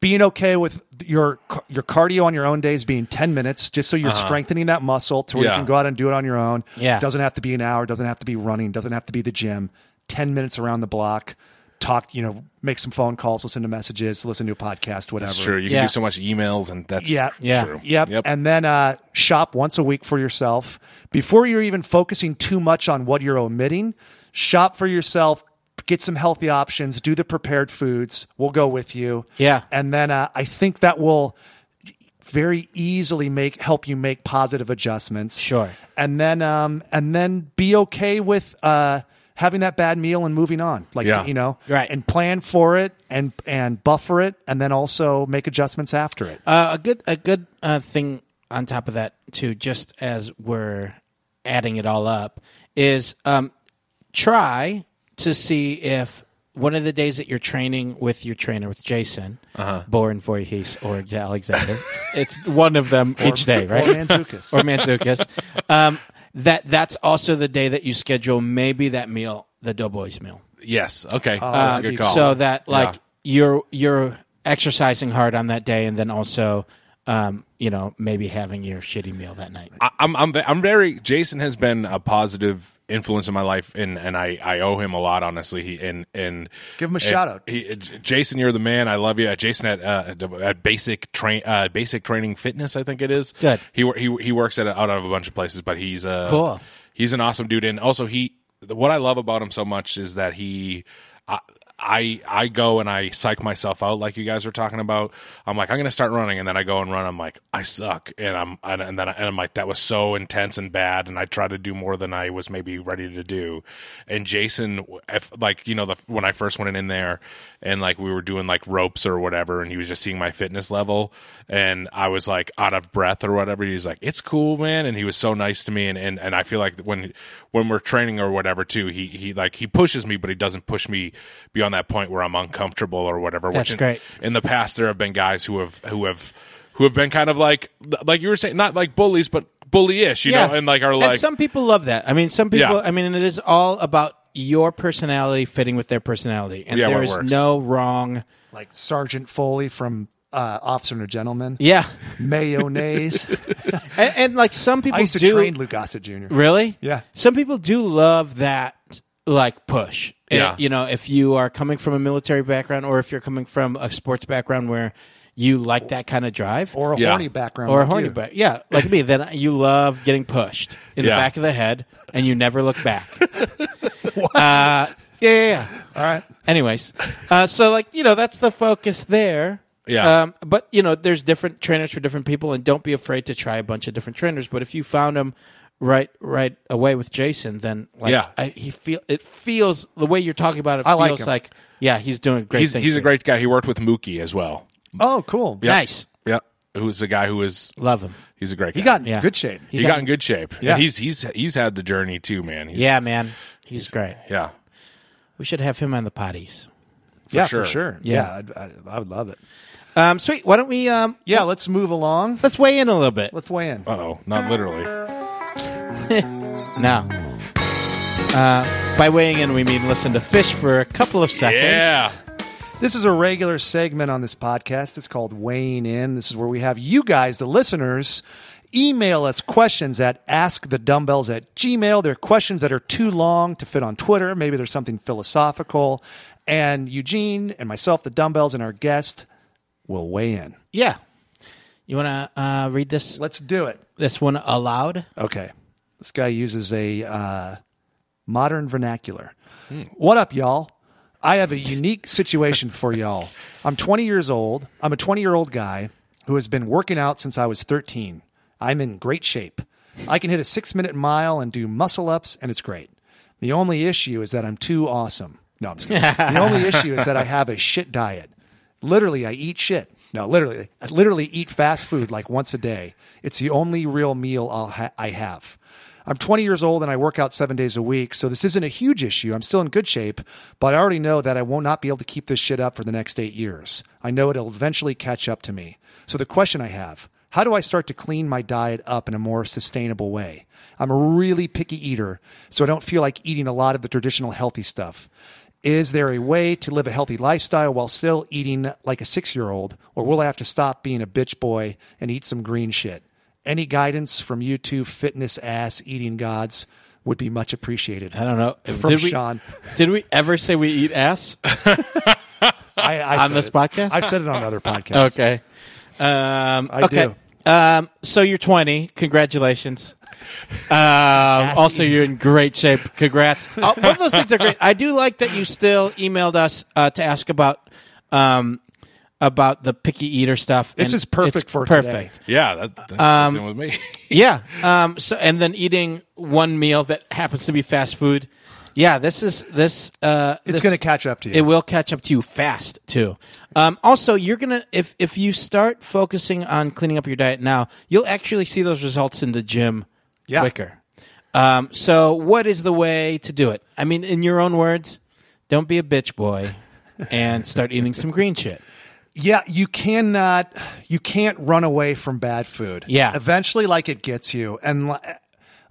S3: being okay with your your cardio on your own days being 10 minutes just so you're strengthening that muscle to where
S4: Yeah.
S3: you can go out and do it on your own.
S2: Yeah.
S3: Doesn't have to be an hour, doesn't have to be running, doesn't have to be the gym. 10 minutes around the block, talk, you know, make some phone calls, listen to messages, listen to a podcast, whatever.
S4: That's true. You can
S2: Yeah.
S4: do so much emails, and that's
S3: Yeah.
S2: Yeah.
S4: true.
S3: Yep. And then uh, shop once a week for yourself. Before you're even focusing too much on what you're omitting, shop for yourself, get some healthy options, do the prepared foods. We'll go with you.
S2: Yeah.
S3: And then uh, I think that will very easily make help you make positive adjustments.
S2: Sure.
S3: And then um and then be okay with uh having that bad meal and moving on. Like
S4: Yeah.
S3: you know,
S2: Right.
S3: and plan for it and and buffer it and then also make adjustments after it.
S2: Uh, a good a good uh, thing on top of that too, just as we're adding it all up, is um, try to see if one of the days that you're training with your trainer with Jason,
S3: Uh-huh.
S2: Boren Voorhees or Alexander, it's one of them each day, right?
S3: Or Manzukis.
S2: or Manzukis. um, that that's also the day that you schedule maybe that meal, the Doughboys meal.
S4: Yes. Okay.
S3: Uh,
S4: that's a good call.
S2: Uh, So that like
S4: Yeah.
S2: you're you're exercising hard on that day, and then also, um, you know, maybe having your shitty meal that night.
S4: I- I'm I'm I'm very Jason has been a positive influence in my life and and I I owe him a lot honestly he and and
S3: Give him a
S4: and
S3: shout out.
S4: he, J- Jason you're the man I love you Uh, Jason at uh, at basic train uh, basic training fitness I think it is
S2: Good.
S4: he wor- he he works at a, out of a bunch of places but he's uh
S2: Cool.
S4: he's an awesome dude and also he what I love about him so much is that he I I, I go and I psych myself out like you guys were talking about. I'm like I'm gonna start running and then I go and run. I'm like I suck and I'm and, and then I, and I'm like that was so intense and bad and I try to do more than I was maybe ready to do. And Jason, if, like you know the when I first went in there and like we were doing like ropes or whatever and he was just seeing my fitness level and I was like out of breath or whatever. He's like it's cool man and he was so nice to me and and, and I feel like when when we're training or whatever too he he like he pushes me but he doesn't push me beyond that point where I'm uncomfortable or whatever.
S2: That's
S4: in,
S2: great.
S4: In the past there have been guys who have who have who have been kind of like like you were saying not like bullies but bully-ish you know and like are like
S2: some people love that. I mean, some people.
S4: Yeah.
S2: I mean, and it is all about your personality fitting with their personality, and
S4: Yeah, what
S2: there is
S4: works.
S2: no wrong.
S3: like Sergeant Foley from uh, Officer and a Gentleman.
S2: Yeah,
S3: Mayonnaise.
S2: and, and like some people
S3: I used to
S2: do.
S3: train Lou Gossett Jr.
S2: Really?
S3: Yeah.
S2: Some people do love that like push.
S4: Yeah.
S2: And, you know, if you are coming from a military background or if you're coming from a sports background where you like that kind of drive
S3: Or a
S4: Yeah.
S3: horny background.
S2: or a
S3: like
S2: horny
S3: you.
S2: back. Yeah, like me, then you love getting pushed in
S4: Yeah.
S2: the back of the head and you never look back. Uh, yeah, yeah, yeah.
S3: All right.
S2: Anyways, uh, so like you know, that's the focus there.
S4: Yeah.
S2: Um, but you know, there's different trainers for different people, and don't be afraid to try a bunch of different trainers. But if you found them right right away with Jason, then like
S4: Yeah.
S2: I, he feel it feels the way you're talking about it
S3: I like
S2: feels
S3: him.
S2: like yeah, he's doing great
S4: he's
S2: things.
S4: he's a
S2: here.
S4: great guy. He worked with Mookie as well.
S3: Oh, cool. Yeah.
S2: nice,
S4: Yeah, who's the guy who is
S2: love him.
S4: he's a great guy.
S3: He got in
S2: Yeah.
S3: good shape.
S4: he got, in good shape.
S3: Yeah.
S4: and he's he's he's had the journey too, man. He's,
S2: Yeah, man, he's great.
S4: yeah.
S2: We should have him on the potties.
S3: yeah,
S4: sure.
S3: for sure. Yeah,
S2: Yeah.
S3: I'd- I, I would love it.
S2: Um, sweet. Why don't we um
S3: Yeah, let's move along.
S2: let's weigh in a little bit
S3: Let's weigh in.
S4: Uh oh, not literally.
S2: now. Uh, by weighing in, we mean listen to fish for a couple of seconds.
S4: Yeah,
S3: This is a regular segment on this podcast. It's called Weighing In. This is where we have you guys, the listeners, email us questions at askthedumbbells at gmail. They're questions that are too long to fit on Twitter. Maybe there's something philosophical. And Eugene and myself, the dumbbells, and our guest will weigh in.
S2: Yeah. You want to uh, read this
S3: Let's do it.
S2: this one aloud?
S3: Okay. This guy uses a uh, modern vernacular. What up, y'all? I have a unique situation for y'all. I'm 20 years old. I'm a 20 year old guy who has been working out since I was 13. I'm in great shape. I can hit a six minute mile and do muscle ups, and it's great. The only issue is that I'm too awesome. No, I'm just kidding. the only issue is that I have a shit diet. Literally, I eat shit. No, literally, I literally eat fast food like once a day. It's the only real meal I'll ha- I have. I'm 20 years old and I work out seven days a week, so this isn't a huge issue. I'm still in good shape, but I already know that I won't not be able to keep this shit up for the next eight years. I know it'll eventually catch up to me. So the question I have how do I start to clean my diet up in a more sustainable way? I'm a really picky eater, so I don't feel like eating a lot of the traditional healthy stuff. Is there a way to live a healthy lifestyle while still eating like a six year old, or will I have to stop being a bitch boy and eat some green shit? Any guidance from you two fitness ass eating gods would be much appreciated.
S2: I don't know.
S3: From
S2: did we,
S3: Sean.
S2: Did we ever say we eat ass?
S3: I, I
S2: On
S3: said
S2: this
S3: it.
S2: podcast?
S3: I've said it on other podcasts.
S2: Okay. Um,
S3: I
S2: okay. Um, so you're 20. Congratulations. Um, also, you're in great shape. Congrats. Uh, both those things are great. I do like that you still emailed us uh, to ask about um, about the picky eater stuff.
S3: This
S2: and
S3: is perfect
S2: it's
S3: for today.
S2: perfect.
S4: Yeah, that, that's what's in with me.
S2: Yeah. Um, so and then eating one meal that happens to be fast food. Yeah, this is this. Uh,
S3: It's gonna catch up to you.
S2: It will catch up to you fast too. Um, also, you're gonna if if you start focusing on cleaning up your diet now, you'll actually see those results in the gym
S3: Yeah.
S2: quicker. Um, so, what is the way to do it? I mean, in your own words, don't be a bitch boy and start eating some green shit.
S3: Yeah, you cannot, you can't run away from bad food.
S2: Yeah.
S3: eventually, like it gets you, and li-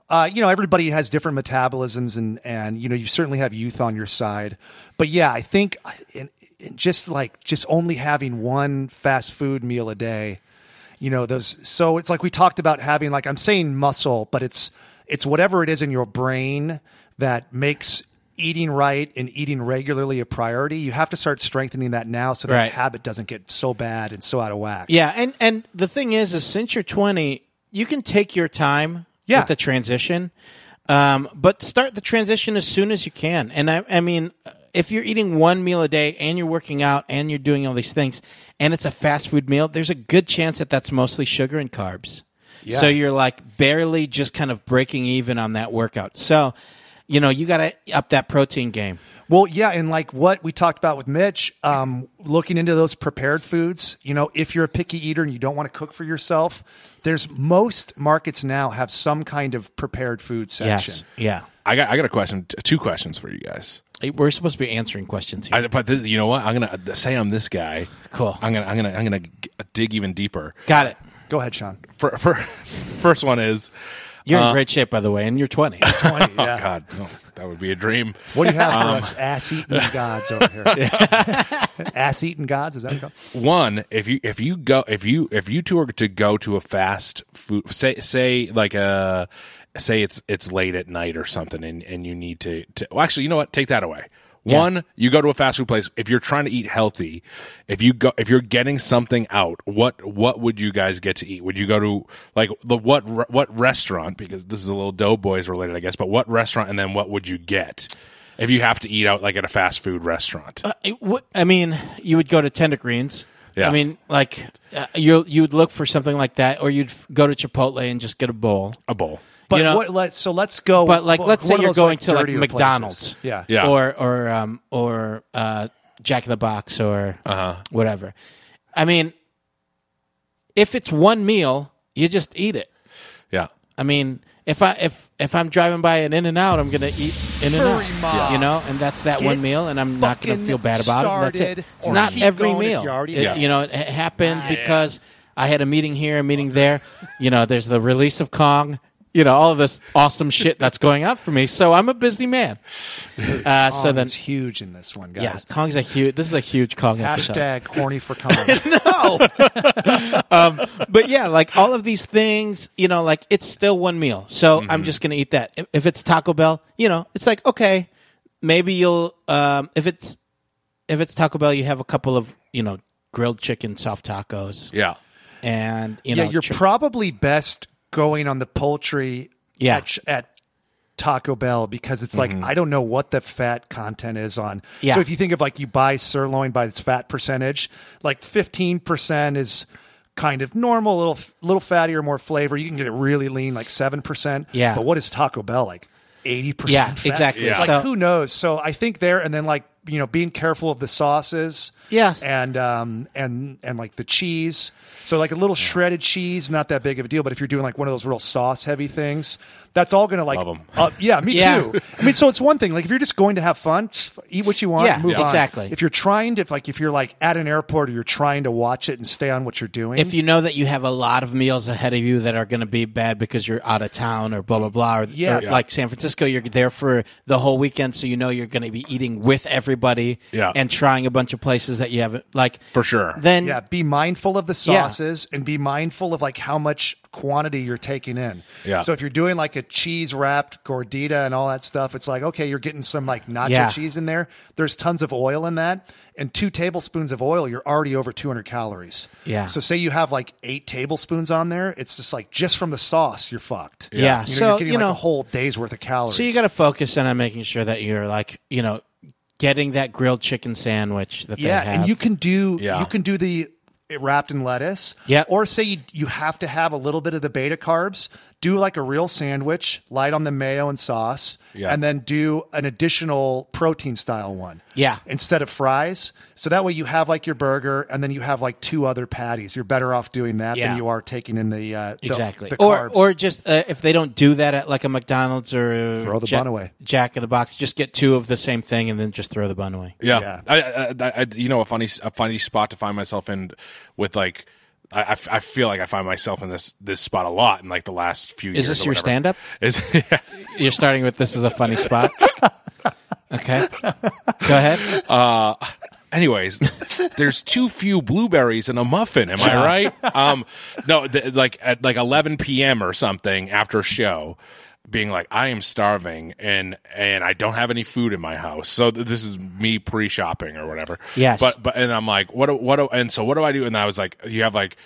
S3: uh, you know everybody has different metabolisms, and and you know you certainly have youth on your side, but yeah, I think and, and just like just only having one fast food meal a day, you know those. So it's like we talked about having like I'm saying muscle, but it's it's whatever it is in your brain that makes eating right and eating regularly a priority. You have to start strengthening that now so that
S2: Right.
S3: habit doesn't get so bad and so out of whack.
S2: Yeah, and and the thing is, is since you're 20, you can take your time
S3: Yeah.
S2: with the transition, um, but start the transition as soon as you can. And I, I mean, if you're eating one meal a day and you're working out and you're doing all these things, and it's a fast food meal, there's a good chance that that's mostly sugar and carbs.
S3: Yeah.
S2: So you're like barely just kind of breaking even on that workout. So, you know, you got to up that protein game.
S3: Well, yeah, and like what we talked about with Mitch, um, looking into those prepared foods. You know, if you're a picky eater and you don't want to cook for yourself, there's most markets now have some kind of prepared food section.
S2: Yes. Yeah.
S4: I got I got a question, t- two questions for you guys.
S2: We're supposed to be answering questions here.
S4: I, but this, you know what? I'm gonna uh, say I'm this guy.
S2: Cool.
S4: I'm gonna I'm gonna I'm gonna g- dig even deeper.
S2: got it.
S3: Go ahead, Sean.
S4: For, for, first one is
S2: You're in great shape, by the way, and you're 20.
S3: Twenty,
S4: oh
S3: yeah.
S4: god, no, that would be a dream.
S3: What do you have for
S2: Um,
S3: us, ass eating gods over here? ass eating gods, is that what you call it?
S4: one if you if you go if you if you two are to go to a fast food say say like a say it's it's late at night or something and and you need to, to well, actually you know what take that away one you go to a fast food place if you're trying to eat healthy if you go if you're getting something out what what would you guys get to eat would you go to like the what re- what restaurant because this is a little doughboys related i guess but what restaurant and then what would you get if you have to eat out like at a fast food restaurant
S2: It w- I mean, you would go to Tender Greens.
S4: Yeah.
S2: I mean, like uh, you you would look for something like that, or you'd f- go to Chipotle and just get a bowl.
S4: a bowl
S3: But
S2: You know-
S3: what, let's, so let's go.
S2: But like,
S3: one
S2: let's say
S3: of
S2: you're
S3: those,
S2: going to like
S3: dirtier places.
S2: McDonald's,
S3: Yeah.
S4: Yeah.
S2: or or um, or uh, Jack in the Box, or whatever. I mean, if it's one meal, you just eat it.
S4: yeah
S2: I mean, if I if if I'm driving by an In and Out, I'm gonna eat In and
S3: Furry mom.
S2: Out, you know, and that's that one
S3: Get
S2: meal, and I'm not gonna
S3: fucking
S2: feel bad about it. and That's
S3: started
S2: it. It's
S3: or
S2: not
S3: keep
S2: every
S3: going if
S2: meal.
S3: you already
S2: It-
S4: Yeah.
S2: You know, it, it happened because I had a meeting here, a meeting there. You know, there's the release of Kong. You know, all of this awesome shit that's going on for me. So I'm a busy man. Uh, so
S3: Kong
S2: then,
S3: is huge in this one,
S2: yeah,
S3: guys.
S2: Kong's a huge. This is a huge Kong episode.
S3: Hashtag horny for Kong.
S2: but yeah, like all of these things, you know, like it's still one meal. So
S3: Mm-hmm.
S2: I'm just gonna eat that. If- If it's Taco Bell, you know, it's like okay, maybe you'll um, if it's if it's Taco Bell, you have a couple of you know grilled chicken soft tacos,
S4: yeah
S2: and you
S3: Yeah,
S2: know,
S3: you're
S2: chi-
S3: probably best going on the poultry
S2: Yeah. Mm-hmm.
S3: at, at Taco Bell because it's like I don't know what the fat content is on.
S2: Yeah.
S3: So if you think of like you buy sirloin by its fat percentage, like 15% is kind of normal, a little little fattier, more flavor. You can get it really lean like 7%.
S2: Yeah.
S3: But what is Taco Bell like? 80%
S2: Yeah,
S3: fat?
S2: exactly.
S4: Yeah.
S3: Like
S2: So-
S3: who knows? So I think there and then like, you know, being careful of the sauces.
S2: Yes.
S3: and um and and like the cheese. So like a little shredded cheese, not that big of a deal. But if you're doing like one of those real sauce heavy things, that's all gonna like,
S4: Love 'em.
S3: uh, yeah, me
S2: Yeah.
S3: too. I mean, so it's one thing. Like if you're just going to have fun, just eat what you want,
S2: Yeah,
S3: move
S2: yeah.
S3: on.
S2: exactly.
S3: If you're trying to, if like if you're like at an airport or you're trying to watch it and stay on what you're doing,
S2: If you know that you have a lot of meals ahead of you that are going to be bad because you're out of town or blah blah blah, or,
S3: Yeah.
S2: or
S3: Yeah.
S2: like San Francisco, you're there for the whole weekend, so you know you're going to be eating with everybody
S4: Yeah.
S2: and trying a bunch of places that you haven't like
S4: For sure.
S2: Then
S3: yeah, be mindful of the
S2: Yeah.
S3: sauces and be mindful of like how much quantity you're taking in.
S4: Yeah.
S3: So if you're doing like a cheese wrapped gordita and all that stuff, it's like okay, you're getting some like nacho
S2: Yeah.
S3: cheese in there. There's tons of oil in that, and two tablespoons of oil, you're already over 200 calories.
S2: Yeah.
S3: So say you have like eight tablespoons on there, it's just like just from the sauce, you're fucked.
S2: Yeah. Yeah.
S3: You know,
S2: So,
S3: you're
S2: you
S3: getting like a
S2: know-
S3: whole day's worth of calories.
S2: So you got to focus in on making sure that you're like you know getting that grilled chicken sandwich that
S3: yeah,
S2: they have.
S3: and you can do
S4: Yeah.
S3: you can do the it wrapped in lettuce.
S2: Yep.
S3: Or say you, you have to have a little bit of the beta carbs. Do like a real sandwich, light on the mayo and sauce,
S4: Yeah.
S3: and then do an additional protein style one.
S2: Yeah.
S3: Instead of fries. So that way you have like your burger and then you have like two other patties. You're better off doing that
S2: Yeah.
S3: than you are taking in the uh the-
S2: exactly
S3: the,
S2: or
S3: carbs.
S2: or just uh, if they don't do that at like a McDonald's or
S3: Throw the
S2: Jack,
S3: bun away.
S2: Jack in the Box, just get two of the same thing and then just throw the bun away.
S4: Yeah,
S3: Yeah.
S4: I, I, I, I- you know, a funny, a funny spot to find myself in with like, I- I, f- I feel like I find myself in this this spot a lot in like the last few years.
S2: Is this
S4: or
S2: your
S4: whatever.
S2: stand-up?
S4: Is yeah.
S2: You're starting with this is a funny spot. Okay, go ahead.
S4: Uh, Anyways, there's too few blueberries in a muffin. Am I right? Um, no, th- like at like 11 p.m. or something after show, being like, I am starving and and I don't have any food in my house. So th- this is me pre shopping or whatever.
S2: Yes.
S4: but but and I'm like, what do, what do, and so what do I do? And I was like, you have like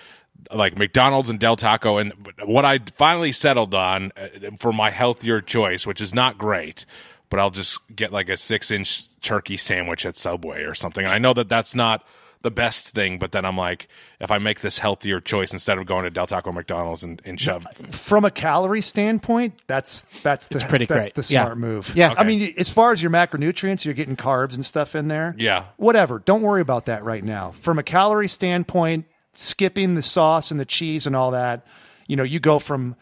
S4: like McDonald's and Del Taco, and what I finally settled on uh, for my healthier choice, which is not great, but I'll just get like a six inch turkey sandwich at Subway or something. And I know that that's not the best thing, but then I'm like, if I make this healthier choice instead of going to Del Taco, McDonald's, and, and shove,
S3: from a calorie standpoint, that's that's the
S2: pretty
S3: that's
S2: great.
S3: the
S2: Yeah.
S3: smart move.
S2: Yeah.
S3: I mean, as far as your macronutrients, you're getting carbs and stuff in there.
S4: Yeah.
S3: whatever. Don't worry about that right now. From a calorie standpoint, skipping the sauce and the cheese and all that, you know, you go from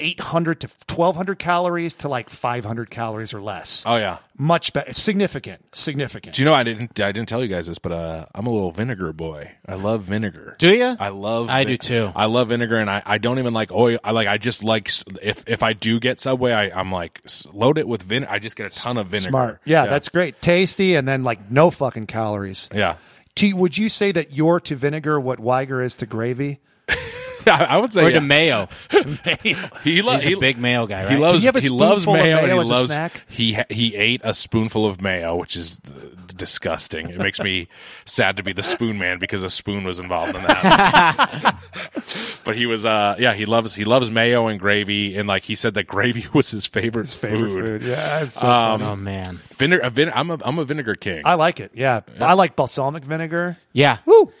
S3: 800 to 1200 calories to like 500 calories or less.
S4: oh yeah.
S3: Much better, significant, significant.
S4: Do you know I didn't I didn't tell you guys this, but uh, I'm a little vinegar boy. I love vinegar.
S2: Do ya?
S4: I love.
S2: I do too.
S4: I love vinegar, and I, I don't even like oil. I like I just like s- if if I do get Subway, I, I'm like s- load it with vinegar. I just get a ton of vinegar.
S3: Smart. Yeah, that's great. Tasty, and then like no fucking calories.
S4: yeah.
S3: T, would you say that you're to vinegar what Weiger is to gravy?
S4: I, I would say
S2: Or
S4: yeah.
S2: the mayo.
S4: he loves
S2: He's a big mayo guy, right?
S4: He loves
S3: Did you have a
S4: he loves
S3: spoonful of
S4: mayo,
S3: mayo
S4: and
S3: as
S4: he
S3: a
S4: loves
S3: snack?
S4: he ha- he ate a spoonful of mayo, which is uh, disgusting. It makes me sad to be the spoon man because a spoon was involved in that. but he was uh yeah, he loves he loves mayo and gravy and like he said that gravy was his favorite,
S3: favorite
S4: food.
S3: food. Yeah, it's so funny.
S2: oh man,
S4: Vine- a vine- I'm a I'm a vinegar king.
S3: I like it. Yeah. I like balsamic vinegar.
S2: yeah.
S3: Woo,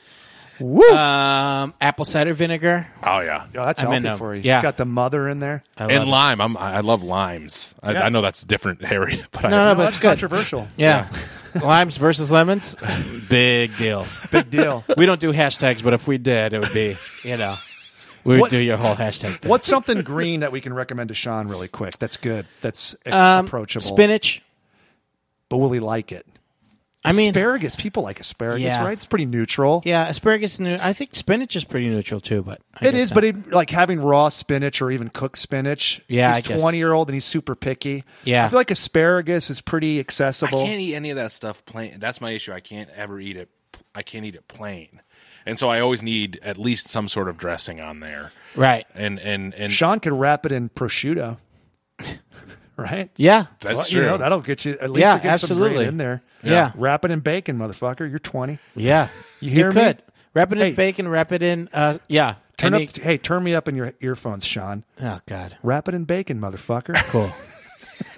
S3: woo.
S2: Um, apple cider vinegar.
S4: oh yeah.
S3: oh, that's
S2: I'm in
S3: healthy
S2: them.
S3: for you.
S2: uh, Yeah.
S3: got the mother in there.
S2: I love
S4: and
S2: it.
S4: lime, I'm, I I love limes. I,
S3: Yeah.
S4: I know that's different, Harry. But I,
S2: No, no,
S3: No,
S2: but
S3: that's
S2: it's good.
S3: controversial.
S2: Yeah. Limes versus lemons, big deal.
S3: Big deal.
S2: We don't do hashtags, but if we did, it would be, you know, we would
S3: What-
S2: do your whole hashtag thing.
S3: What's something green that we can recommend to Sean really quick? That's good. That's a- approachable.
S2: Um, Spinach.
S3: But will he like it?
S2: I mean,
S3: asparagus. People like asparagus,
S2: Yeah.
S3: right? It's pretty neutral.
S2: yeah, asparagus. is New- I think spinach is pretty neutral too, but I
S3: It
S2: guess
S3: is,
S2: not.
S3: but it, like having raw spinach or even cooked spinach.
S2: Yeah, I
S3: he's
S2: guess.
S3: twenty year old and he's super picky.
S2: Yeah.
S3: I feel like asparagus is pretty
S4: I
S3: accessible.
S4: can't eat any of that stuff plain. That's my issue. I can't ever eat it. I can't eat it plain, and so I always need at least some sort of dressing on there.
S2: right.
S4: And and and
S3: Sean could wrap it in prosciutto, right?
S2: Yeah,
S4: that's
S3: Well,
S4: true.
S3: You know, that'll get you at least
S2: Yeah,
S3: you'll get some
S2: absolutely.
S3: green in there.
S2: Yeah.
S3: Wrap it in bacon, motherfucker. You're 20.
S2: yeah. You
S3: hear me?
S2: could wrap it in
S3: Hey.
S2: bacon. Wrap it in. Uh, yeah.
S3: Turn
S2: Any-
S3: up, hey, turn me up in your earphones, Sean.
S2: oh God.
S3: Wrap it in bacon, motherfucker.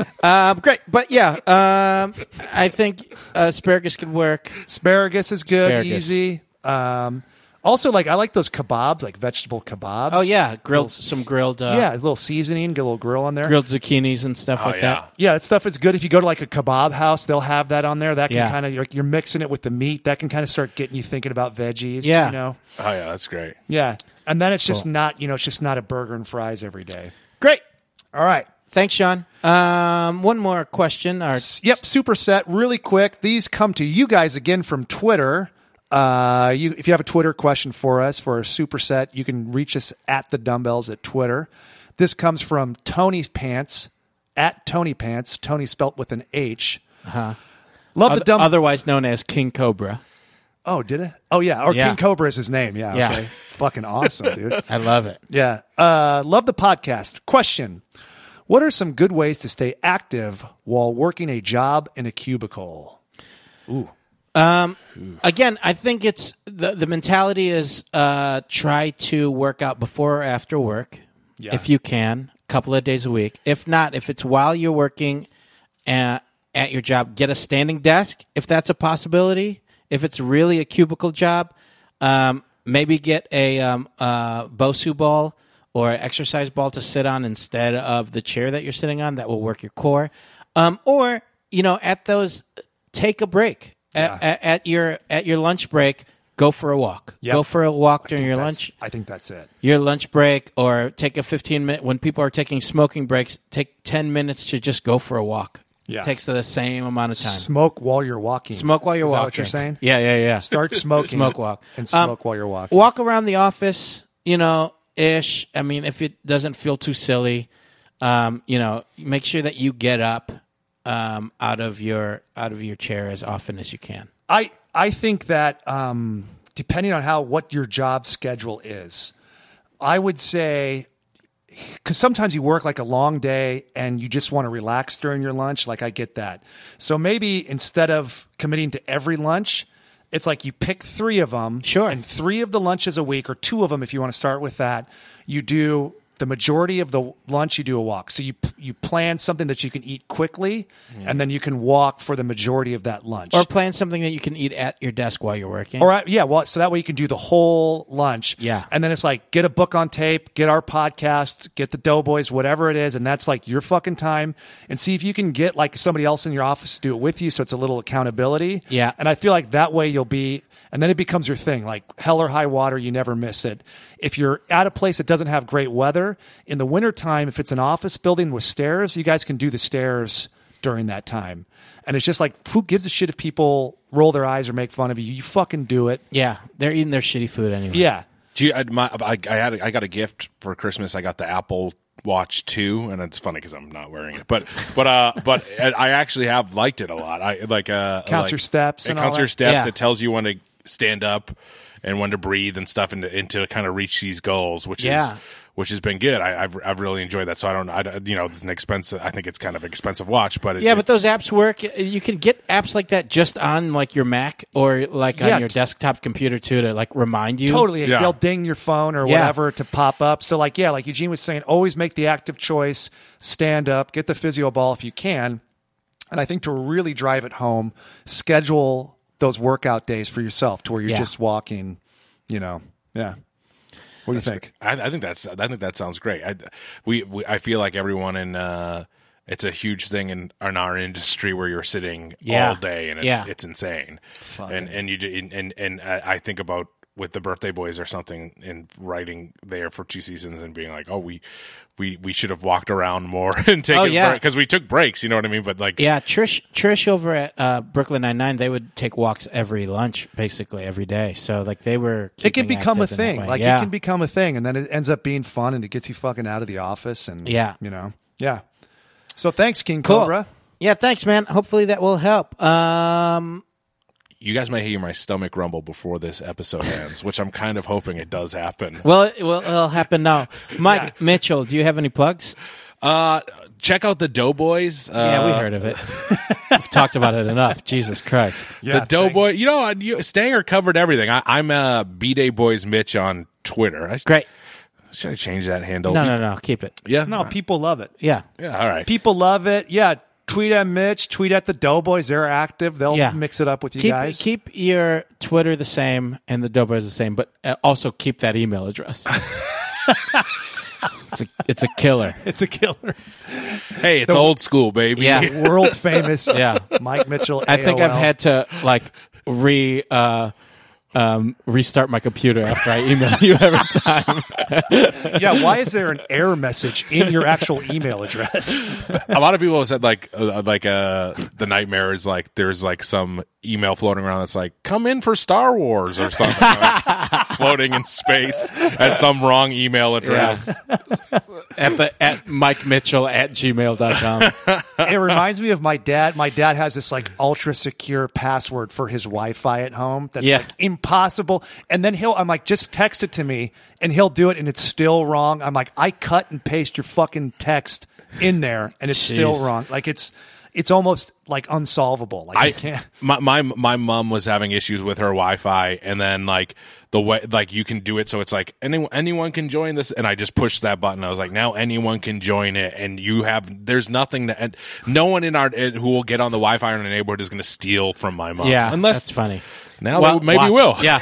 S2: Cool. um, great, but yeah, um, I think asparagus could work.
S3: Asparagus is good,
S2: Asparagus.
S3: easy. Um, Also, like I like those kebabs, like vegetable kebabs.
S2: Oh yeah, grilled
S3: Little-
S2: some grilled uh,
S3: yeah, a little seasoning, get a little grill on there.
S2: grilled zucchinis and stuff
S4: Oh
S2: like
S4: yeah.
S2: that.
S3: Yeah, that stuff is good. If you go to like a kebab house, they'll have that on there. That can
S2: Yeah.
S3: kind of like you're mixing it with the meat. That can kind of start getting you thinking about veggies.
S2: Yeah.
S3: you know.
S4: Oh yeah, that's great.
S3: Yeah, and then it's just not you know it's just not a burger and fries every day.
S2: Great.
S3: All right.
S2: Thanks, Sean. Um, one more question. Our
S3: Yep, superset really quick. These come to you guys again from Twitter. Uh, you, if you have a Twitter question for us for a superset, you can reach us at the dumbbells at Twitter. This comes from Tony's Pants at Tony Pants. Tony spelt with an H.
S2: Uh-huh.
S3: Love the
S2: oth-
S3: dumb.
S2: otherwise known as King Cobra.
S3: oh, did it? Oh yeah. Or
S2: Yeah.
S3: King Cobra is his name. Yeah.
S2: Yeah.
S3: Okay. Fucking awesome, dude.
S2: I love it.
S3: Yeah. Uh, love the podcast. Question. What are some good ways to stay active while working a job in a cubicle?
S2: Again, I think it's the the mentality is uh, try to work out before or after work
S3: Yeah.
S2: if you can, a couple of days a week. If not, if it's while you're working at, at your job, get a standing desk if that's a possibility. If it's really a cubicle job, um, maybe get a um, uh, Bosu ball or an exercise ball to sit on instead of the chair that you're sitting on. That will work your core. Um, or you know, at those, take a break at, at, at your at your lunch break. Go for a walk.
S3: Yep.
S2: Go for a walk during your
S3: That's-
S2: lunch
S3: I think that's it.
S2: your lunch break or take a 15 minute when people are taking smoking breaks take 10 minutes to just go for a walk
S3: Yeah.
S2: takes the same amount of time
S3: Smoke while you're walking.
S2: smoke while you're
S3: Is that
S2: walking
S3: what you're saying?
S2: yeah yeah yeah
S3: Start smoking.
S2: smoke walk
S3: And
S2: Um,
S3: smoke while you're walking.
S2: walk around the office you know ish i mean if it doesn't feel too silly um, you know make sure that you get up um, out of your out of your chair as often as you can
S3: I I think that um, depending on how what your job schedule is, I would say because sometimes you work like a long day and you just want to relax during your lunch. Like I get that. So maybe instead of committing to every lunch, it's like you pick three of them.
S2: Sure.
S3: And three of the lunches a week, or two of them if you want to start with that, you do the majority of the lunch you do a walk. So you you plan something that you can eat quickly, and then you can walk for the majority of that lunch.
S2: Mm-hmm. or plan something that you can eat at your desk while you're working
S3: Or I, yeah, well, so that way you can do the whole lunch.
S2: Yeah.
S3: and then it's like get a book on tape, get our podcast, get the Doughboys, whatever it is, and that's like your fucking time. And see if you can get like somebody else in your office to do it with you, so it's a little accountability.
S2: Yeah.
S3: and I feel like that way you'll be, and then it becomes your thing. Like hell or high water, you never miss it. If you're at a place that doesn't have great weather in the wintertime, if it's an office building with stairs, you guys can do the stairs during that time. And it's just like, who gives a shit if people roll their eyes or make fun of you? You fucking do it.
S2: yeah they're eating their shitty food anyway
S3: Yeah.
S4: Do you, I, my, I, I had a, I got a gift for Christmas. I got the Apple Watch Two, and it's funny because I'm not wearing it, but but uh, but I actually have liked it a lot. I like uh,
S3: Counts
S4: like-
S3: your steps
S4: It
S3: and all
S4: counts your
S3: that.
S4: steps.
S2: Yeah.
S4: It tells you when to stand up and when to breathe and stuff, and, to- and to kind of reach these goals, which
S2: Yeah.
S4: is which has been good. I, I've I've really enjoyed that. So I don't, I don't- you know, it's an expensive. I think it's kind of expensive watch, but it,
S2: Yeah, but those apps work. You can get apps like that just on like your Mac or like
S3: Yeah,
S2: on your
S3: t-
S2: desktop computer too to like remind you.
S3: Totally.
S4: Yeah.
S3: They'll ding your phone or
S2: Yeah.
S3: whatever to pop up. So, like, yeah, like Eugene was saying, always make the active choice, stand up, get the physio ball if you can. And I think to really drive it home, schedule those workout days for yourself to where you're
S2: Yeah.
S3: just walking, you know. Yeah. What do you think?
S4: I, I think that's I think that sounds great. I we, we I feel like everyone in uh, it's a huge thing in in our industry where you're sitting
S2: Yeah.
S4: all day and it's
S2: Yeah.
S4: it's insane. And and you do- and and, and I I think about with the birthday boys or something and writing there for two seasons and being like, oh we we we should have walked around more and taken
S2: Oh, yeah.
S4: because we took breaks. You know what I mean? But like
S2: Yeah, Trish Trish over at uh, Brooklyn Nine Nine, they would take walks every lunch, basically every day. So like they were.
S3: It can
S2: keeping
S3: become a
S2: active in that
S3: thing.
S2: way.
S3: Like,
S2: yeah.
S3: it can become a thing. And then it ends up being fun and it gets you fucking out of the office. And,
S2: Yeah.
S3: you know, yeah. So, thanks, King
S2: Cool.
S3: Cobra.
S2: Yeah, thanks, man. Hopefully that will help. Um,
S4: you guys may hear my stomach rumble before this episode ends, which I'm kind of hoping it does happen.
S2: well, it will it'll happen now. Mike Mitchell, do you have any plugs?
S4: Uh, check out the Doughboys. Uh,
S2: yeah, we heard of it. We've talked about it enough. Jesus Christ.
S3: Yeah,
S4: the Doughboy. You know, I- you, Stanger covered everything. I, I'm uh, B Day Boys Mitch on Twitter. I,
S2: Great.
S4: Should I change that handle?
S2: No, no, no. Keep it.
S4: Yeah.
S3: No, people love it.
S2: Yeah.
S4: Yeah. All right.
S3: People love it. Yeah. tweet at Mitch, tweet at the Doughboys. They're active. They'll
S2: Yeah.
S3: mix it up with you
S2: keep,
S3: guys.
S2: Keep your Twitter the same and the Doughboys the same, but uh, also keep that email address. it's, a, it's a killer.
S3: it's a killer.
S4: Hey, it's old school, baby.
S2: Yeah.
S3: World famous
S2: Yeah.
S3: Mike Mitchell.
S2: I think I've
S3: AOL.
S2: had to like re uh, um, restart my computer after I email you every time.
S3: Yeah, why is there an error message in your actual email address?
S4: a lot of people have said like uh, like uh the nightmare is like there's like some email floating around that's like come in for Star Wars or something like, floating in space at some wrong email address.
S2: at the at Mike Mitchell at gmail.com.
S3: it reminds me of my dad. My dad has this like ultra secure password for his Wi-Fi at home that's
S2: Yeah.
S3: like impossible. And then he'll, I'm like, just text it to me, and he'll do it, and it's still wrong. I'm like, I cut and paste your fucking text in there, and it's still
S2: Jeez.
S3: wrong. Like it's, it's almost like unsolvable. Like
S4: I
S3: you can't.
S4: My my my mom was having issues with her Wi-Fi, and then like the way like you can do it, so it's like anyone anyone can join this, and I just pushed that button. I was like, now anyone can join it, and you have there's nothing that and no one in our eh, who will get on the Wi-Fi in the neighborhood is going to steal from my mom.
S2: Yeah,
S4: unless
S2: that's funny.
S4: Now they Oh, maybe will.
S2: Yeah.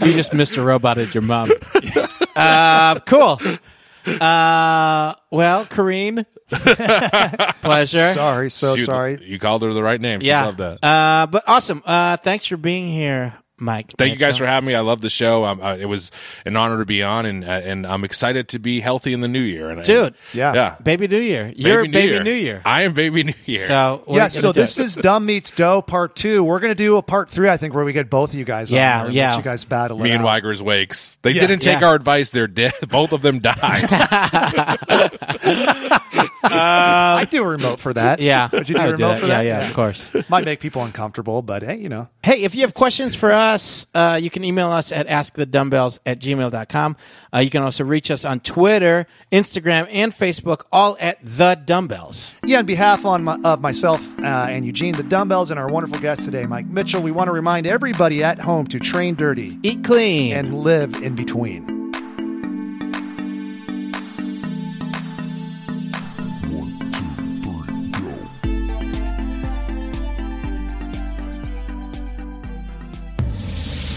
S2: you just Mr. Roboted your mom. Uh, cool. Uh, well, Kareen, pleasure.
S3: Sorry, so
S4: You-
S3: sorry.
S4: You called her the right name.
S2: Yeah.
S4: She loved that.
S2: Uh, but awesome. Uh, thanks for being here, Mike.
S4: Thank you guys
S2: Mitchell.
S4: for having me. I love the show. Um, uh, it was an honor to be on, and uh, and I'm excited to be healthy in the new year. And,
S2: Dude.
S3: Yeah.
S4: yeah.
S2: Baby New Year. You're Baby New Year.
S4: I am Baby New Year.
S2: So we're
S3: Yeah,
S2: gonna
S3: so
S2: do
S3: this
S2: it.
S3: is Dumb Meets Dough Part Two. We're gonna do a Part Three, I think, where we get both of you guys. on
S2: Yeah,
S3: there and
S2: yeah.
S3: let you guys battle.
S4: me
S3: it
S4: and
S3: out.
S4: Weigers wakes. They
S3: Yeah.
S4: didn't take
S2: Yeah.
S4: our advice. They're dead. Both of them died.
S3: I do a remote for that.
S2: yeah.
S3: Would you do
S2: I
S3: a
S2: would do
S3: remote
S2: that.
S3: for
S2: yeah,
S3: that?
S2: yeah, of course.
S3: Might make people uncomfortable, but hey, you know.
S2: Hey, if you have questions for us, uh, you can email us at askthedumbbells at gmail.com. Uh, you can also reach us on Twitter, Instagram, and Facebook, all at The Dumbbells.
S3: Yeah, on behalf on my, of myself uh, and Eugene, the dumbbells, and our wonderful guest today, Mike Mitchell, we want to remind everybody at home to train dirty
S2: Eat clean.
S3: and live in between.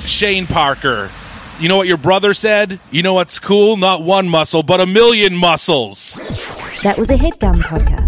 S4: Shane Parker. You know what your brother said? You know what's cool? Not one muscle, but a million muscles.
S1: That was a headgum podcast.